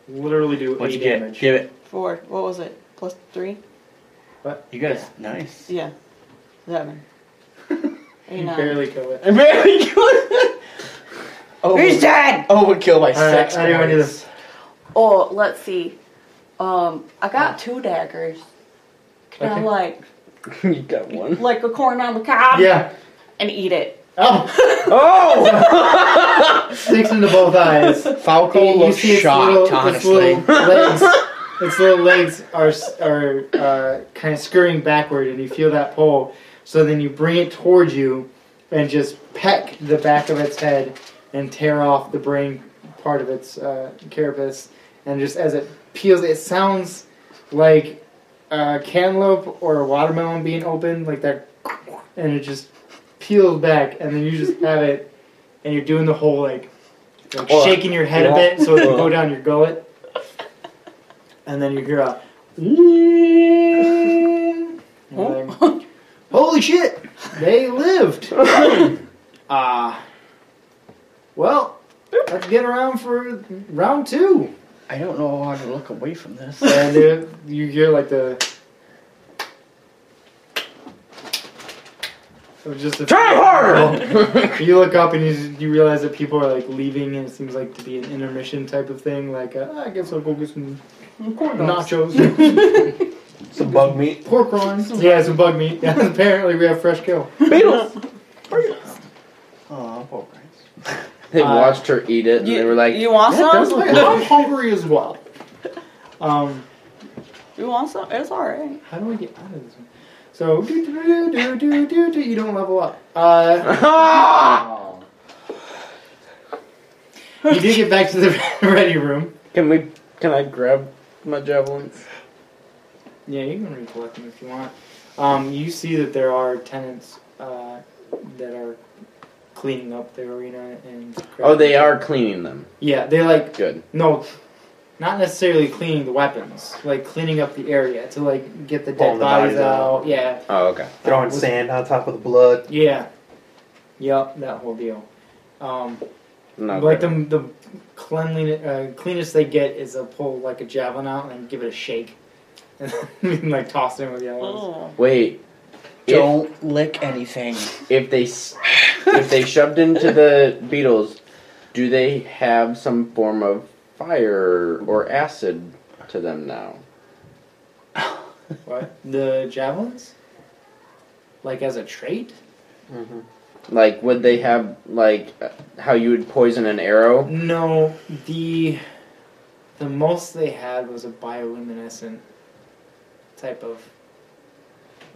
Literally do
What'd
eight
you get?
damage.
Give it.
Four. What was it? Plus three?
What?
You guys, nice.
Yeah. Seven. Eight,
You
nine.
barely kill it.
I barely kill it. Over,
He's dead!
Overkill by
All right,
sex.
I didn't do
points.
this.
Oh, let's see. Um, I got two daggers. Can I
Okay.
like
you got one.
like a corn on the cob? And eat it.
Oh!
Sticks into both eyes.
Falco
You- you
looks
see its
shocked,
little- its
honestly.
little legs, its little legs are s- are uh, kind of scurrying backward, and you feel that pull. So then you bring it towards you, and just peck the back of its head and tear off the brain part of its uh, carapace. And just as it peels, it sounds like a cantaloupe or a watermelon being opened, like that, and it just peels back, and then you just have it, and you're doing the whole like like,
Ugh.
shaking your head a
Yeah.
bit so it can
Ugh.
go down your gullet. And then you hear a. and you're like, Holy shit! They lived! Ah. well, let's get around for round two.
I don't know how to look away from this.
And uh, you hear like the. It was just a
Try
harder. you look up and you, you realize that people are like leaving, and it seems like to be an intermission type of thing. Like uh, I guess I'll go get some nachos,
Some bug meat.
pork rinds. Yeah, some bug meat. Apparently we have fresh kill.
Beatles.
Oh, pork
They watched her eat it, and they were like,
you want
"That does
some?"
look
I'm
good."
hungry as well. Um,
You want some? It's alright.
How do I get out of this one? so do do do do do do. You don't level up. Uh, you do get back to the ready room.
Can we? Can I grab my javelins?
Yeah, you can recollect them if you want. Um, you see that there are tenants uh, that are cleaning up the arena and.
Oh, they are cleaning them.
Yeah, they like
Good.
no, not necessarily cleaning the weapons, like cleaning up the area to like get the dead
Pulling the
bodies,
bodies
out.
out.
Yeah,
Oh, okay.
Throwing
Was-
sand on top of the blood.
yeah, yep, that whole deal. Um,
No,
like the the cleanliness uh, cleanest they get is they'll pull like a javelin out and give it a shake, and then, like toss it in with the other
Oh.
ones.
Wait.
Don't lick anything.
If they s- if they shoved into the beetles, do they have some form of fire or acid to them now?
What the javelins? Like as a trait?
Mm-hmm. Like, would they have like uh, how you would poison an arrow?
No, the the most they had was a bioluminescent type of.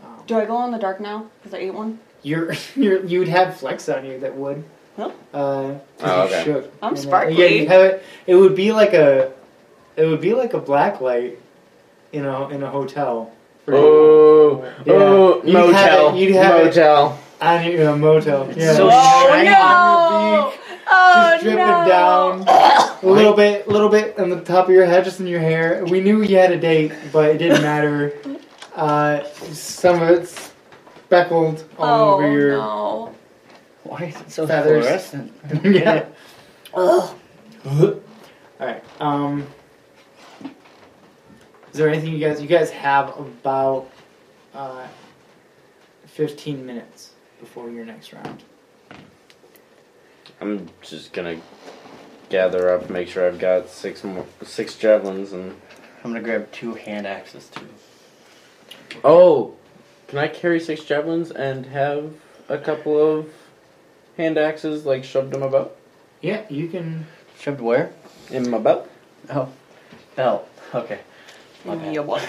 Um,
Do I go in the dark now? Because I ate one?
you're, you're you'd have flex on you that would.
Huh?
Uh, 'cause
Oh,
you
okay.
shook.
I'm
And then- uh,
sparkly.
yeah, you'd have it. It would be like a, it would be like a black light, you know, in a hotel. for you.
Oh,
Yeah.
oh,
You'd
motel,
Have it, you'd have it
motel.
on your uh, motel. Yeah.
so
Oh,
shiny.
no!
Oh,
Just dripping down a little bit, a little bit on the top of your head, just in your hair. We knew you had a date, but it didn't matter. Uh, some of it's speckled all over your
Oh, no.
Why is it so
Feathers.
fluorescent?
yeah. All right. Um, is there anything you guys you guys have about uh, fifteen minutes before your next round?
I'm just gonna gather up, make sure I've got six more, six javelins, and
I'm gonna grab two hand axes too.
oh, can I carry six javelins and have a couple of hand axes like shoved in my belt?
Yeah, you can.
Shoved where?
In my belt.
Oh, belt. Okay. My bad.
Your butt.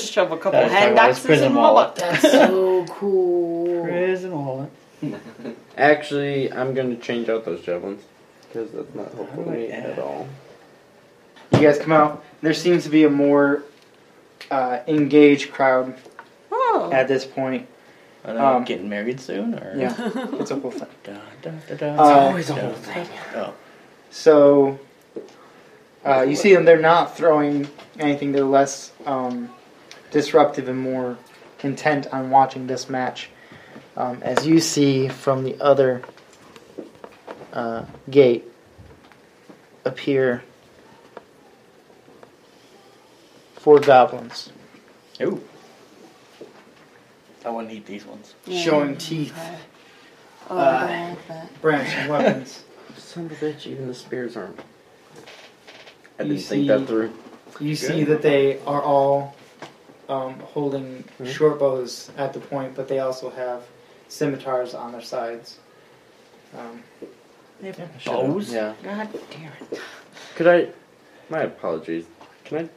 Shove a couple
That was
hand
talking about his
axes
prison
in my
wallet.
butt.
That's so cool.
Prison wallet.
Actually, I'm gonna change out those javelins.
Because that's not helpful to me at all.
You guys come out. There seems to be a more uh, engaged crowd at this point.
Are they getting married soon? Or?
Um, Yeah, it's a whole thing.
It's always a whole thing. Oh.
So, uh, you see them, they're not throwing anything. They're less um, disruptive and more intent on watching this match. Um, as you see from the other uh, gate appear four goblins.
Ooh. I wouldn't eat these ones.
Showing teeth.
Oh,
Uh, branch and weapons.
Son of a bitch, even the spears aren't. I
You
didn't think that
see-
through.
You see
Good.
that they are all um, holding short bows at the point, but they also have scimitars on their sides. Um,
Bows?
Yeah.
God damn it.
Could I? My apologies. Can I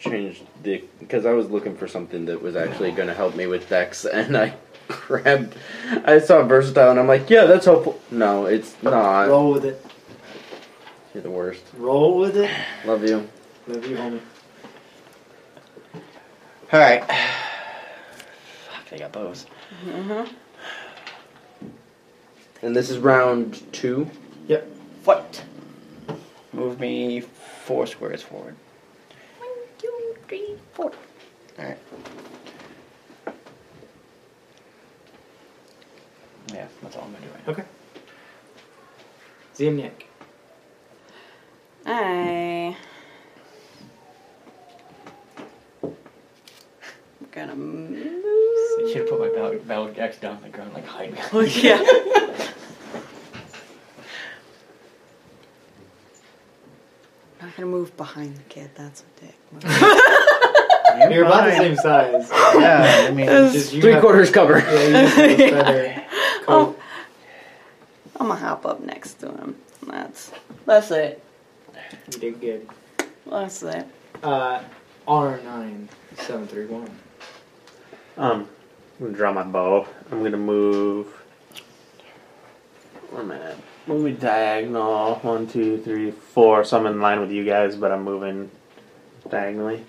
change the? Because I was looking for something that was actually going to help me with Dex, and I grabbed. I saw versatile, and I'm like, yeah, that's helpful. No, it's not.
Roll with it.
You're the worst.
Roll with it.
Love you.
Love you, homie.
Alright. Fuck, they got bows.
Mm-hmm.
And this is round two.
Yep.
What? Move me four squares forward.
Two, three, four.
Alright. Yeah, that's all I'm gonna do right now.
Okay. Zimnik.
I. am gonna move.
I should have put my battle, battle axe down on the ground, like hide
Well,
behind.
yeah. Not gonna move behind the kid. That's a dick.
You're, about the same size. Yeah, I mean,
It's
just you
three
have-
quarters cover.
Yeah, you just have a feather.
Oh.
I'm, I'm gonna hop up next to him. That's that's it.
You did good.
That's it.
Uh, R9731.
Um, I'm gonna draw my bow. I'm gonna move. One minute. Move me diagonal. One, two, three, four. So I'm in line with you guys, but I'm moving diagonally.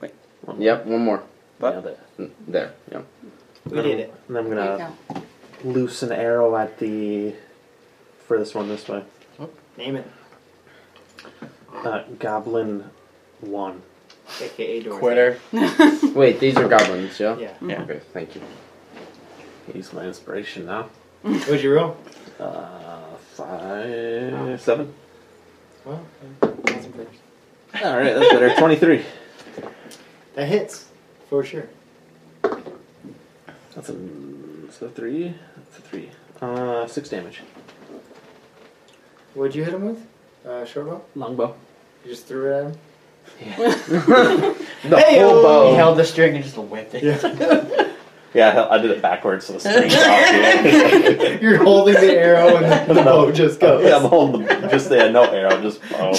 Wait.
Yep. One more. Nailed it. N- There. Yep.
We did it. And I'm gonna loose an arrow at the furthest one this way.
Name it.
Uh, Goblin one.
AKA Dorothy.
Quitter. Wait, these are goblins, yeah?
Yeah.
Yeah.
Okay, thank you.
Use my inspiration now.
Mm.
What'd you roll?
Uh, five, seven.
Well, yeah, that's impressive.
All right, that's better. Twenty-three.
That hits, for sure.
That's a, that's a three. That's a three. Uh, six damage.
What'd you hit him with? Uh, short bow?
Longbow.
You just threw it at him?
the
Hey-o!
He held the string and just whipped it.
Yeah, hell, I did it backwards, so the string's off.
You're holding the arrow and the bow just goes.
Yeah, I'm holding the, just the no arrow, just
oh.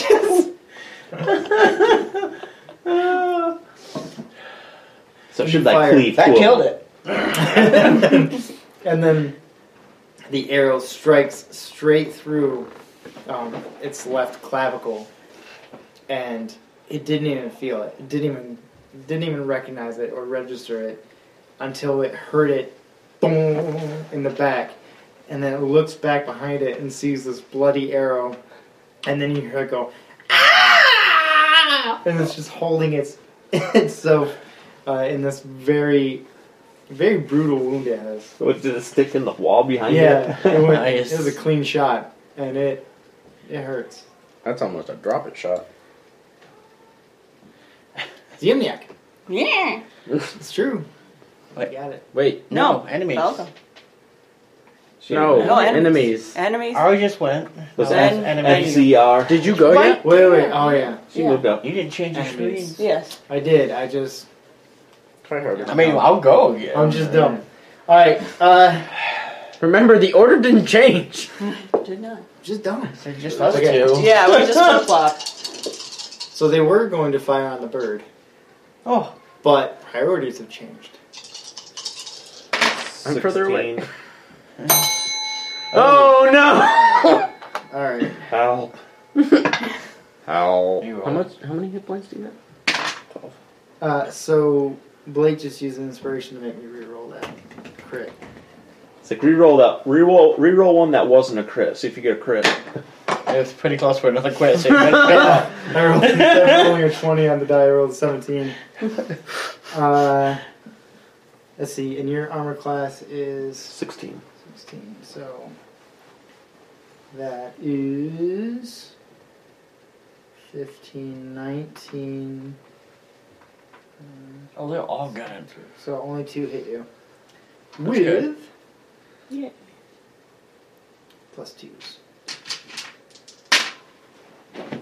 bow. so should that
Fire.
cleave?
That
two of
killed
them?
it. and then the arrow strikes straight through um, its left clavicle, and it didn't even feel it. It didn't even didn't even recognize it or register it until it heard it boom in the back, and then it looks back behind it and sees this bloody arrow, and then you hear it go ah, and it's just holding its itself uh, in this very very brutal wound it has.
What, did it stick in the wall behind
Yeah,
you?
it, went, it was a clean shot, and it it hurts.
That's almost a drop it shot.
Zimniak.
Yeah.
It's true.
Wait.
Got it.
Wait.
No, enemies.
Welcome.
No,
No,
enemies.
Enemies.
I just went.
Was
No,
that
enemies.
Did you go yet?
Wait, wait. Oh yeah.
She moved up.
You didn't change your screen.
Yes.
I did. I just.
I mean, I'll go again.
I'm just dumb. All right. Uh,
Remember, the order didn't change.
Did not.
Just dumb.
just us two.
Yeah, we just flip flop.
So they were going to fire on the bird.
Oh.
But priorities have changed.
I'm further away.
Oh
no!
Alright.
Help.
How?
You
How
are.
much? How many hit points do you have?
Uh, so Blake just used an inspiration to make me re-roll that crit.
It's like re-roll that re-roll re-roll one that wasn't a crit. See if you get a crit. It was pretty close for another crit.
I rolled I rolled a 20 on the die, I rolled a 17. Uh, let's see, and your armor class is.
16.
16, so. That is. 15, 19.
Oh, they're all good.
So only two hit you.
That's
With.
good.
Yeah.
Plus twos.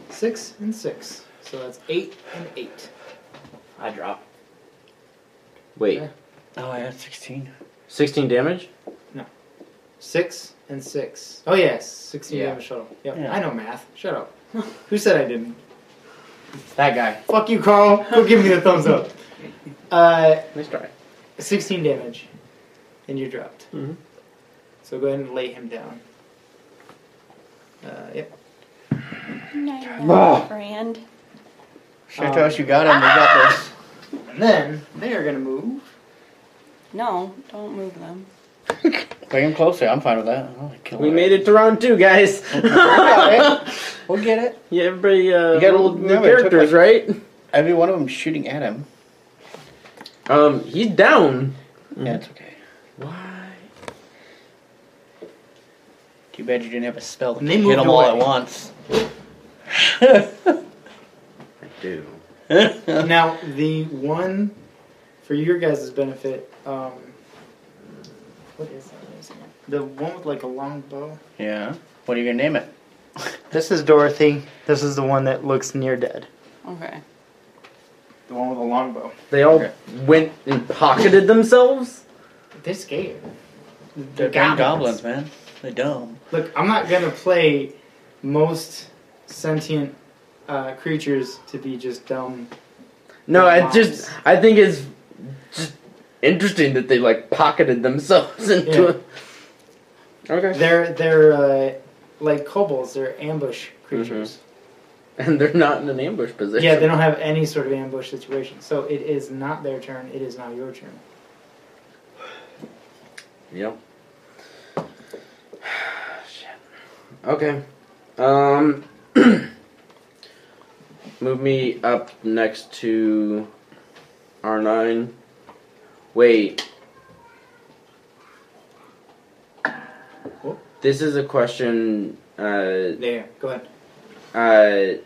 Six and six. So that's eight and eight.
I drop.
Wait,
Oh, I got 16.
16 damage?
Six and six. Oh yes, sixteen
Yeah.
damage total. Yep.
Yeah.
I know math. Shut up. Who said I didn't?
That guy.
Fuck you, Carl. Go give me a thumbs up. Uh,
Nice try.
Sixteen damage, and you're dropped.
Mm-hmm.
So go ahead and lay him down. Uh, yep.
Oh.
friend.
Shantos, you got him. We got this.
Ah! And then they are gonna move.
No, don't move them.
Bring him closer. I'm fine with that.
We made it to round two, guys.
We'll get it.
Yeah, everybody. Uh,
You got a little
new characters,
right? Every one of them shooting at him.
Um, he's down.
Yeah, it's okay. Why? Too bad you didn't have a spell that
And they
could hit
moved
them all
away.
at once.
Dude.
now the one for your guys' benefit. Um, what is that? What is that? The one with like a long bow.
Yeah. What are you gonna name it?
This is Dorothy. This is the one that looks near dead.
Okay.
The one with a longbow.
They all went and pocketed themselves?
They're scared.
They're damn goblins, man. They're dumb.
Look, I'm not gonna play most sentient uh, creatures to be just dumb.
No, I
Moms.
just I think it's just interesting that they like pocketed themselves into
Yeah.
a Okay.
They're they're uh, like kobolds. They're ambush creatures.
and they're not in an ambush position.
Yeah, they don't have any sort of ambush situation. So it is not their turn. It is now your turn.
Yep. Shit. Okay. Um move me up next to R nine. Wait. This is a question uh
There, go ahead.
Uh,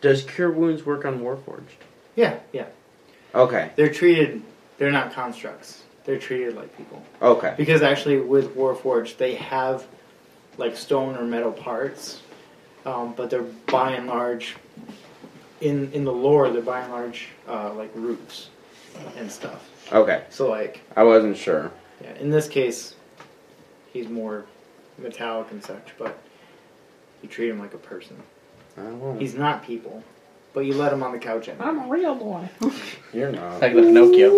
does cure wounds work on Warforged?
Yeah, yeah.
Okay.
They're treated. They're not constructs. They're treated like people.
Okay.
Because actually, with Warforged, they have like stone or metal parts, um, but they're by and large, in in the lore, they're by and large uh, like roots and stuff.
Okay.
So like
I wasn't sure.
yeah, in this case, he's more metallic and such, but you treat him like a person. He's not people, but you let him on the couch. Anyway.
I'm a real boy.
You're not.
Like Pinocchio.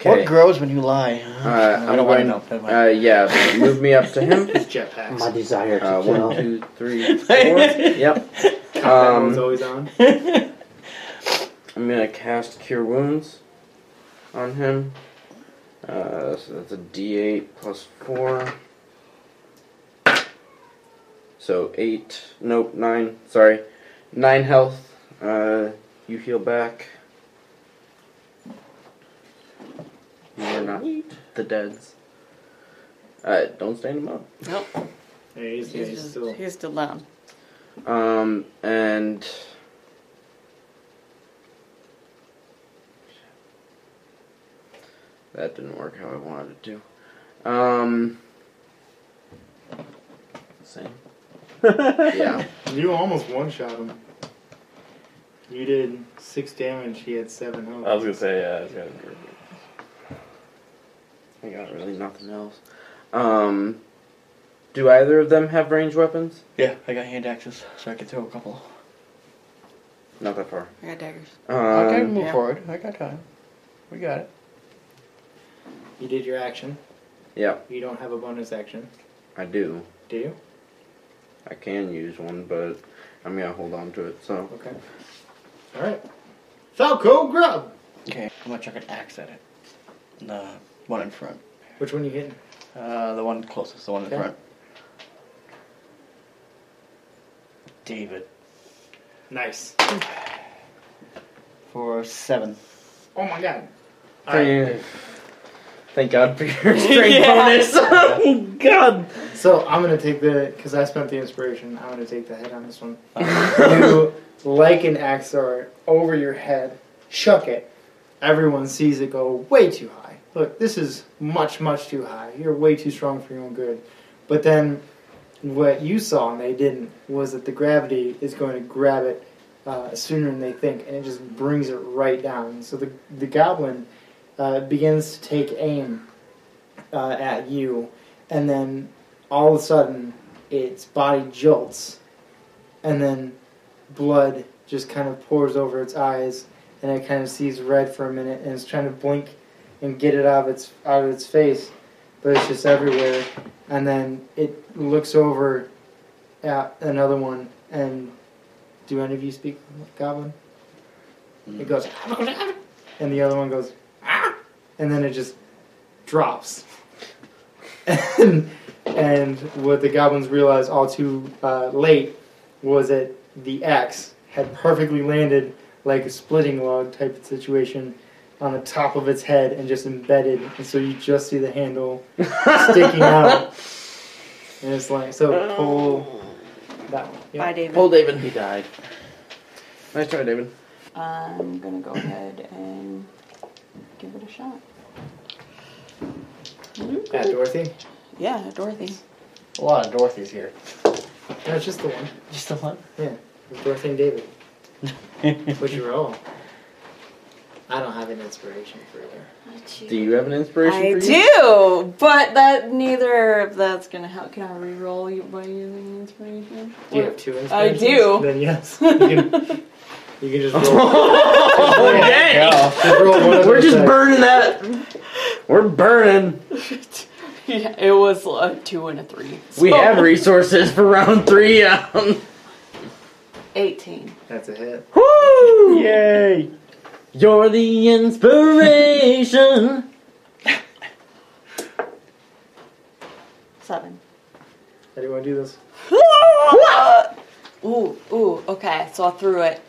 Okay.
What grows when you lie?
Uh, I'm
I don't
going,
want to know.
Uh, yeah, move me up to him.
His jetpacks.
My desire
Uh,
kill.
one, two, three, four. yep. Um,
He's always on.
I'm gonna cast Cure Wounds on him. Uh, so that's a D8 plus four. So eight, nope, nine. Sorry, nine health. Uh, you heal back. You are not the deads. Uh, don't stand him up.
Nope.
he's,
he's, still... he's still down.
Um, and that didn't work how I wanted it to. Um, same. yeah.
You almost one shot him. You did six damage. He had seven health.
I was gonna say yeah. It's got I got really nothing else. Um, do either of them have ranged weapons?
Yeah, I got hand axes, so I can throw a couple.
Not that far.
I got daggers.
Um,
Uh,
okay, move
Yeah.
forward. I got time. We got it.
You did your action.
Yeah,
You don't have a bonus action,
I do.
do you?
I can use one, but I'm gonna hold on to it. So
okay. All right. Falco Grub.
Okay, I'm gonna chuck an axe at it. The one in front.
Which one you hitting?
Uh, the one closest, the one in
Okay.
front. David.
Nice.
For seven.
Oh my god.
thank, thank God for your
Straight
strength bonus.
God. So I'm gonna take the because I spent the inspiration. I'm gonna take the head on this one. you like an axe dart over your head, shuck it. Everyone sees it go way too high. Look, this is much much too high. You're way too strong for your own good. But then, what you saw and they didn't was that the gravity is going to grab it uh, sooner than they think, and it just brings it right down. So the the goblin uh, begins to take aim uh, at you, and then all of a sudden its body jolts, and then blood just kind of pours over its eyes, and it kind of sees red for a minute, and it's trying to blink and get it out of its out of its face, but it's just everywhere, and then it looks over at another one, and do any of you speak Goblin? It goes, and the other one goes, and then it just drops. and, and what the goblins realized all too uh, late was that the axe had perfectly landed like a splitting log type of situation on the top of its head and just embedded. And so you just see the handle sticking out. And it's like, so pull that one. Yep.
Bye, David.
Pull David. He died. Nice try, David.
I'm gonna go ahead and give it a shot.
At Dorothy?
Yeah, Dorothy.
A lot of Dorothy's here.
No, it's just the one.
Just the one?
Yeah. It's Dorothy and David. What'd you roll? I don't have an inspiration for you.
Do you have an inspiration?
I
for you?
do, but that neither of that's gonna help. Can I reroll you by using inspiration?
Do you have two
I
inspirations?
do.
Then yes. You can, you can just roll. Just roll one of
We're
those
just
dice.
burning that. We're burning.
yeah, it was a two and a three.
We
so-
have resources for round three. Um,
Eighteen.
That's a hit.
Woo!
Yay!
You're the inspiration.
Seven.
How do you want to do this?
ooh, ooh. Okay, so I threw it,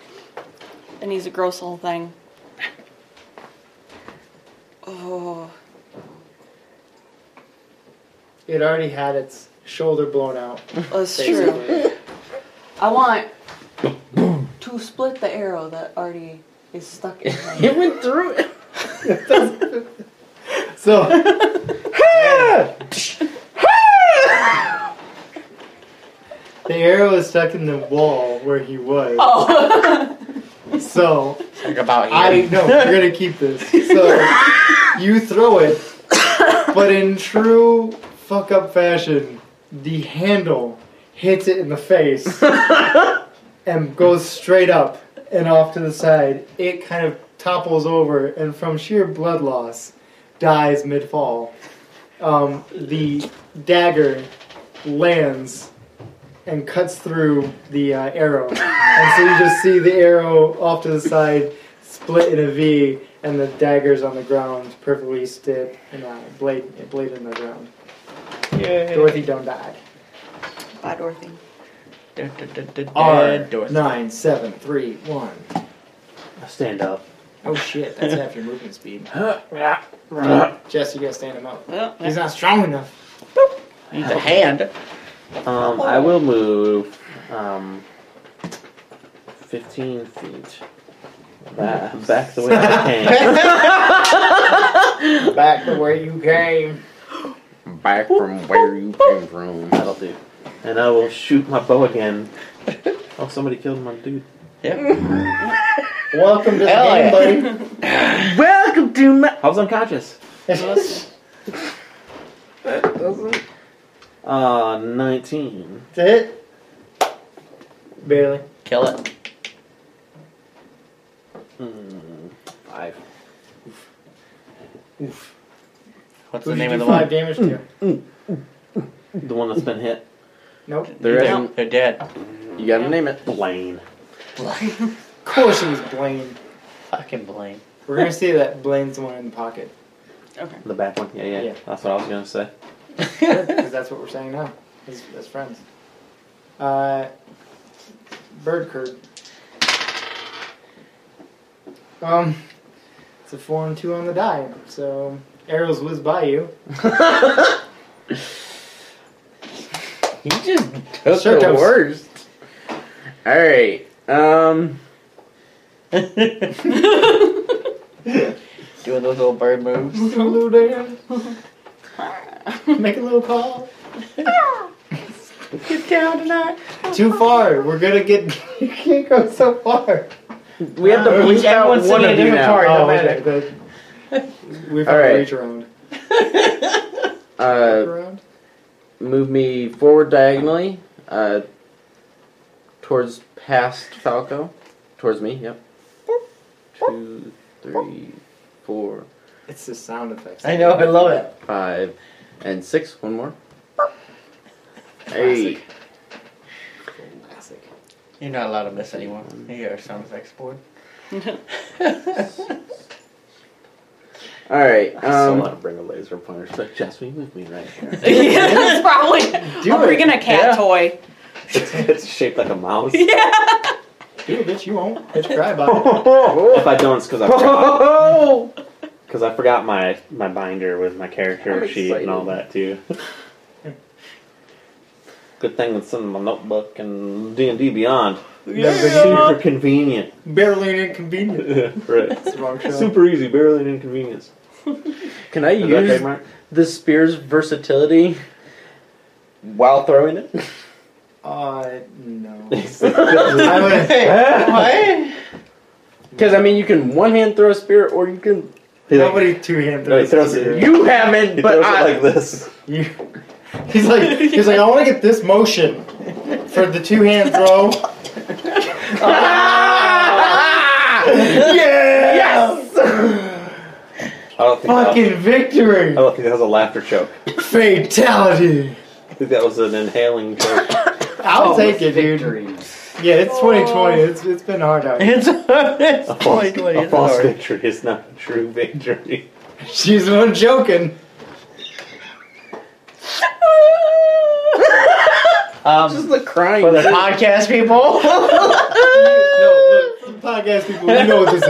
and he's a gross little thing. Oh.
It already had its shoulder blown out.
That's true. I want to split the arrow that already is stuck in my
It went through it.
so. the arrow is stuck in the wall where he was.
Oh.
So
Talk about
I
here.
know we're gonna keep this. So you throw it, but in true fuck up fashion, the handle hits it in the face and goes straight up and off to the side. It kind of topples over and from sheer blood loss dies mid fall. Um, the dagger lands and cuts through the uh, arrow. and so you just see the arrow off to the side split in a V, and the dagger's on the ground, perfectly stiff, and uh, blade, blade in the ground.
Yay.
Dorothy don't die.
Bye, Dorothy.
R
Dead Dorothy.
nine seven three one.
I stand up.
Oh shit, that's half your movement speed. Jess, you gotta stand him up. He's not strong enough.
He's a hand.
Um, I will move. Um, fifteen feet. Back, back the way I
Back to where you came.
came. back from where you came from.
That'll do. And I will shoot my bow again. oh, somebody killed my dude.
Welcome to the
Hell yeah.
game, buddy.
Welcome to my.
I was unconscious.
That doesn't.
Uh, 19.
That's it. Barely.
Kill it.
Mm, five.
Oof.
What's
Who'd
the
you
name of
do
the
five
one?
damage to?
The one that's been hit.
Nope.
They're
Nope.
dead. They're dead.
You gotta name it.
Blaine.
Of course it was Blaine.
Fucking Blaine.
We're gonna say that Blaine's the one in the pocket.
Okay.
The back one. Yeah,
yeah, Um,
Yeah.
That's what I was gonna say.
Because that's what we're saying now, as, as friends. Uh, bird curd. Um, it's a four and two on the die, so arrows whiz by you.
He just took
Sure
the
does.
worst. All right. Um.
Doing those little bird moves.
Little Dan. Make a little call.
Get down tonight.
Too far. We're gonna get. you can't go so far.
We have to Uh, bleep out everyone's one sitting of in a you different now. car, it
Oh,
don't
okay, but We've
All
got
right.
reach around.
Uh, move me forward diagonally, uh, towards past Falco, towards me. Yep. Two, three, four,
It's the sound effects.
I know, I
love it.
five, and six. One more. Eight.
You're not allowed to miss anyone. You are sound effects board.
All right. Um,
I still
want to bring a laser pointer. So just move me right here.
yeah, that's probably.
Do
I'm
it.
bringing a cat
Yeah.
toy.
It's, it's shaped like a mouse.
You bitch, you won't. Bitch, cry about it.
if I don't, it's because I forgot.
Oh!
Because I forgot my, my binder with my character
I'm
sheet and all that too.
Good thing it's in my notebook and D and D Beyond.
Yeah.
Super convenient.
Barely an inconvenience.
right.
That's the wrong show.
Super easy, barely an inconvenience.
Can I
Is
use
that trademark?
the spear's versatility while throwing it?
Uh, no.
Because I mean, you can one hand throw a spear, or you can.
Nobody two hand
No, he throws it. You haven't,
He
but
throws
I-
it like this.
He's like, he's like, I want to get this motion for the two hand throw.
Yes!
I don't think
Fucking victory! I
Oh.
don't think that was a laughter choke.
Fatality!
I think that was an inhaling choke.
I'll
Oh,
take it, dude. Yeah, it's 2020. It's it's been hard out. here.
It's, it's
A false, a false victory is not a true victory.
She's the one joking.
Um,
Just the crying.
For the podcast people.
no, look, for the podcast people, you know what this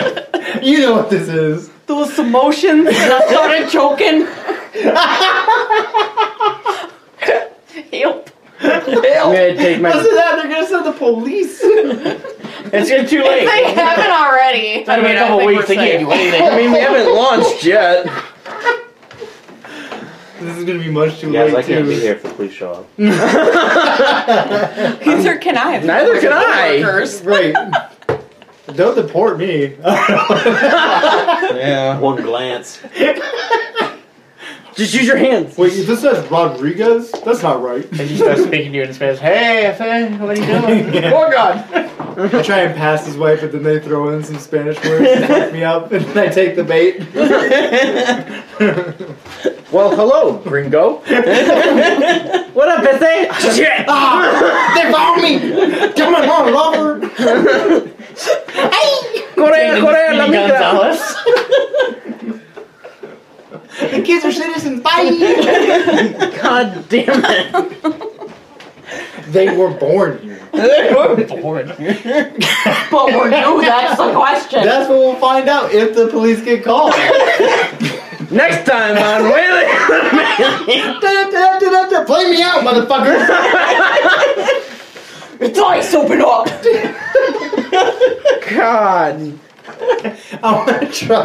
is. you know what this is.
Those emotions, and I started choking. Help.
I'm gonna take my.
Listen to that, they're gonna send the police.
It's getting too late.
If they haven't already,
It's
I
gonna be a
mean, I
couple
think
weeks to
we're
get you
safe.
anything. I mean, we haven't launched yet.
This is gonna be much too
Guys,
late.
I can't
too.
be here if the police show up.
Neither can I.
Neither can I.
Right. Don't deport me.
Yeah. One glance.
Just use your hands.
Wait, this says Rodriguez? That's not right.
And you start speaking to you in Spanish. Hey, Fe, what are you doing? Oh, God.
I try and pass his wife, but then they throw in some Spanish words to fuck me up, and I take the bait.
Well, hello, gringo. what up, Bethany? Shit!
Ah, they found me! Come on, on, lover!
Correa, Correa, la migra.
The kids are citizens, bye!
God damn it.
They were born here.
They were born
But were you? That's the question.
That's what we'll find out if the police get called.
Next time on
Whaley! Play me out, motherfucker!
It's ice, open up!
God.
I want to try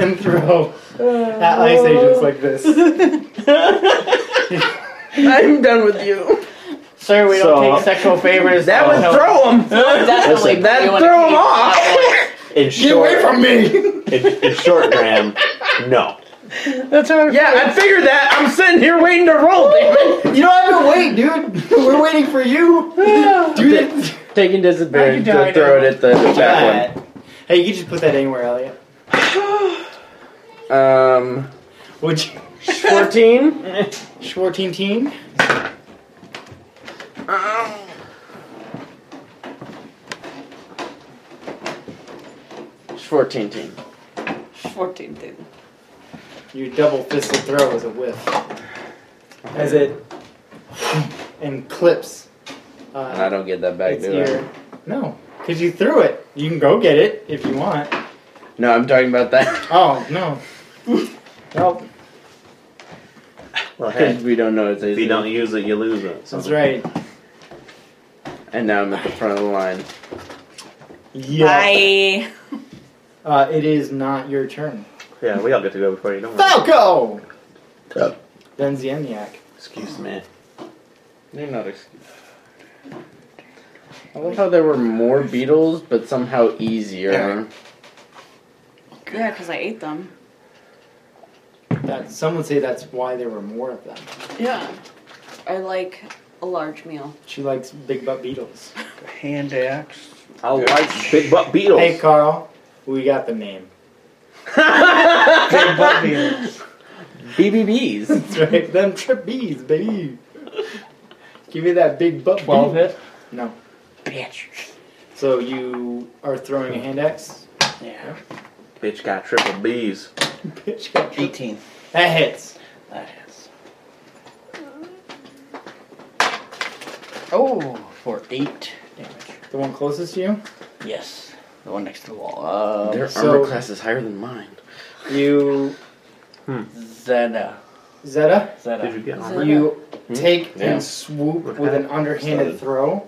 and throw at ice agents like this.
I'm done with you.
Sir, we don't
So-
take sexual favors.
That would
No.
throw him.
No, definitely.
Listen, that
You
throw
wanna
him off.
keep-
In
Get
short,
away from me.
In, in short, Graham, no.
That's how. Yeah, I figured that. I'm sitting here waiting to roll, David.
You don't have to wait, dude. We're waiting for you. Do it.
Taking disadvantage
Now you
to throw it at the
died.
back one.
Hey, you can just put that anywhere, Elliot.
Um,
Which 14?
14 teen.
it's 14 team.
14 thing.
Your double fisted throw is a whiff. As it and clips. Uh,
I don't get that back,
it's
do I?
your- No, because you threw it. You can go get it if you want.
No, I'm talking about that.
Oh, no. Nope.
Well, we don't know it's If
you don't use it, you lose it.
That's right.
And now I'm at the front of the line.
Bye.
Uh, it is not your turn.
Yeah, we all get to go before you, don't
Falco! Then Zemniak.
Excuse me. They're not excuse. I love how there were more beetles, but somehow easier.
Yeah, because I ate them.
That some would say that's why there were more of them.
Yeah. I like a large meal.
She likes big butt beetles.
Hand axe.
I like big butt beetles.
Hey Carl, we got the name. big butt beetles.
BBBs.
That's right. Them trip bees, baby. Give me that big butt
Twelve
beetle. No. Bitch. So you are throwing a hand axe? Yeah.
Bitch got triple B's.
Bitch got tri-
18.
That hits.
That is. Oh, for eight damage.
The one closest to you?
Yes. The one next to the wall. Um,
Their
So-
armor class is higher than mine.
You
Zeta.
Zeta?
Zeta. Did you get armor?
You take
Hmm? Yeah.
and swoop
Look
with
at
an
it.
underhanded
Started.
throw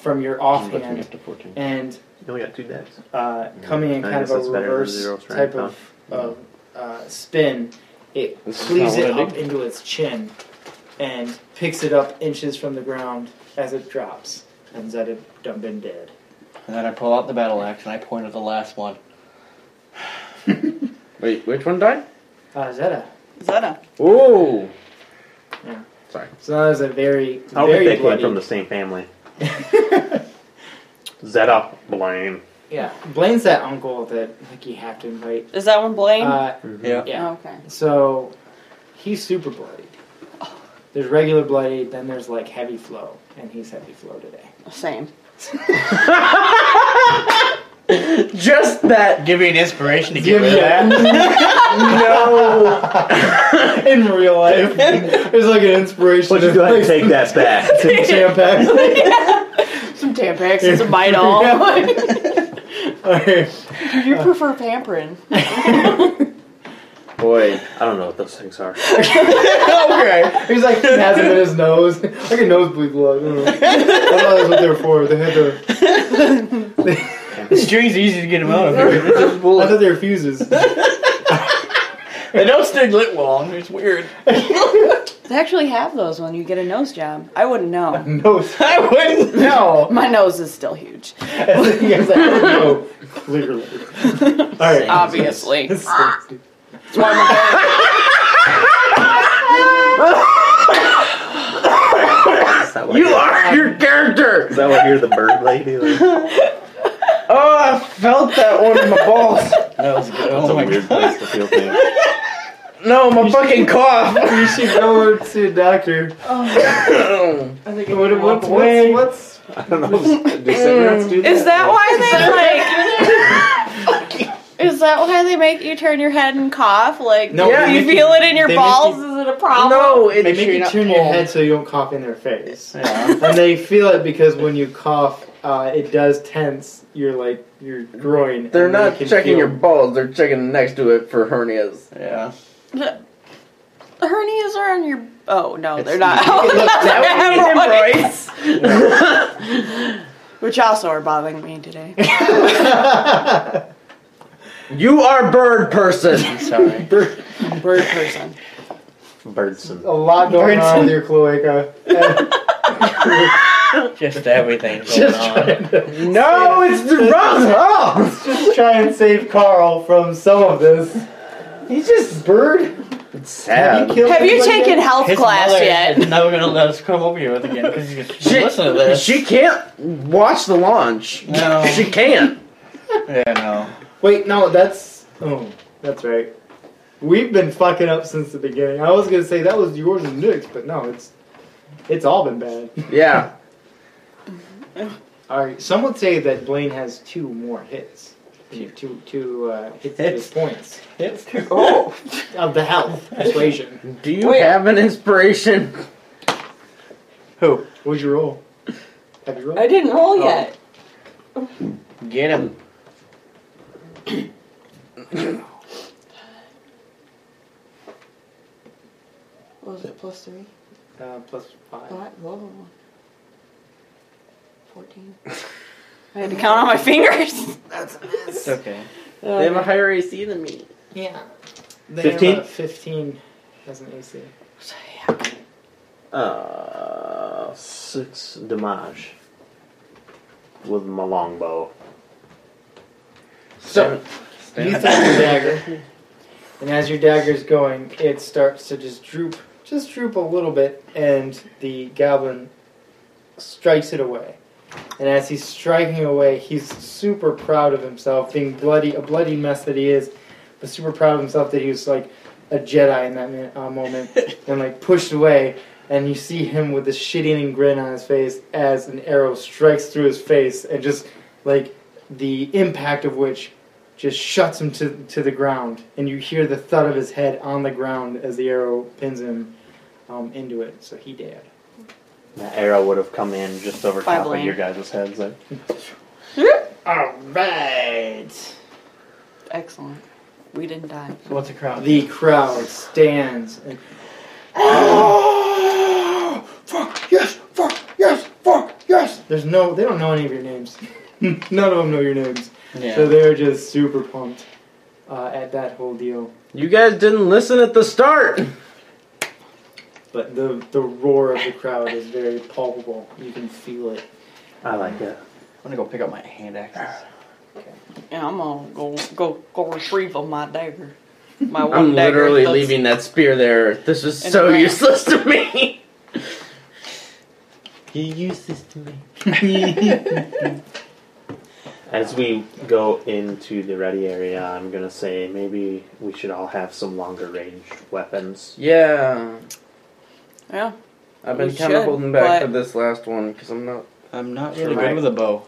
from your
looking
offhand
up to 14.
and
You only got two decks.
uh, coming in
I
kind of
guess
a
that's better than
reverse
zero strength,
type
huh?
of, of uh, spin. It
This is
cleaves
not
it
what I
up into its chin and picks it up inches from the ground as it drops. And Zeta done been dead.
And then I pull out the battle axe and I point at the last one.
Wait, which one died?
Uh, Zeta.
Zeta.
Ooh.
Yeah.
Sorry.
So that was a
I
very,
don't think
very
they came
bloody.
from the same family. Zeta, Blaine.
yeah, Blaine's that uncle that like you have to invite.
Is that one Blaine?
Uh,
Mm-hmm.
Yeah.
Yeah.
okay.
So he's super bloodied. There's regular bloodied, then there's like heavy flow, and he's heavy flow today.
Same.
Just that. Give me an inspiration to get
Give
rid of
you-
that.
In real life, there's like an inspiration.
Would you go ahead and take that back?
Some Tampax and some Midol. You prefer Pamperin.
Boy, I don't know what those things are.
okay. He's like, he has it in his nose. Like a nosebleed glove. I don't know. I thought that's what they're for. They had to.
the strings are easy to get them out of. Here.
I thought they were fuses.
They don't stick lit long. Oh, It's weird.
They actually have those when you get a nose job. I wouldn't know.
Nose.
I wouldn't
know.
My nose is still huge.
you guys like, no, clearly. All right.
Obviously.
You are your character.
Is that what you're the bird lady? Like,
Oh, I felt that one in my balls. That was good.
that's a weird place to feel things.
No, my fucking cough.
You should go to a doctor.
I
think What, what's, what's, what's
I don't know. Do
Mm.
cigarettes do that?
Is that why they like? Is that why they make you turn your head and cough? Like,
No,
do
they
you
make
feel
you-
it in your
they make
balls?
you-
is it a problem?
they make you turn your head so you don't cough in their face, and they feel it because when you cough, uh, it does tense your like your groin.
They're
and they
not
can
checking
feel-
your balls, they're checking next to it for hernias.
Yeah.
The the hernias are on your. Oh no, they're
Look, that would
not.
be
Which also are bothering me today.
You are bird person. Sorry.
Bird,
bird person.
Birdson.
A lot going on with your cloaca.
Just everything going
Just
on. No, it's the wrong hole.
Let's just try and save Carl from some of this. He's just bird.
It's
sad. Have you killed Have you anybody taken yet? health class yet?
Now we're gonna let us come over here again because you
She,
listen to this.
she can't watch the launch.
No.
She can't.
yeah, no.
Wait, no, that's. Oh, that's right. We've been fucking up since the beginning. I was gonna say that was yours and Nick's, but no, it's it's all been bad.
Yeah.
all right. Some would say that Blaine has two more hits. Two two two uh, hits, to his points.
Hits
two. Oh, of the health persuasion.
Do you have an inspiration?
Who? What'd you roll? Have you rolled?
I didn't roll yet.
Get him.
What was it? Plus three?
Uh, plus five.
Five? Whoa. Fourteen. I had to count on my fingers.
That's
It's okay.
They have a higher AC than me.
Yeah. They
15?
Have a Fifteen as an AC.
Uh, six damage with my longbow.
So, you throw your dagger, and as your dagger's going, it starts to just droop, just droop a little bit, and the goblin strikes it away. And as he's striking away, he's super proud of himself, being bloody, a bloody mess that he is, but super proud of himself that he was like a Jedi in that min- uh, moment, and like pushed away. And you see him with this shit-eating grin on his face as an arrow strikes through his face, and just like the impact of which just shuts him to, to the ground, and you hear the thud of his head on the ground as the arrow pins him um, into it. So he dead.
That arrow would have come in just over
Five
top
lane.
of your guys' heads. Like,
All right.
Excellent. We didn't die.
What's a crowd?
The crowd stands. And, Oh,
fuck, yes, fuck, yes, fuck, yes.
There's no, they don't know any of your names. None of them know your names.
Yeah.
So they're just super pumped uh, at that whole deal.
You guys didn't listen at the start.
But the the roar of the crowd is very palpable. You can feel it.
I like it. I'm gonna go pick up my hand axe.
And I'm gonna go go go retrieve of my dagger. My one
I'm
dagger.
literally
that's-
leaving that spear there. This is
And
so
the lamp.
useless to me. you use this to me.
As we go into the ready area, I'm gonna say maybe we should all have some longer range weapons.
yeah.
Yeah.
I've
We
been kind of
should,
holding back
but-
for this last one because I'm not.
I'm not
really
good with a
bow.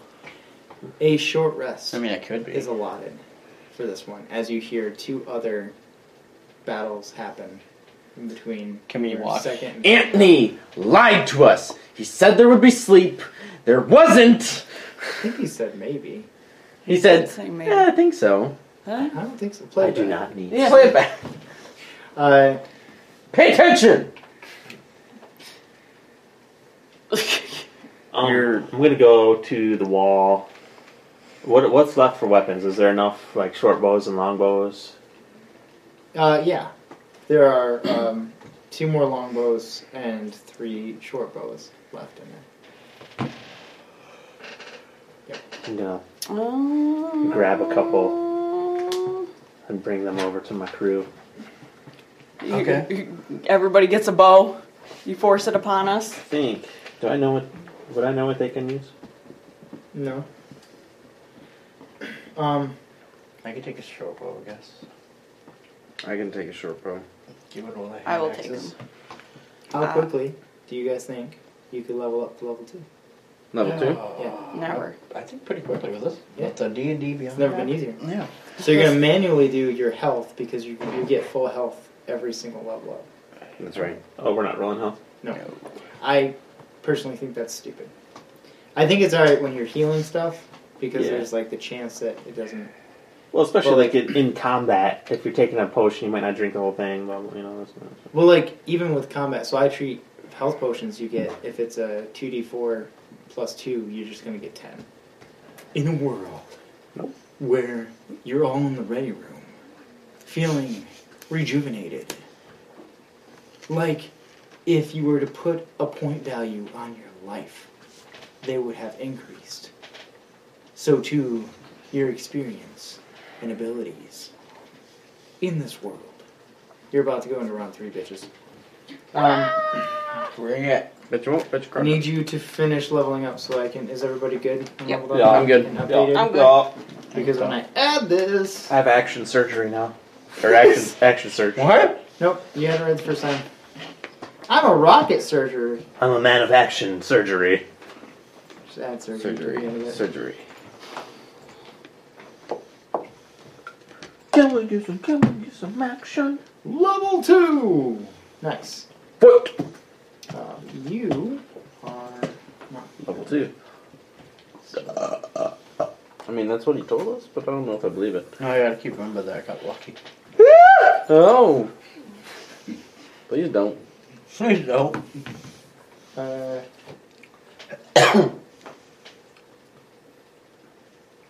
A short rest.
I mean, I could be.
Is allotted for this one, as you hear two other battles happen in between.
Can we
your
watch?
Second.
Antony lied to us. He said there would be sleep. There wasn't.
I think he said maybe.
He said,
say maybe.
"Yeah, I think so."
I don't think so. Play
I
it
do
back.
not need Play it back.
Uh,
Pay attention.
Um, I'm gonna go to the wall. What what's left for weapons? Is there enough like short bows and long bows?
Uh, yeah, there are um, two more longbows and three short bows left in there.
I'm gonna
Um,
grab a couple and bring them over to my crew.
you- you- everybody gets a bow. You force it upon us.
Think. Do I know what? Would I know what they can use?
No. Um,
I could take a short bow, I guess.
I can take a short bow.
Give it all
I will take
them.
how
Ah.
quickly do you guys think you could level up to level two?
Level two.
Uh,
Yeah.
Never.
Oh, I think pretty quickly with this.
Yeah.
With the D and D beyond.
It's never been easier.
Yeah.
So you're gonna manually do your health because you you get full health every single level up.
That's right.
Oh, we're not rolling health.
No. I personally think that's stupid. I think it's alright when you're healing stuff because
Yeah.
there's like the chance that it doesn't.
Well, especially
Well,
like in, in combat, if you're taking a potion, you might not drink the whole thing. But you know, that's not.
Well, like even with combat, so I treat health potions you get if it's a two d four plus two, you're just gonna get ten. In a world where you're all in the ready room, feeling rejuvenated, like if you were to put a point value on your life, they would have increased. So too, your experience and abilities in this world. You're about to go into round three, bitches. Um,
Bring it.
But you won't. But you
I need you to finish leveling up so I can. Is everybody good? and
Yep.
leveled
Yeah,
up
I'm good.
and
Yeah.
updated?
I'm good.
Because when I add this,
I have action surgery now.
or action action search.
What?
Nope, you haven't read the first time. I'm a rocket surgery.
I'm a man of action surgery.
Just add surgery. to the end of it.
Surgery.
Can we do some? Can we do some action?
Level two. Nice.
Foot.
Um, you are not.
Level two. I mean, that's what he told us, but I don't know if I believe it.
Oh, I gotta keep remembering that I got lucky.
Oh. Please don't.
Please don't.
Uh,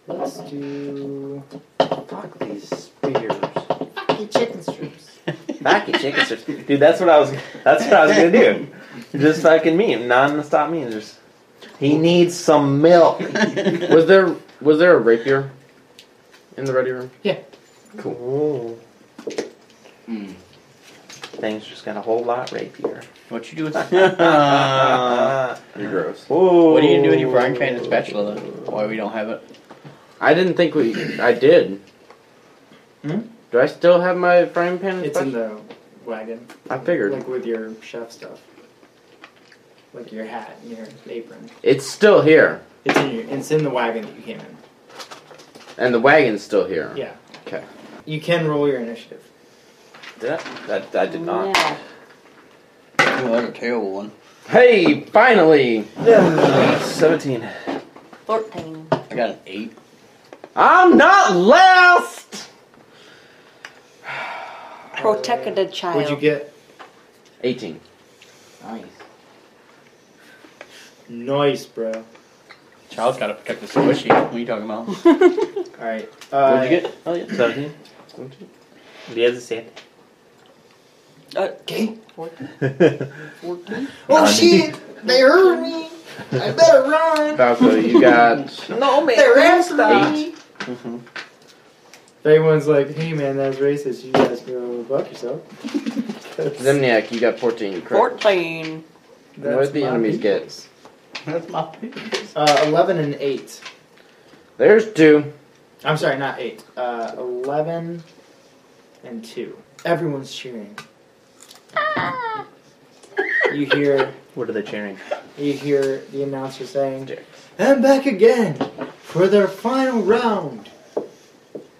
let's do.
Fuck these spears.
Fuck you, chicken strips.
Back at chicken strips. Dude, that's what I was that's what I was gonna do. Just fucking meme, non stop memes. Just
He needs some milk.
was there was there a rapier in the ready room?
Yeah.
Cool.
things just got a whole lot rapier.
What you do with
Uh,
that?
You're gross.
What do you do with your frying pan and spatula? Then? Why we don't have it?
I didn't think we. I did.
Hmm?
Do I still have my frying pan? and
It's in
spatula?
the wagon.
I figured.
Like with your chef stuff. Like your hat and your apron.
It's still here,
It's in your, It's in the wagon that you came in.
and the wagon's still here.
Yeah.
Okay.
You can roll your initiative.
Did I? That, I did not.
Oh, that's a terrible one.
Hey, finally! 17.
14. I got an 8.
I'm not last!
Protected the child.
Uh, What'd you get?
18.
Nice.
Nice, bro.
Child's gotta protect the squishy. What are you talking about? What'd
Alright. Uh,
you get? Oh, yeah.
17. He has the same.
Okay.
Oh,
shit! They heard me! I better run!
Falco, you got.
No, man.
They're
Eight.
If anyone's Mm-hmm. like, hey man, that was racist, you guys go fuck yourself.
Zemniak, you got 14, correct?
14.
what did the
my
enemies
people.
get?
That's my pick.
Uh, 11 and 8.
There's two.
I'm sorry, not 8. Uh, 11 and 2. Everyone's cheering. You hear.
What are they cheering?
You hear the announcer saying, And back again for their final round.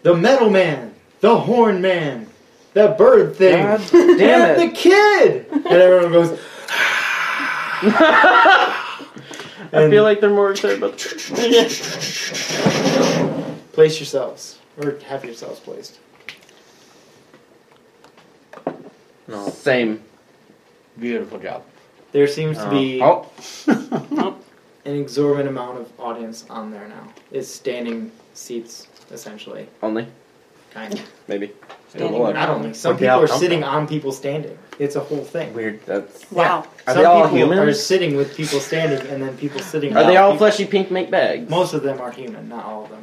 The Metal Man, the Horn Man, the Bird Thing,
God
and
damn
the Kid! And everyone goes,
I feel like they're more excited about
Place yourselves, or have yourselves placed.
No. Same.
Beautiful job.
There seems to be
Oh.
an exorbitant amount of audience on there now. It's standing seats, essentially.
Only.
Kind of.
Maybe.
Standing I don't think some people are sitting on people standing. It's a whole thing.
Weird. That's.
Wow.
Are
Some
they all
people are
humans?
sitting with people standing, and then people sitting.
Are they
without
all
people.
fleshy pink make bags?
Most of them are human, not all of them.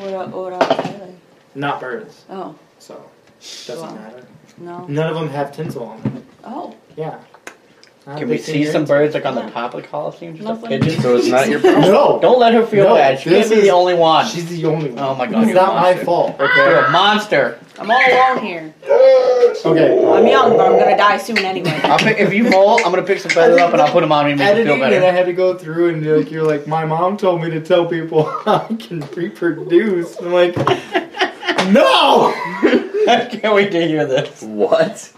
What are, what are they?
Not birds.
Oh,
So doesn't
Wow.
matter.
no.
None of them have tinsel on them.
Oh.
Yeah. I don't
Can we
think they
see
do.
some birds like on the top of the Coliseum? Just a
Nothing.
pigeon?
So it's not your problem? No.
Don't let her feel
No,
bad. She
this
can't be
is-
the only one.
She's the only one.
Oh my god.
It's
you're a
not my
monster.
fault.
You're a
Okay.
monster.
I'm all alone here.
Okay.
I'm young, but I'm gonna die soon anyway.
I'll pick, if you roll, I'm gonna pick some feathers up and I'll put them on me and make you
Editing
feel
and I
better.
had to go through and like you're like my mom told me to tell people I can reproduce. I'm like, no.
Can't wait to hear this.
What?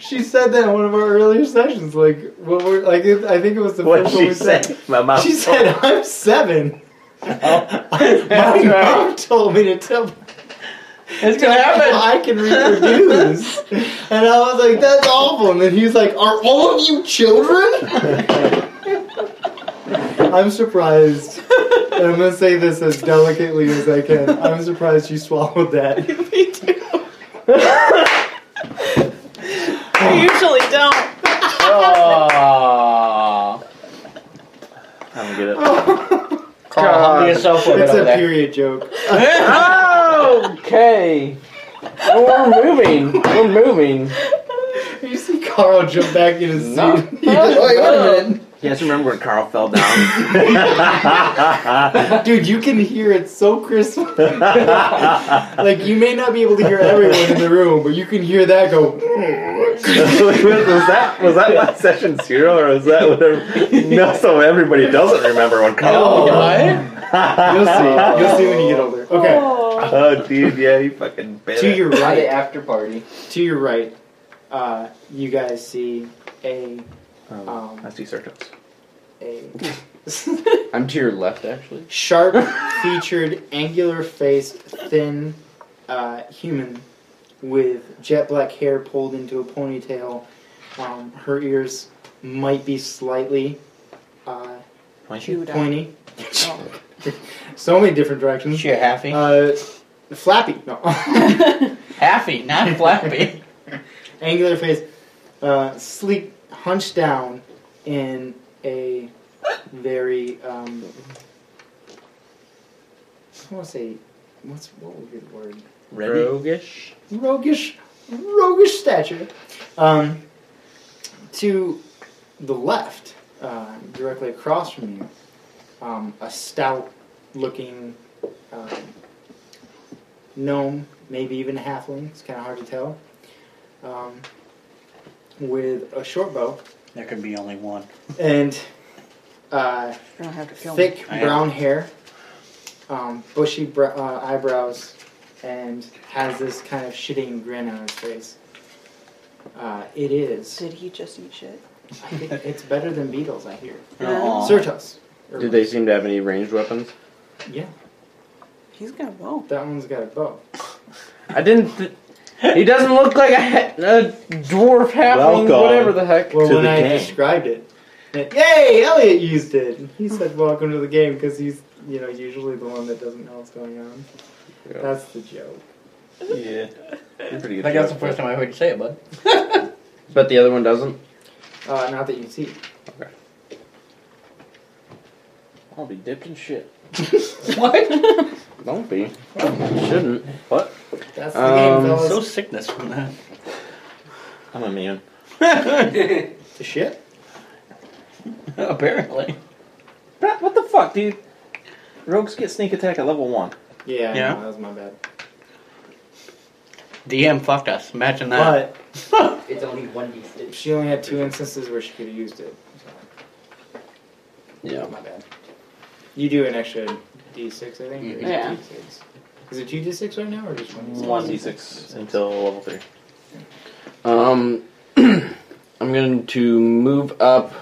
She said that in one of our earlier sessions. Like, what were like? It, I think it was the
What'd
first one
she
we said.
say? My mom
She
told
said,
me.
"I'm seven. My
Oh. That's right.
mom told me to tell.
It's
tell
gonna happen.
people I can reproduce." and I was like, "That's awful." And then he was like, "Are all of you children?" I'm surprised. and I'm gonna say this as delicately as I can. I'm surprised you swallowed that.
I usually don't.
Oh.
I don't get it.
Carl, humble yourself a bit
It's
over
a
there.
period joke.
okay. Well, we're moving. We're moving.
You see Carl jump back in his seat.
Oh,
Oh,
Wait, wait a
minute.
You guys remember when Carl fell down?
Dude, you can hear it so crisp. like you may not be able to hear everyone in the room, but you can hear that go.
was that was that last session zero or was that whatever? No, so everybody doesn't remember when Carl.
Oh, You'll see. You'll see when you get older. Okay.
Oh, dude, yeah, you fucking. bit
to
it.
your right
after party.
To your right, uh, you guys see a. Um,
I see circles.
A
I'm to your left, actually.
sharp featured, angular faced, thin uh, human with jet black hair pulled into a ponytail. Um, her ears might be slightly uh,
Pointy?
pointy.
Oh.
so many different directions. She
happy.
Uh, flappy. No.
Happy, not flappy.
angular face, uh, sleek, hunched down in a very um, I want to say what's what would be the word?
Roguish.
Roguish, roguish stature. Um, to the left, uh, directly across from you, um, a stout-looking um, gnome, maybe even a halfling. It's kind of hard to tell. Um, with a short bow
There can be only one.
and uh,
don't have to kill me.
thick
I am.
brown hair, um, bushy br- uh, eyebrows, and has this kind of shitting grin on his face. Uh, it is. Did
he just eat shit?
I think it's better than beetles, I hear.
Aw.
Surtos. Or-
Did they seem to have any ranged weapons?
Yeah.
He's got a bow.
That one's got a bow.
I didn't. Th- he doesn't look like a, he- a dwarf halfling,
Welcome
whatever the heck.
Well, when I described it, it- yay, Elliot used it. And He said, "Welcome to the game," because he's, you know, usually the one that doesn't know what's going on.
Yeah.
That's the joke.
Yeah. You're pretty good.
I think that's the first time I heard you say it, bud.
But the other one doesn't?
Uh, not that you see.
Okay. I'll be dipped in shit.
what?
Don't be. Shouldn't. What?
That's
the game, fellas.
Um, So sickness from that. I'm immune.
The shit?
Apparently. Brett, what the fuck, dude? Rogues get sneak attack at level 1.
Yeah,
Yeah.
that was my bad.
DM fucked us. Imagine that.
But it's only one d6. She only had two instances where she could have used it. so. oh,
Yeah.
my bad. Mm-hmm. You do an extra d6, I think. or
Mhm. Yeah.
D6. Is it two d6 right now, or just one d6?
1d6 until level 3. Um, I'm going to move up.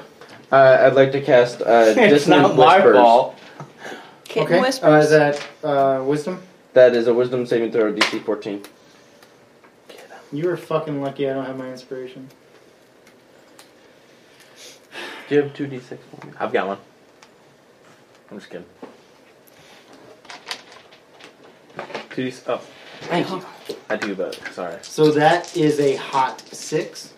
Uh, I'd like to cast uh,
It's
Dissonant
not my
Whispers.
fault.
Kitten
okay.
whispers.
Uh, is that uh, wisdom?
That is a Wisdom saving throw, DC 14.
You were fucking lucky I don't have my inspiration.
Do you have two d6? I've got one. I'm just kidding. Two d Oh,
Thank you.
I do, but sorry.
So that is a hot six.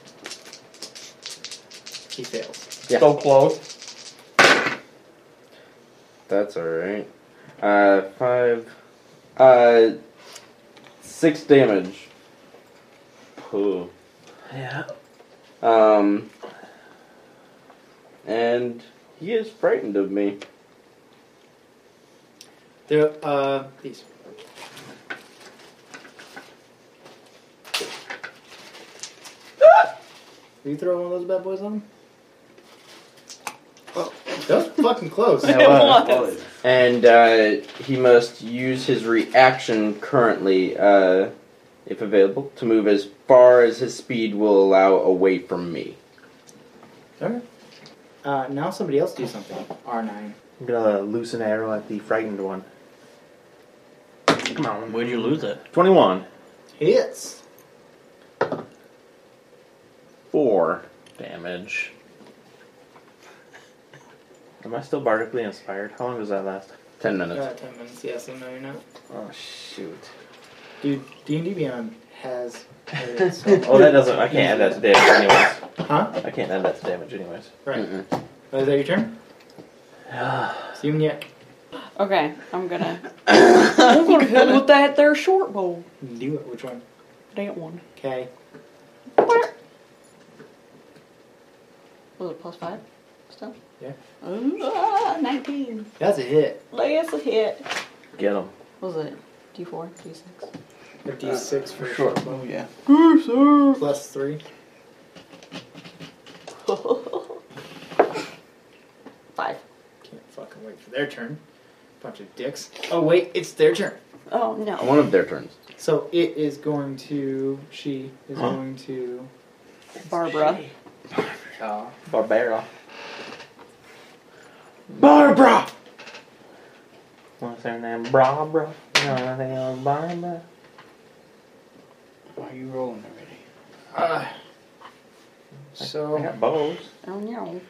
He fails.
Yeah. So close. That's alright. Uh, five. Uh, six damage. Pooh.
Yeah.
Um, and he is frightened of me.
There, uh, these. Did you throw one of those bad boys on him? Oh, that was fucking close.
And uh, he must use his reaction currently, uh, if available, to move as far as his speed will allow away from me.
Alright. Uh, now somebody else do something. R9.
I'm gonna loose an arrow at the frightened one. Come on.
Where'd you lose it?
21.
Hits.
4 damage. Am I still bardically inspired? How long does that last? 10 minutes.
Uh, 10 minutes, yeah, so no, you're not.
Oh, shoot.
Dude, D&D Beyond has...
oh, that doesn't. I can't add that to damage, anyways.
Huh?
I can't add that to damage, anyways.
Right. Oh, is that your turn? See you yet.
Okay, I'm gonna. I'm gonna hit with that there short bow.
Do it. Which one?
That one.
Okay.
Was it plus five? It's still?
Yeah.
Ooh, ah, 19.
That's a hit.
That's a hit.
Get him.
What was it? D4? D6?
A d6 for sure.
Oh, yeah.
Plus three.
Five.
Can't fucking wait for their turn. Bunch of dicks. Oh wait, it's their turn.
Oh no.
Uh, One of their turns.
So it is going to. She is going to.
Barbara.
Oh.
Barbara. Barbara!
What's her name? Barbara? You know anything else, Barbara?
Why are you rolling already?
Ah. so.
I got bows.
Oh no.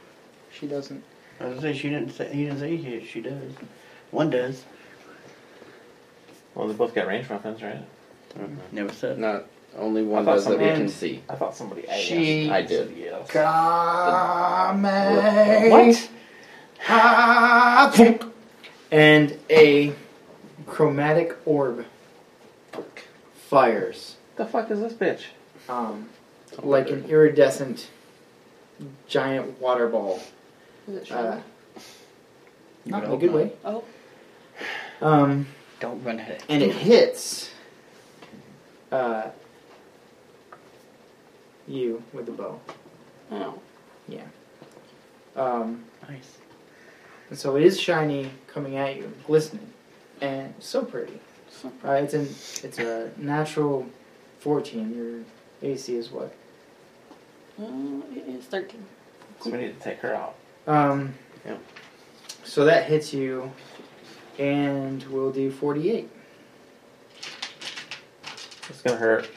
She doesn't.
I was gonna say she didn't say he didn't say he, she does. One does.
Well, they both got range weapons, right?
Never said.
Not only
I
one
thought
does that we
somebody-
can see.
I thought somebody asked.
She- I did.
Somebody else.
Kame.
What?
Ha- thunk. And a chromatic orb fires.
The fuck is this bitch?
Um, like an iridescent giant water ball.
Is it
Uh,
shiny?
not in a good way.
Oh.
Um,
Don't run at it.
and it hits uh, you with the bow.
Oh.
Yeah. Um,
nice.
And so it is shiny coming at you, glistening, and so pretty. Uh, it's an it's a natural fourteen. Your AC is what?
Uh, it is 13.
So we need to take her out.
Um, So that hits you, and we'll do forty-eight.
It's gonna hurt.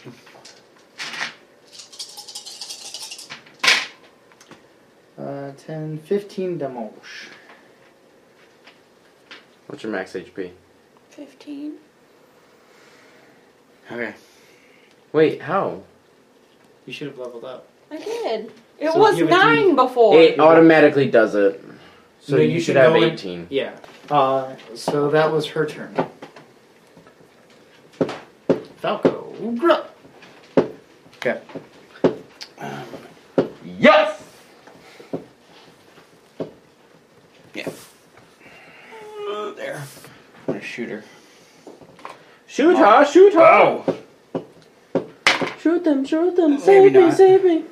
Uh, 10, 15 damage.
What's your max HP?
15.
Okay. Wait, how?
You should have leveled up.
I did. It
So
was
you would do-
9 before.
It automatically does it. So
No,
you,
you
should
should
have
go in-
18.
Yeah. Uh, so that was her turn. Falco. Ugra.
Okay.
Yes!
Yeah. Uh, there. I'm gonna shoot her. Oh.
Shoot her! Shoot her!
Shoot them, shoot them,
Maybe
save me,
not.
save me.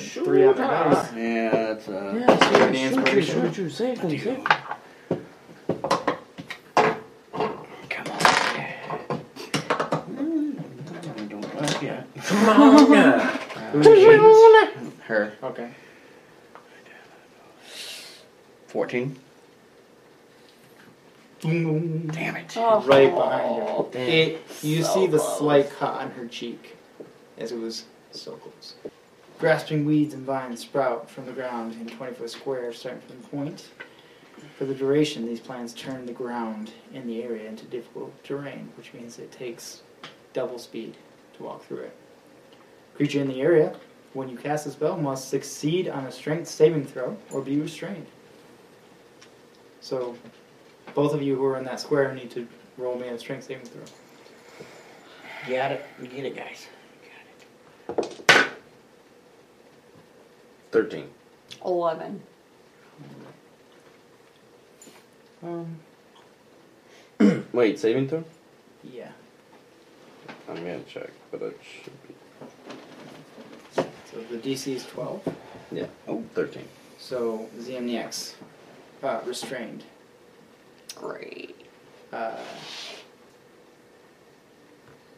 Shoot Three out of dice.
Yeah, that's uh.
Yeah, shoot,
an
shoot, shoot,
inspiration.
shoot, shoot, save them, save them.
Fuck yeah.
Come
Uh, her.
Okay.
14.
Damn
it.
Oh.
Right behind her.
Damn.
It, you
So
see the
close.
slight cut on her cheek as it was so close. Grasping weeds and vines sprout from the ground in 20 foot squares starting from the point. For the duration, these plants turn the ground in the area into difficult terrain, which means it takes double speed to walk through it. Creature in the area, when you cast a spell, must succeed on a strength saving throw or be restrained. So, both of you who are in that square need to roll me a strength saving throw.
Got it. You Get it, guys.
13.
11.
Um,
Wait, saving throw?
yeah.
I'm gonna check, but it should be.
So the DC is 12.
Yeah. Oh, 13.
So ZMDX, E uh, restrained.
Great.
Uh,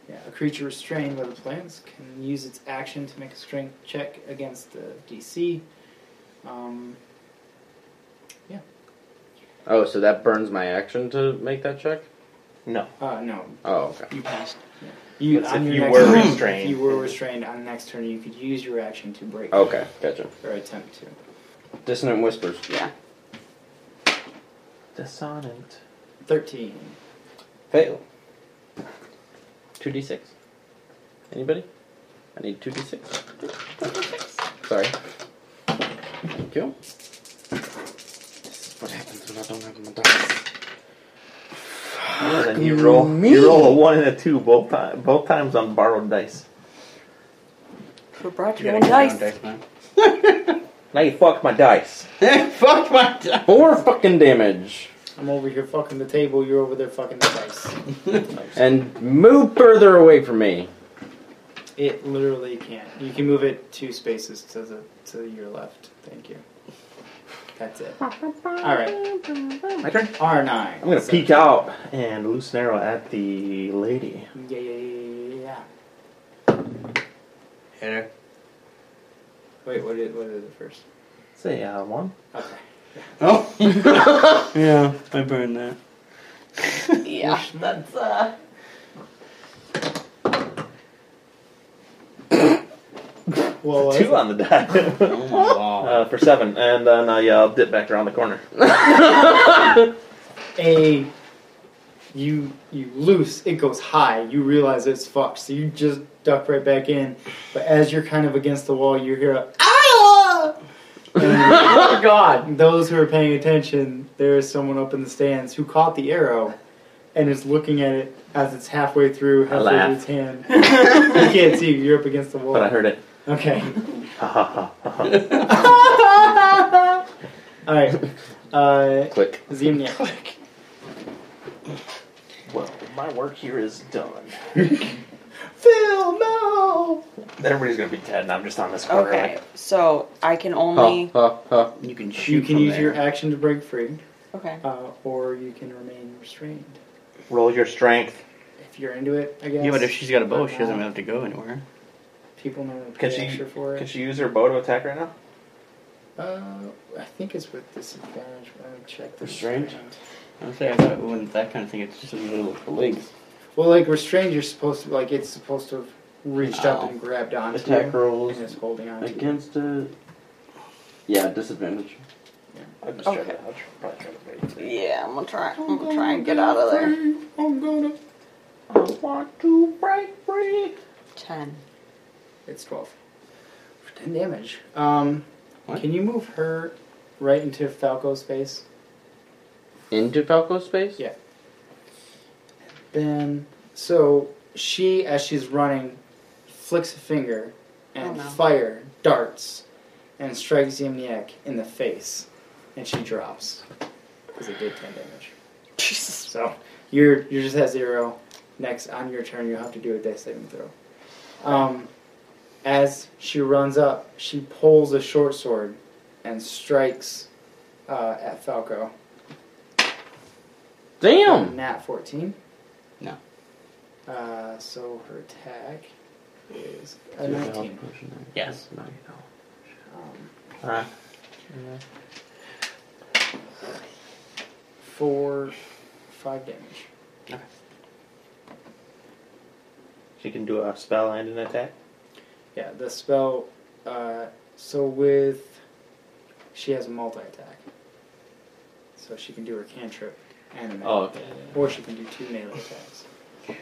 yeah, a creature restrained by the plants can use its action to make a strength check against the DC. Um,
Oh, so that burns my action to make that check?
No.
uh, no.
Oh, okay.
You passed.
You,
That's
on
if
your
you
next
were
turn-
restrained.
If you were restrained on the next turn, you could use your action to break.
Okay, gotcha.
Or attempt to.
Dissonant Whispers.
Yeah.
Dissonant.
13.
Fail. 2d6. Anybody? I need 2d6. Sorry. Thank you. This is what happens when I don't have my dice.
And you roll, you roll a one and a two both time, both times on borrowed dice.
Should have brought
You
your
gotta
own
get your own
dice.
dice, man.
Now you fucked my dice. fucked my dice. Four fucking damage.
I'm over here fucking the table. You're over there fucking the dice.
And move further away from me.
it literally can't. You can move it two spaces to the to your left. Thank you. That's it. All right.
My turn.
R nine.
I'm gonna peek out and loose an arrow at the lady.
Yeah, yeah, yeah, yeah, yeah.
Hit her.
Wait, what is what is it first?
Say uh, one.
Okay.
Oh. yeah, I burned that.
yeah, that's uh.
Well,
Two on the die. uh, for seven, and then uh, yeah, I'll dip back around the corner.
a you you loose it goes high you realize it's fucked so you just duck right back in but as you're kind of against the wall you hear a ah! oh god those who are paying attention there is someone up in the stands who caught the arrow and is looking at it as it's halfway through
I
halfway through
laughed.
its hand you can't see you're up against the wall
But I heard it.
okay
I
all right uh
click
Zemnia.
Well, my work here is done.
Phil, no.
Everybody's gonna be dead, and I'm just on this corner.
Okay, so I can only.
You can shoot.
you can
from
use your
there.
action to break free
Okay.
uh, or you can remain restrained
Like, roll your strength.
if you're into it, I guess.
Yeah, but if she's got a bow,
But
she doesn't
not.
have to go anywhere.
People know to
Can
pay
she-
extra for it.
Can she use her bow to attack right now?
Uh, I think it's with disadvantage. But I would check the
Restraint? Honestly, I thought when that kind of thing, it's just a little legs.
Well, like restrained, you're supposed to like it's supposed to have reached up and grabbed onto
Oh. Attack
you
rolls
and is holding on
Against a.
Yeah, disadvantage.
I'm just trying to. I'm tr- probably trying to break.
Yeah, I'm gonna try. I'm gonna try and get out of there.
I'm gonna.
I want to break free. Ten.
It's twelve. For ten damage. Um, can you move her right into Falco's face?
Into Falco space?
Yeah. Then, so she, as she's running, flicks a finger, and
Oh, no.
fire darts and strikes Zemniak in the face, and she drops because it did ten damage. Jesus. So you're you just at zero. Next on your turn, you'll have to do a death saving throw. Um, as she runs up, she pulls a short sword and strikes uh, at Falco.
Damn.
Nat 14.
No.
Uh, so her attack is a
Yeah.
19.
Yes. No, you
Um,
don't. Alright.
Four, five damage.
She can do a spell and an attack.
Yeah, the spell. Uh, so with. She has a multi attack. So she can do her cantrip and a melee
Oh, okay.
attack, Or she can do two melee attacks.
So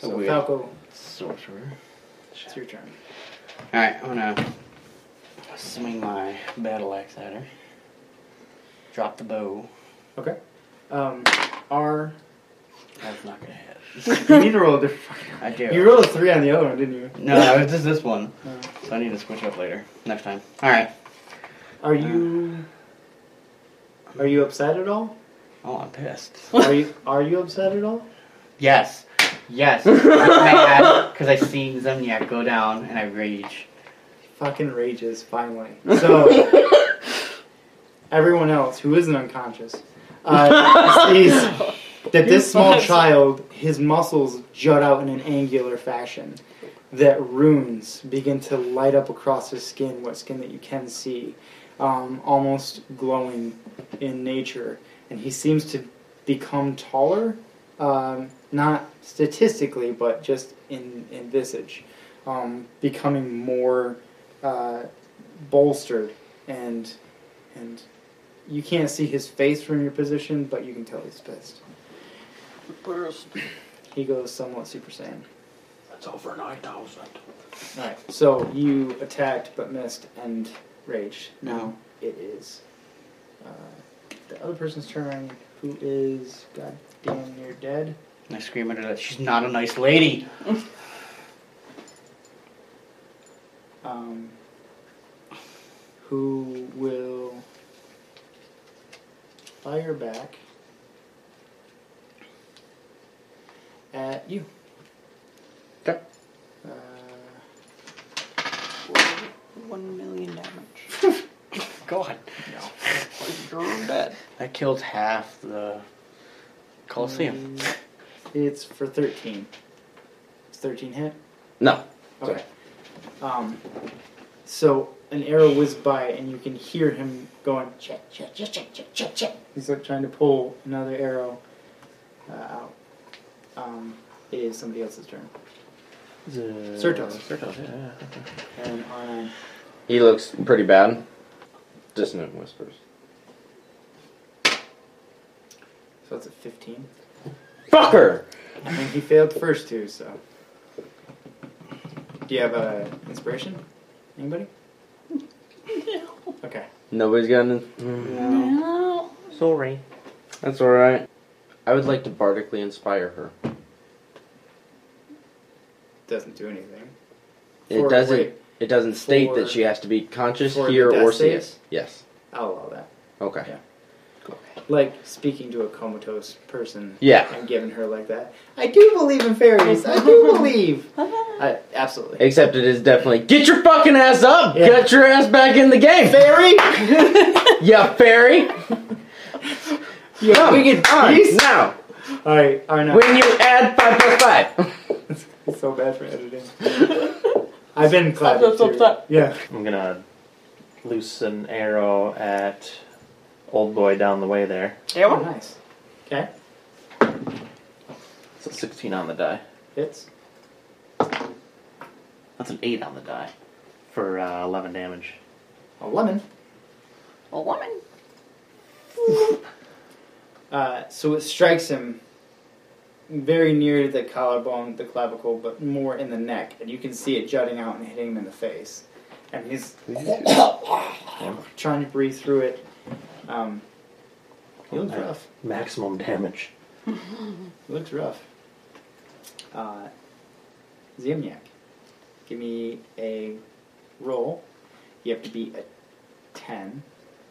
So
weird.
Falco,
Sorcerer.
it's your turn.
Alright, I'm gonna swing my battle axe at her. Drop the bow.
Okay. Um, R.
That's not gonna hit.
you need to roll a different fucking.
I do.
You rolled a three on the other one, didn't you?
No, no, it's just this one.
No.
So I need to switch up later. Next time. Alright.
Are you are you upset at all?
Oh, I'm pissed.
Are you are you upset at all?
Yes. Yes. I'm mad because I seen Zemniak go down and I rage.
Fucking rages finally. So everyone else who isn't unconscious uh, sees that this small child, his muscles jut out in an angular fashion. That runes begin to light up across his skin, what skin that you can see, um, almost glowing in nature. And he seems to become taller, um, not statistically, but just in, in visage, um, becoming more uh, bolstered and and you can't see his face from your position, but you can tell he's pissed. He goes somewhat Super Saiyan.
That's over 9,000.
Alright, so you attacked but missed and raged. Now it is uh, the other person's turn, who is goddamn near dead.
And I scream at her that she's not a nice lady.
Um, who will fire back at you.
Okay.
Uh,
One million damage.
God. That killed half the Coliseum.
It's for 13. It's 13 hit?
No.
Okay. Um, so an arrow whizzed by, and you can hear him going, check, check, check, check, check, check, check. He's like trying to pull another arrow uh, out. Um, it is somebody else's turn. Surtos.
Surtos, yeah.
And on
He looks pretty bad. Dissonant whispers.
So it's a 15.
Fucker!
I mean, he failed the first two, so. Do you have uh, inspiration? Anybody? No. Okay.
Nobody's got an.
Mm.
No.
Sorry.
That's alright. I would like to bardically inspire her.
Doesn't do anything.
It
For-
doesn't.
wait.
it doesn't state
For-
that she has to be conscious,
for
hear,
the
or
death
see
saves?
it. Yes.
I'll allow that.
Okay.
Like speaking to a comatose person.
Yeah.
And giving her like that. I do believe in fairies. I do believe. I, absolutely.
Except it is definitely get your fucking ass up, get your ass back in the game,
fairy.
yeah, fairy.
Yeah,
Come
wicked
on,
beast.
now.
All right. All right. Now.
When you add five plus five.
It's so bad for editing. I've been clapping. too. Yeah.
I'm gonna loose an arrow at old boy down the way there.
Yeah. Oh, nice. Okay.
It's a 16 on the die.
Hits.
That's an 8 on the die.
For uh, 11 damage.
A lemon.
A woman.
Uh, so it strikes him very near the collarbone, the clavicle, but more in the neck, and you can see it jutting out and hitting him in the face. And he's trying to breathe through it. Um, he looks rough.
Maximum damage.
He looks rough. Uh, Ziemniak, give me a roll. You have to be a ten.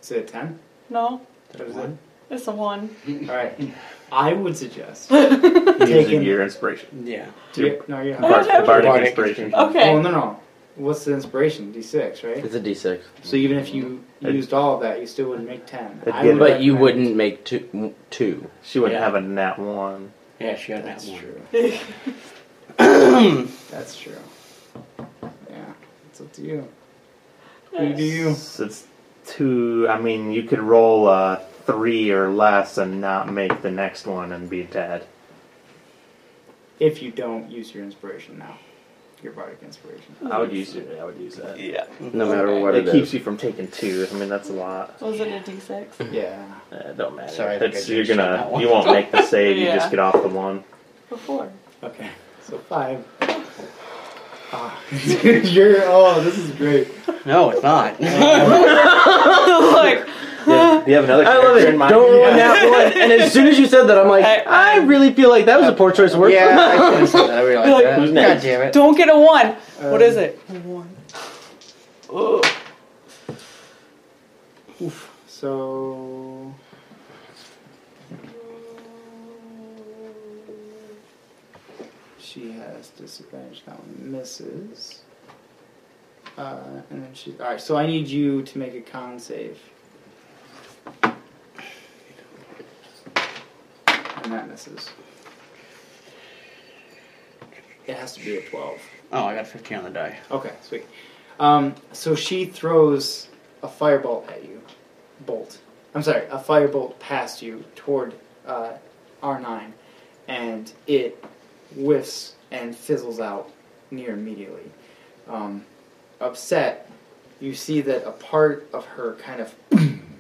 Is it a ten?
No,
What is it?
it's a one.
All right. I would suggest
Using
taking
your inspiration.
Yeah.
Do you, no, you
The bardic- the bardic Oh, Bardic inspiration. inspiration.
Okay.
Well, no, no. What's the inspiration? D6, right?
It's a D6.
So even if you used all of that, you still wouldn't make 10. I would
but you
recommend-
wouldn't make two. Two.
She wouldn't have a nat one.
Yeah, she got
That's
that one.
true. That's true. Yeah, it's up to you. Who do you?
It's two. I mean, you could roll a three or less and not make the next one and be dead.
If you don't use your inspiration now, your bardic inspiration.
I would use it. I would use that. Yeah.
No matter what
it,
it
keeps
is.
you from taking two. I mean, that's a lot.
Was it a D6?
Yeah.
It Uh, don't matter.
Sorry, I think
it's,
I
you're
jinxed
gonna.
that one.
You won't make the save. You
Yeah.
just get off the one.
Before.
Okay, so five. Ah, you're. Oh, this is great.
No, it's not.
like,
Do you have another
I love
character
it.
in mind?
Don't ruin
Yeah.
that one. And as soon as you said that, I'm like, I, really feel like that was a poor choice of words.
Yeah, I should've said that. I realized
Like,
that.
who's
God
next?
damn it.
Don't get a one. what is
Um,
it? A one. Ugh.
So. She has disadvantage. That one misses. Uh, and then she. Alright, so I need you to make a con save. And that misses. It has to be a 12.
Oh, I got 15 on the die.
Okay, sweet. Um, so she throws a firebolt at you. Bolt. I'm sorry, a firebolt past you toward uh, R9, and it whiffs and fizzles out near immediately. Um, upset, you see that a part of her kind of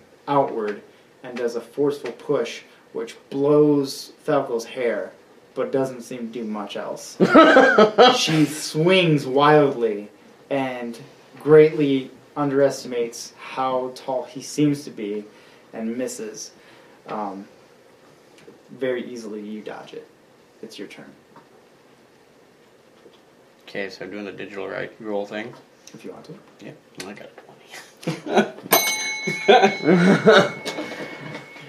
outward and does a forceful push, which blows Falco's hair, but doesn't seem to do much else. she swings wildly and greatly underestimates how tall he seems to be and misses. Um, very easily, you dodge it. It's your turn,
Okay, so doing the digital right roll thing.
if you want to.
Yeah, well, I got a 20.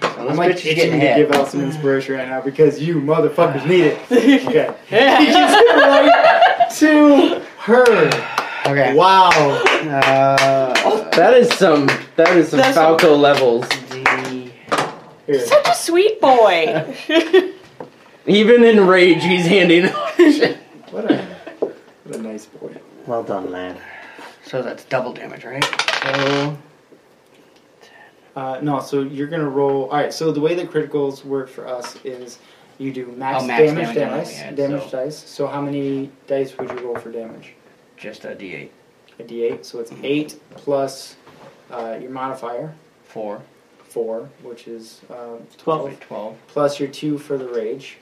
I'm like itching to give out some inspiration right now because you motherfuckers need it. Okay.
You
just hit right to her.
Okay.
Wow.
that
is some. That is some
That's
Falco levels.
Such a sweet boy.
Even in rage, he's handing.
what a what a nice boy.
Well done, lad. So that's double damage, right? So
Uh, no, so you're gonna roll. All right. So the way that criticals work for us is you do max,
Oh, max
damage,
damage on what we
dice,
had,
damage
so-
dice. So how many dice would you roll for damage?
just a D8.
A D8. So it's
Mm-hmm.
eight plus uh, your modifier.
Four.
Four, which is uh,
Twelve.
twelve.
Twelve.
Plus your two for the rage.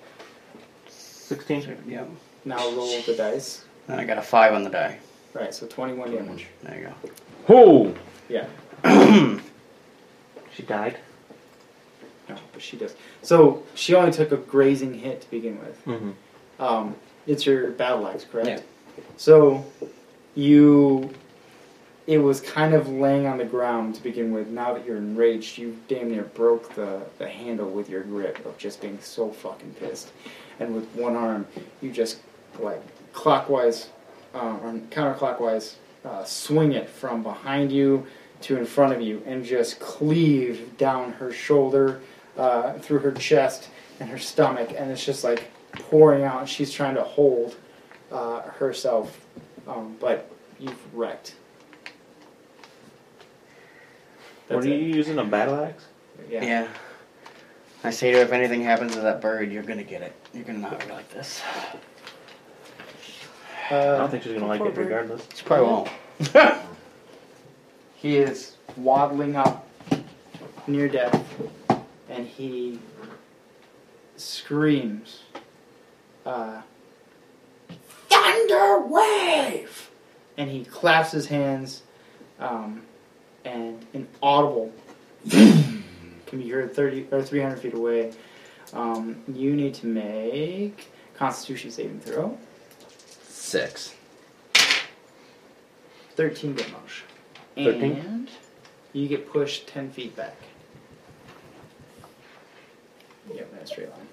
Sixteen. Yep.
Now roll the dice.
Then I got a five on the die.
Right. So twenty-one damage.
There you go.
Who?
Yeah.
She died.
No, but she does. So she only took a grazing hit to begin with.
Mhm.
Um, it's your battle axe, correct?
Yeah.
So you, it was kind of laying on the ground to begin with. Now that you're enraged, you damn near broke the, the handle with your grip of just being so fucking pissed. And with one arm, you just like clockwise, um, or counterclockwise, uh, swing it from behind you to in front of you and just cleave down her shoulder, uh, through her chest and her stomach, and it's just like pouring out. She's trying to hold uh, herself, um, but you've wrecked.
what
That's
are you using a battle axe?
Yeah.
I say to her, if anything happens to that bird, you're gonna get it. You're gonna not like this.
I don't think she's gonna like it regardless.
She probably won't.
He is waddling up near death, and he screams, uh, Thunder Wave! And he claps his hands, um, and an audible can be heard 30 or 300 feet away. Um, you need to make Constitution saving throw.
Six.
13 damage.
13?
And you get pushed 10 feet back. Yep, that's straight line.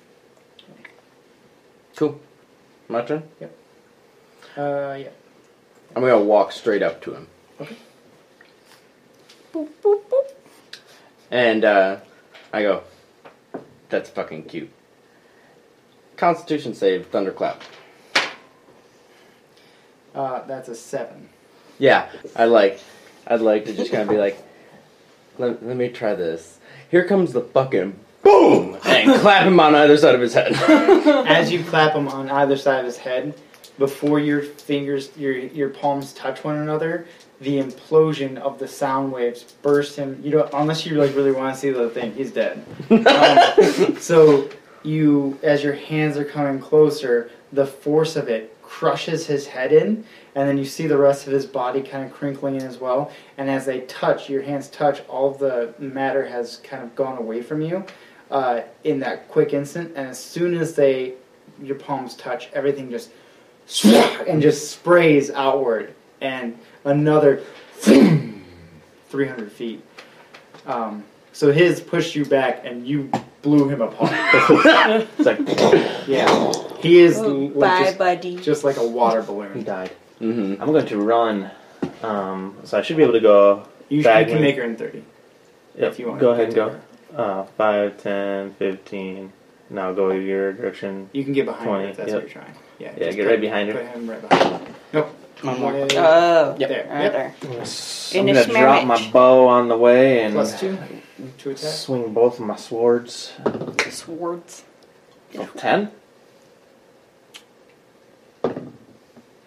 Cool. My turn.
Yep. Uh, yeah.
I'm gonna walk straight up to him.
Okay.
And uh, I go, that's fucking cute. Constitution save, thunderclap.
Uh, that's a 7.
Yeah, I like. I'd like to just kind of be like, let, let me try this. Here comes the fucking boom, and clap him on either side of his head.
As you clap him on either side of his head, before your fingers, your, your palms touch one another, the implosion of the sound waves burst him. You don't, unless you like really want to see the thing, he's dead. Um, so you, as your hands are coming closer, the force of it crushes his head in, and then you see the rest of his body kind of crinkling in as well. And as they touch, your hands touch, all the matter has kind of gone away from you uh, in that quick instant. And as soon as they, your palms touch, everything just and just sprays outward, and another 300 feet. Um, so his pushed you back, and you blew him apart.
It's like
yeah, he is
Oh,
like
bye,
just,
buddy.
just like a water balloon. He
died.
Mm-hmm.
I'm going to run. Um, so I should be able to go.
You,
back
you can
in-
make her in 30.
Yep.
if you want
go
to
ahead and
get
go. Uh, 5, 10, 15. Now go your direction.
You can get behind her
20.
if that's
yep.
what you're trying. Yeah,
Yeah,
just
get
put-
right behind her.
Put him
Mm-hmm. Uh,
right behind her. Nope.
One more.
Way-
Oh,
Yep.
there,
Yep.
there.
I'm
In
going
his
to drop
marriage.
my bow on the way and
Plus two. Two attacks.
swing both of my swords.
Swords.
Oh, 10?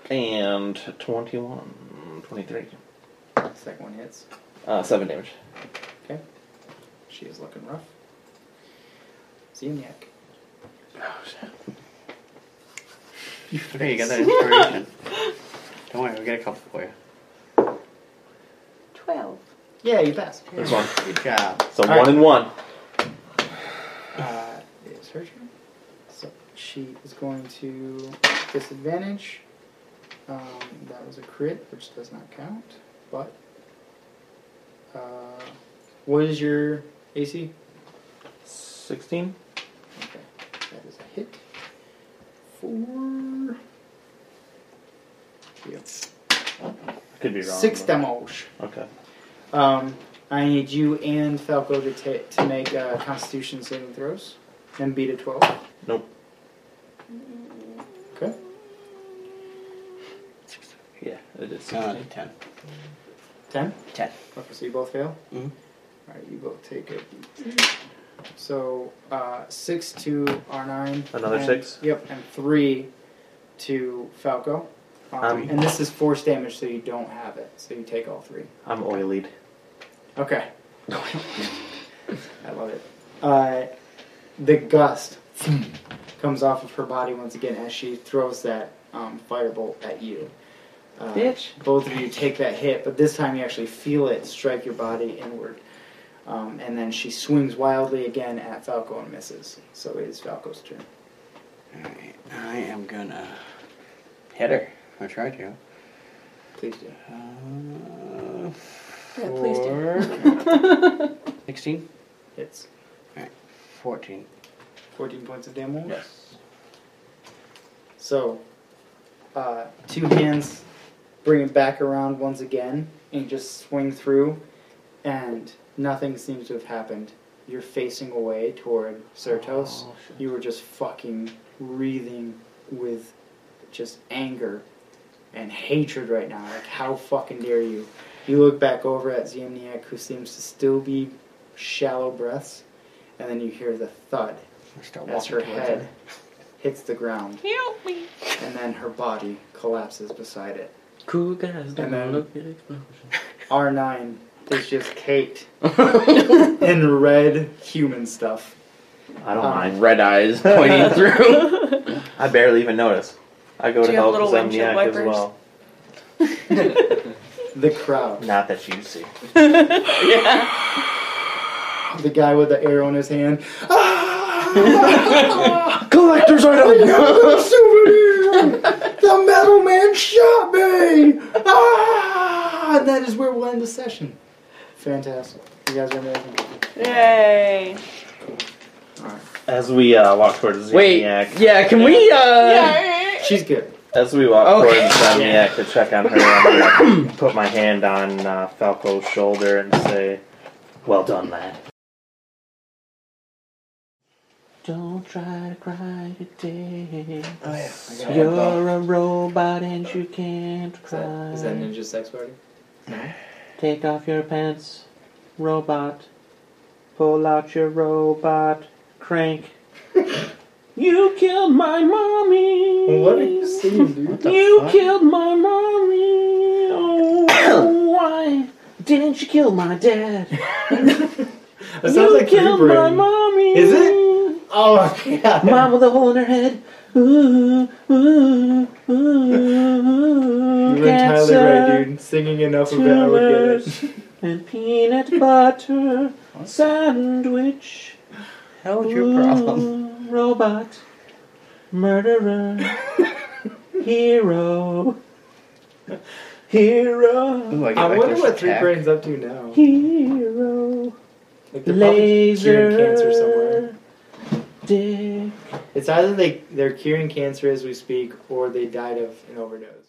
And 21. 23.
Second one hits.
Uh, 7 damage.
Okay. She is looking rough. Zeniac.
Okay, you got that inspiration. Don't worry, we got a couple for you.
Twelve.
Yeah, you passed.
There's one.
Good job.
So
All
1
right.
and 1.
Uh, it's her turn. So she is going to disadvantage. Um, that was a crit, which does not count. But Uh, what is your AC?
16?
Okay, that is a hit. Four.
Yep. Could be wrong.
Six
but-
damage.
Okay.
Um, I need you and Falco to ta to make uh, Constitution saving throws and beat a twelve.
Nope.
Okay.
Yeah, it is.
Uh,
16. 10.
Ten.
10.
Okay, so you both fail.
Mhm.
All right, you both take it. So uh, six to R nine.
Another
and-
six?
Yep, and three to Falco. Um,
Um,
and this is force damage, so you don't have it. So you take all three.
I'm oilied.
Okay. I love it. Uh, the gust comes off of her body once again as she throws that um, firebolt at you. Uh,
Bitch.
Both of you take that hit, but this time you actually feel it strike your body inward. Um, and then she swings wildly again at Falco and misses. So it is Falco's turn.
Alright, I am gonna hit her. I try to.
Please do.
Uh,
Yeah, please
do. 16?
Hits.
Alright, 14.
14 points of damage?
Yes.
So, uh, two hands bring it back around once again and just swing through, and nothing seems to have happened. You're facing away toward Certos. you were just fucking wreathing with just anger and hatred right now. Like, how fucking dare you? You look back over at Ziemniak, who seems to still be shallow breaths, and then you hear the thud as
walking
her
towards
head
her.
hits the ground
Help me.
and then her body collapses beside it.
Cool guys,
don't then-
look at explosion.
R9 is just caked in red human stuff.
I don't
Um,
mind.
Red eyes pointing through.
I barely even notice. I go
Do
to
you have
help
little
because I'm
windshield
Yak as
wipers?
well.
The crowd.
Not that you see.
yeah.
The guy with the arrow in his hand. Ah!
Collector's item!
souvenir! The metal man shot me! Ah! And that is where we'll end the session. Fantastic. You guys are amazing.
Yay.
As we uh, walk towards the
Wait, yeah, can we, uh...
She's good.
As we walk
Okay.
towards Zemniak to check on her, I'm gonna put my hand on uh, Falco's shoulder and say, "Well done, lad."
Don't try to cry today.
Oh, yeah. I got one bump.
You're a robot and you can't
Is that,
cry.
is
Uh,
that Ninja Sex Party?
Take off your pants, robot. Pull out your robot crank. you killed my mommy.
What are you singing, dude?
You killed my mommy. Oh, why didn't you kill my dad?
That sounds
you
like
killed my
Rebrain.
mommy.
Is it? Oh, God.
Mom with a hole in her head. Ooh, ooh, ooh, ooh.
You were entirely
cancer.
right, dude. Singing enough of it, I would get it.
and peanut butter sandwich.
How's your problem?
Ooh, Robot, murderer, hero, hero,
I, wonder what Three Brain's up to now.
hero,
Like they're probably curing cancer somewhere.
laser, dick.
It's either they they're curing cancer as we speak, or they died of an overdose.